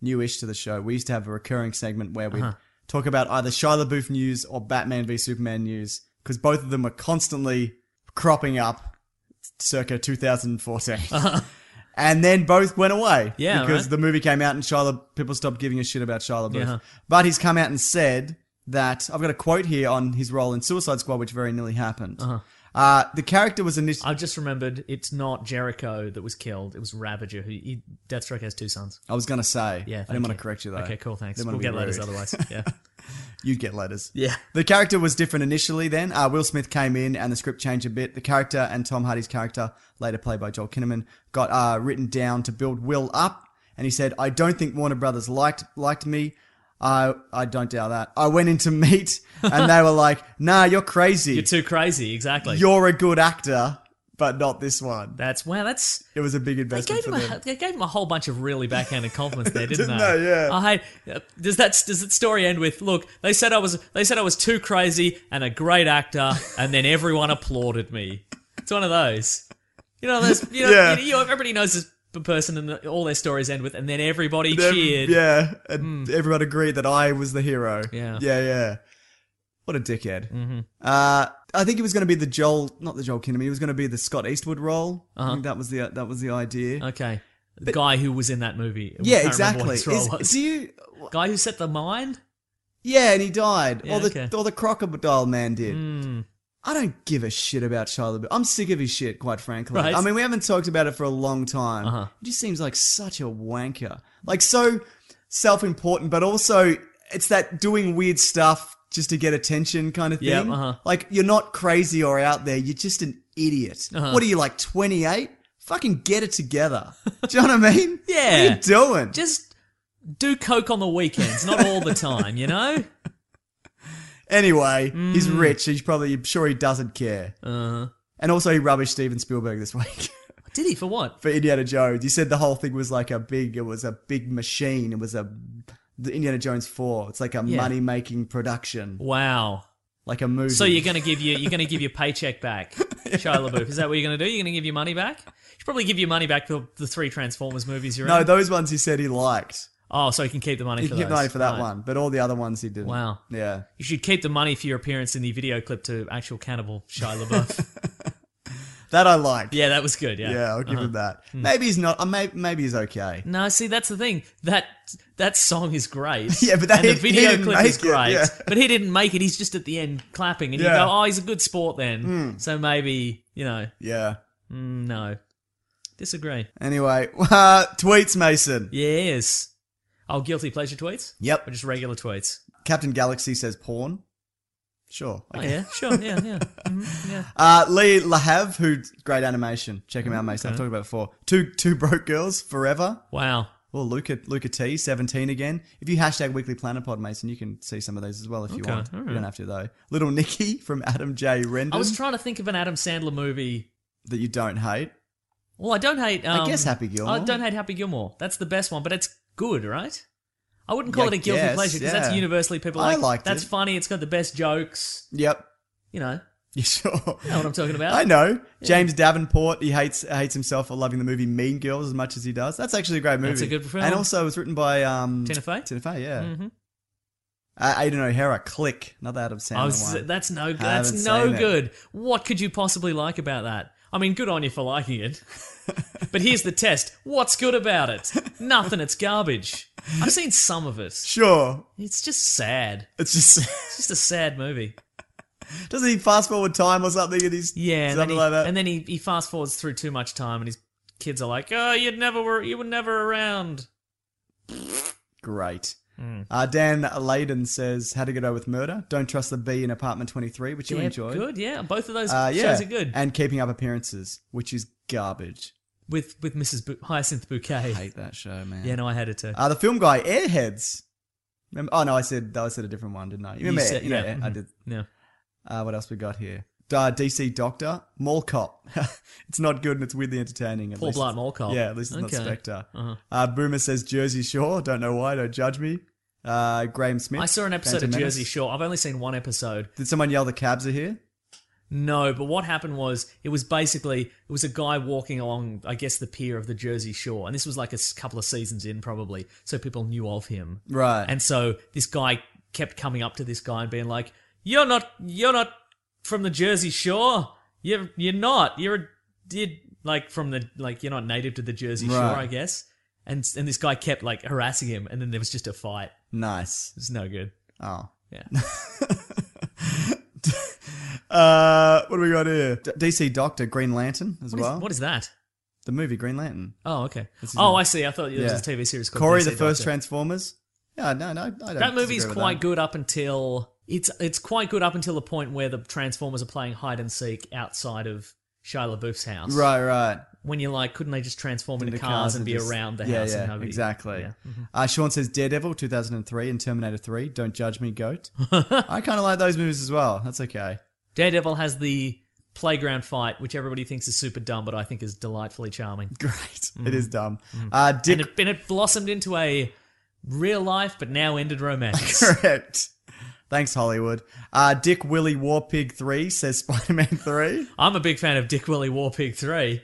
newish to the show, we used to have a recurring segment where we Uh-huh. would talk about either Shia LaBeouf news or Batman v Superman news because both of them are constantly cropping up circa 2014. And then both went away. Uh-huh. Yeah, Because right. the movie came out and Shia, people stopped giving a shit about Shia LaBeouf. Yeah. But he's come out and said that I've got a quote here on his role in Suicide Squad, which very nearly happened. Uh-huh. uh the character was initially. I've just remembered it's not Jericho that was killed. It was Ravager. Who he, Deathstroke has two sons. I was going to say. Yeah, I thank didn't want you. to correct you though. Okay, cool. Thanks. Didn't wanna We'll be get letters rude. otherwise. Yeah. You'd get letters. Yeah. The character was different initially then. Uh, Will Smith came in and the script changed a bit. The character and Tom Hardy's character, later played by Joel Kinnaman, got uh, written down to build Will up. And he said, I don't think Warner Brothers liked liked me. I I don't doubt that. I went in to meet and they were like, nah, you're crazy. You're too crazy. Exactly. You're a good actor, but not this one. that's wow. That's It was a big they investment gave for him. them. A, they gave him a whole bunch of really backhanded compliments there, didn't, Didn't they? they? Yeah. I, uh, does that does that story end with? Look, they said I was they said I was too crazy and a great actor, and then everyone applauded me. It's one of those. You know, there's you know, Yeah. you know everybody knows this person, and all their stories end with, and then everybody Then- cheered. Yeah, Hmm. and everyone agreed that I was the hero. Yeah. yeah, yeah. What a dickhead. Mm-hmm. Uh, I think it was going to be the Joel, not the Joel Kinnaman. It was going to be the Scott Eastwood role. Uh-huh. I think that was the that was the idea. Okay. The guy who was in that movie. I yeah, can't remember exactly. What his role Is- was. do you? guy who set the mine? Yeah, and he died, Yeah, or the okay. Hmm. or the crocodile man did. I don't give a shit about Shia LaBeouf. I'm sick of his shit, quite frankly. Right. I mean, we haven't talked about it for a long time. Uh-huh. He just seems like such a wanker, like so self-important, but also it's that doing weird stuff just to get attention kind of thing. Yeah, uh-huh. Like you're not crazy or out there. You're just an idiot. Uh-huh. What are you like 28? Fucking get it together. Do you know what I mean? Yeah. What are you doing? Just do coke on the weekends, not all the time, you know? Anyway, he's Mm. rich. He's probably I'm sure he doesn't care. Uh, And also, he rubbished Steven Spielberg this week did he? For what? for Indiana Jones. He said the whole thing was like a big. It was a big machine. It was a the Indiana Jones Four. It's like a Yeah. money making production, Wow. like a movie. So you're gonna give your you're gonna give your paycheck back, Shia LaBeouf. Is that what you're gonna do? You're gonna give your money back? You should probably give your money back for the three Transformers movies you're no in. those ones he said he liked. oh, so you can keep the money He for gave those. money for that Right. one, but all the other ones he didn't. Wow. Yeah. You should keep the money for your appearance in the video clip to actual cannibal Shia LaBeouf. That I like. yeah, that was good. Yeah. Yeah, I'll Uh-huh. give him that. Hmm. Maybe he's not. Uh, may, maybe he's okay. No, see, that's the thing. That that song is great. Yeah, but that- and the he- he video didn't clip make is it, great. yeah. But he didn't make it. He's just at the end clapping, and you Yeah. Hmm. go, "Oh, he's a good sport then." So maybe you know, Yeah. mm, no, disagree. Anyway, uh, tweets Mason. Yes. Oh, guilty pleasure tweets Yep. or just regular tweets? Captain Galaxy says porn. Sure. Oh yeah, sure, yeah, yeah, Mhm, yeah. Uh, Lee Lahav, who great animation. Check him out, mate. I've talked about it before. Two two broke girls forever. Wow. Well, Luca Luca T seventeen again. If you hashtag Weekly Planet Pod, Mason, you can see some of those as well if you Okay, want. all You right. don't have to though. Little Nikki from Adam J Rendon I was trying to think of an Adam Sandler movie. that you don't hate. Well, I don't hate. Um, guess Happy Gilmore. I don't hate Happy Gilmore. That's the best one, but it's good, right? I wouldn't call Yeah, it a guilty I guess, pleasure because yeah. that's universally people I like. liked that's it." funny. It's got the best jokes. Yep. You know, You sure? you know what I'm talking about. I know. James Davenport, he hates hates himself for loving the movie Mean Girls as much as he does. That's actually a great movie. That's a good film. And also, it was written by um, Tina Fey? Tina Fey, yeah. Mhm. Uh, Aidan O'Hara, Click, another Adam Sandler I was, one. that's no. Haven't That's no seen it. good. What could you possibly like about that? I mean, good on you for liking it. but here's the test: what's good about it? Nothing. It's garbage. I've seen some of it. Sure, It's just sad. it's just It's just a sad movie. doesn't he fast forward time or something? And he's Yeah, and then, something he, like that. and then he, he fast forwards through too much time, and his kids are like, "Oh, you'd never were, you were never around." Great. Mm. Uh, Dan Layden says, "How to get away with murder? Don't trust the bee in apartment 23, which you They're enjoyed. good, yeah. Both of those Uh, yeah, shows are good. And keeping up appearances, which is garbage. with with Mrs. Bu- Hyacinth Bouquet. Hate that show, man. yeah, no, I had it too. Uh, the film guy, Airheads. Remember, oh no, I said I said a different one, didn't I? You remember? said- you know, yeah, I mhm. did. yeah, Uh, what else we got here? Uh, DC Doctor, Mall Cop. it's not good and it's weirdly entertaining. at Paul least Blart it's- Mall Cop. Yeah, at least it's Okay. not Spectre. Uh-huh. Uh, Boomer says Jersey Shore. Don't know why. Don't judge me. Uh, Graham Smith. I saw an episode Phantom of Menace. Jersey Shore. I've only seen one episode. Did someone yell the cabs are here? No, but what happened was it was basically it was a guy walking along, I guess, the pier of the Jersey Shore, and this was like a s- couple of seasons in, probably, so people knew of him. Right. And so this guy kept coming up to this guy and being like, "You're not, you're not from the Jersey Shore. You're you're not. You're a did like from the like you're not native to the Jersey Shore, Right. I guess. And and this guy kept like harassing him, and then there was just a fight. Nice. It's no good. Oh. Yeah. Uh, what do we got here? D- DC Doctor Green Lantern as What is, well. what is that? the movie Green Lantern? Oh, okay. Oh, I see. I thought it was a TV series called Corey, DC the first Doctor. Transformers. Yeah, no, no, I don't. That movie is disagree with quite that. good up until it's it's quite good up until the point where the Transformers are playing hide and seek outside of Shia LaBeouf's house. Right, right. When you're like, couldn't they just transform into The cars, and be just- around the yeah, house? Yeah, and nobody, exactly. Yeah. mm-hmm. Uh, Sean says Daredevil 2003 and Terminator 3. Don't judge me, goat. I kind of like those movies as well. That's okay. Daredevil has the playground fight, which everybody thinks is super dumb, but I think is delightfully charming. Great. Mm. Mm-hmm. It is dumb. Uh, Dick and it, and it blossomed into a real life but now ended romance. Correct. Thanks, Hollywood. Uh, Dick Willy War Pig 3 says Spider Man 3. I'm a big fan of Dick Willy War Pig 3.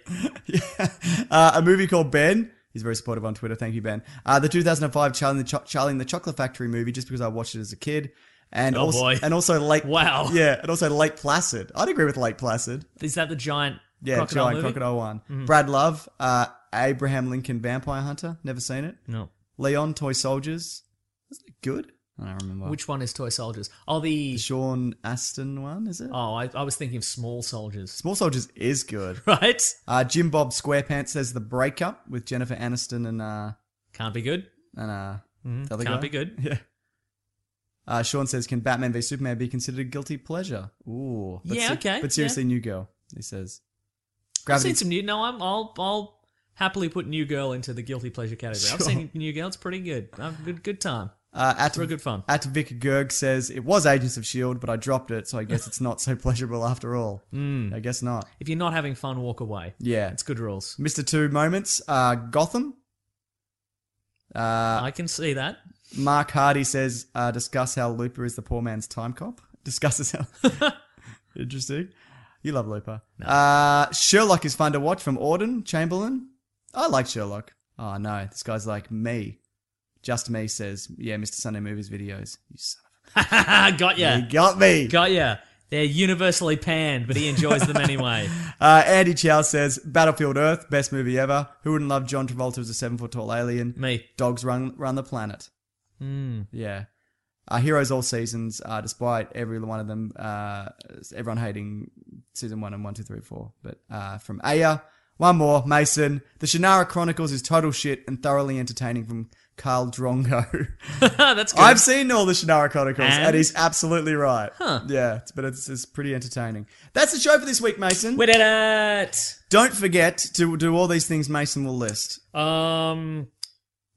Uh, a movie called Ben. He's very supportive on Twitter. Thank you, Ben. Uh, the 2005 Charlie and the, Cho- Charlie and the Chocolate Factory movie, just because I watched it as a kid. And Oh, also, boy. And also Lake. Wow. Yeah, and also Lake Placid. I'd agree with Lake Placid. Is that the giant Yeah, crocodile giant movie? Mm-hmm. crocodile one. Brad Love, uh, Abraham Lincoln Vampire Hunter. Never seen it. No. Leon Toy Soldiers. Isn't it good? I don't remember. Which one is Toy Soldiers? Oh, the. Sean Aston one, is it? Oh, I, I was thinking of Small Soldiers. Small Soldiers is good. Right? Uh, Jim Bob Squarepants says the breakup with Jennifer Aniston and uh Can't be good. Mm-hmm. and uh the other Can't guy. be good. Yeah. Uh, Sean says, "Can Batman v Superman be considered a guilty pleasure?" Ooh. Yeah, se- okay, But seriously, New Girl. He says, I've "Gravity." seen some new. No, I'm, I'll, I'll happily put New Girl into the guilty pleasure category. I've Sure. seen New Girl. It's pretty good. Uh, good, good time. uh, at It's real good fun. at Vic Gerg says it was Agents of Shield, but I dropped it, so I guess it's not so pleasurable after all. Mm. I guess not. If you're not having fun, walk away. Yeah. It's good rules. Mr. Two moments. Uh, Gotham. Uh, I can see that. Mark Hardy says, uh, discuss how Looper is the poor man's time cop. Discusses how. Interesting. You love Looper. Uh, Sherlock is fun to watch from Auden Chamberlain. I like Sherlock. Oh, no. This guy's like me. Just me says, yeah, Mr. Sunday Movies videos. You son of Got ya. a- You got me. Got ya. They're universally panned, but he enjoys them anyway. Uh, Andy Chow says, Battlefield Earth, best movie ever. Who wouldn't love John Travolta as a seven foot tall alien? Me. Dogs run, run the planet. Hmm. Yeah. Uh, Heroes All Seasons, uh, despite every one of them, uh, everyone hating season one and one, two, three, four. But uh, from Aya, one more, Mason. The Shannara Chronicles is total shit and thoroughly entertaining from Carl Drongo. That's good. I've seen all the Shannara Chronicles, and, And? he's absolutely right. Yeah, it's- but it's, it's pretty entertaining. That's the show for this week, Mason. We did it. Don't forget to do all these things Mason will list. Um,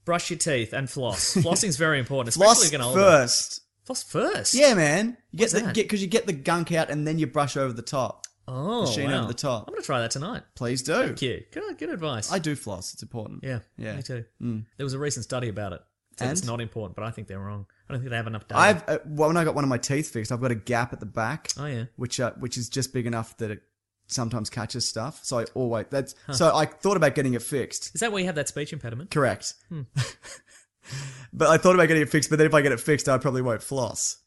brush your teeth and floss. Flossing's very important, especially Floss getting older. first. Floss first. Yeah, man. You get What's the that? because you get the gunk out and then you brush over the top. Oh, Machine wow. over the top. I'm gonna try that tonight. Please do. Thank you. Good, good advice. I do floss. It's important. yeah, Mm. Yeah. me too. There was a recent study about it. It Said it's And? not important, but I think they're wrong. I don't think they have enough data. I've uh, well, when I got one of my teeth fixed, I've got a gap at the back. Oh, yeah. Which uh, which is just big enough that it sometimes catches stuff. So I always that's so I thought about getting it fixed. Is that where you have that speech impediment? Correct. Hmm. but I thought about getting it fixed, but then if I get it fixed, I probably won't floss.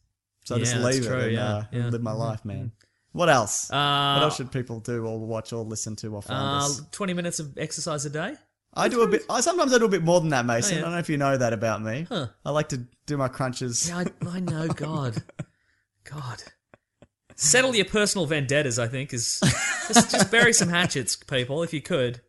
So I just Yeah, that's leave it true, and yeah, uh, yeah. Mm-hmm. live my life, man. What else? what else should people do or watch or listen to or find Uh, us? 20 minutes of exercise a day. I do a bit. I sometimes I do a bit more than that, Oh, Mason. yeah. I don't know if you know that about me. I like to do my crunches. Yeah, I, I know. God, God, settle your personal vendettas. I think is just, just bury some hatchets, people, if you could.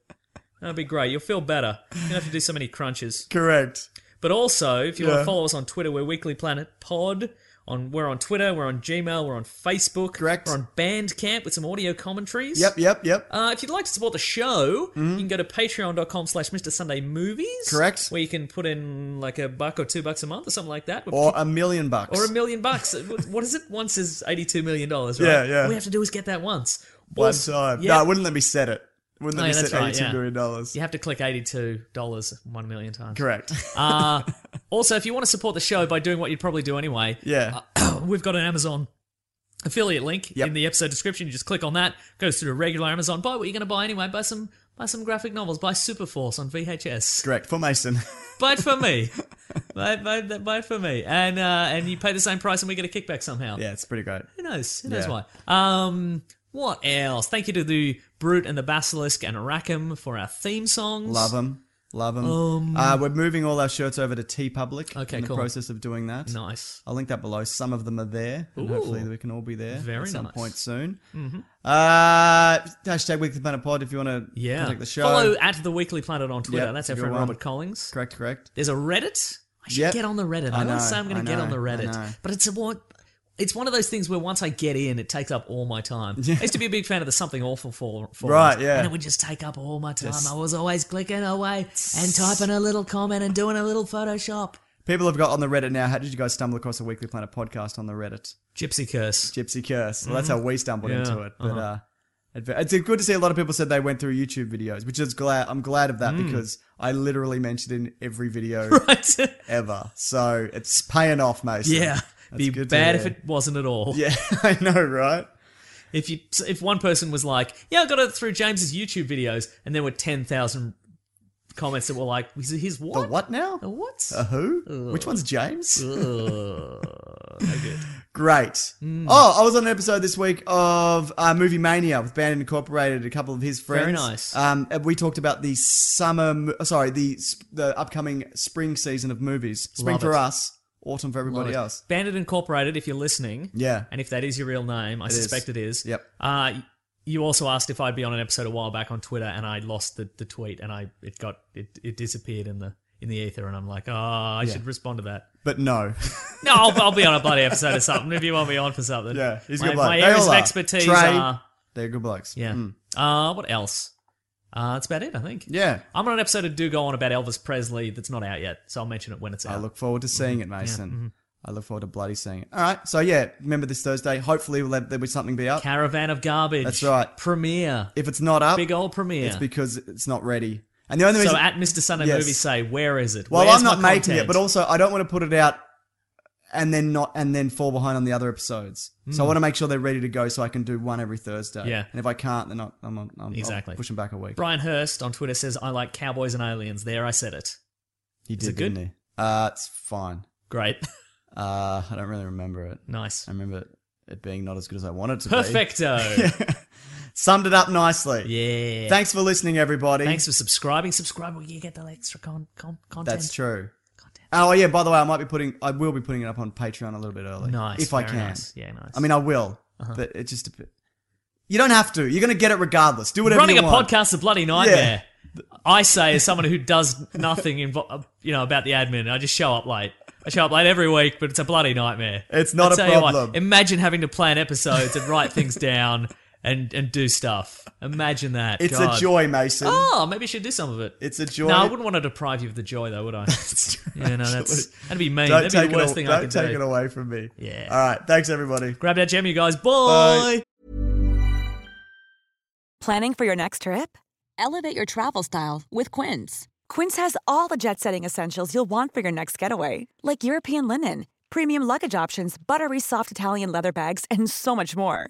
That'd be great. You'll feel better. You don't have to do so many crunches. Correct. But also, if you want Yeah. to follow us on Twitter, we're Weekly Planet Pod. On we're on Twitter, we're on Gmail, we're on Facebook, Correct. We're on Bandcamp with some audio commentaries. Yep. Yep. Yep. Uh, if you'd like to support the show, you can go to patreon.com slash Mr. Sunday Movies. Correct. Where you can put in like a buck or two bucks a month or something like that. We're or a million bucks. or a million bucks. What- what is it? Once is eighty-two million dollars, right? Yeah, yeah. All we have to do is get that once. one Or- time. Yeah, No, it wouldn't let me set it. Wouldn't let Oh, me yeah, that's set right, eighty-two yeah. million dollars. you have to click eighty-two dollars one million times. Correct. Uh, also, if you want to support the show by doing what you'd probably do anyway, yeah. we've got an Amazon affiliate link Yep. in the episode description. You just click on that, goes through to regular Amazon. Buy what you're going to buy anyway. Buy some. Buy some graphic novels. Buy Superforce on VHS. Correct. For Mason. Buy it for me. buy, buy, buy it for me. And uh, and you pay the same price, and we get a kickback somehow. yeah, it's pretty great. Who knows? Who knows Yeah. why? Um, What else? Thank you to the Brute and the Basilisk and Rackham for our theme songs. Love them. Love them. Um, uh, we're moving all our shirts over to T Public. Okay, in the cool. process of doing that. Nice. I'll link that below. Some of them are there, and Ooh. hopefully we can all be there Very at some nice. Mm-hmm. point soon. Uh, hashtag Weekly Planet Pod if you want to Yeah. contact the show. Follow at the Weekly Planet on Twitter. Yep, That's if our you friend want. Robert Collins. Correct, correct. There's a Reddit. I should Yep. get on the Reddit. I I, won't know, say I'm going I to get on the know, I know. Reddit, but it's a one. It's one of those things where once I get in, it takes up all my time. I used to be a big fan of the Something Awful for, for Right, yeah. and it would just take up all my time. Just- I was always clicking away and typing a little comment and doing a little Photoshop. People have got on the Reddit now. How did you guys stumble across a Weekly Planet podcast on the Reddit? Gypsy curse. Gypsy Curse. Well, that's how we stumbled Mm-hmm. Yeah, uh-huh. into it. But uh adve- it's good to see a lot of people said they went through YouTube videos, which is glad. I'm glad of that because I literally mentioned in every video Mm. Right. ever. So it's paying off, Mason. yeah. That's Be good to bad if hear. it wasn't at all. Yeah, I know, right? If you if one person was like, "Yeah, I got it through James's YouTube videos," and there were ten thousand comments that were like, "His, his what? The what now? The what? A who? Which one's James? Ugh, no good. Great. Oh, I was on an episode this week of uh, Movie Mania with Band Incorporated, a couple of his friends. Very nice. Um, and we talked about the summer, mo- uh, sorry, the sp- the upcoming spring season of movies. Spring Love for it. us, autumn for everybody else. Bandit Incorporated, if you're listening, Yeah. and if that is your real name, I is. suspect it is. Yep. Uh, you also asked if I'd be on an episode a while back on Twitter, and I lost the, the tweet, and I it got it, it disappeared in the in the ether, and I'm like, oh, I should respond to that. But no. No, I'll, I'll be on a bloody episode or something if you want me on for something. Yeah, he's a my, good bloke. my They areas all of are. expertise Trey. are They're good blokes. yeah. Mm. Uh, what else? Uh, that's about it, I think. Yeah. I'm on an episode of Do Go On about Elvis Presley that's not out yet, so I'll mention it when it's out. I look forward to seeing it, Mm-hmm. Mason. I look forward to bloody seeing it. All right. So, yeah, remember this Thursday. Hopefully, we'll have, there'll be something be up. Caravan of Garbage. That's right. Premiere. if it's not up, Big old premiere. it's because it's not ready. And the only so reason. at Mr. Sunday Yes. Movie say, where is it? Well, Where's I'm not my making it, content? but also I don't want to put it out and then not and then fall behind on the other episodes. So I want to make sure they're ready to go, so I can do one every Thursday. Mm. Yeah. and if I can't, then I- I'm, I'm, I'm Exactly. I'll push them back a week. Brian Hurst on Twitter says, I like cowboys and aliens. There, I said it. he did, it good? didn't he? Uh, it's fine. Great. Uh, I don't really remember it. nice. I remember it, it being not as good as I wanted it to Perfecto. be. Summed it up nicely. yeah. Thanks for listening, everybody. Thanks for subscribing. Subscribe where you get the extra con- con- content. That's true. Oh yeah. By the way, I might be putting. I will be putting it up on Patreon a little bit early. Nice. If I very can. Nice. Yeah, nice. I mean, I will, Uh-huh. but it just a bit. You don't have to. You're going to get it regardless. Do whatever running you a want. podcast's a bloody nightmare. I say, as someone who does nothing, invo- you know, about the admin, I just show up late. I show up late every week, but it's a bloody nightmare. It's not I a tell you what, problem. imagine having to plan episodes and write things down and and do stuff. Imagine that. It's God. a joy, Mason. Oh, maybe I should do some of it. It's a joy. No, I wouldn't want to deprive you of the joy, though, would I? yeah, no, that's Actually, that'd be mean. Don't that'd take, be the worst it, thing don't I could take do. it away from me. Yeah. All right. Thanks, everybody. Grab that gem, you guys. Bye. Bye. Planning for your next trip? Elevate your travel style with Quince. Quince has all the jet setting essentials you'll want for your next getaway, like European linen, premium luggage options, buttery soft Italian leather bags, and so much more.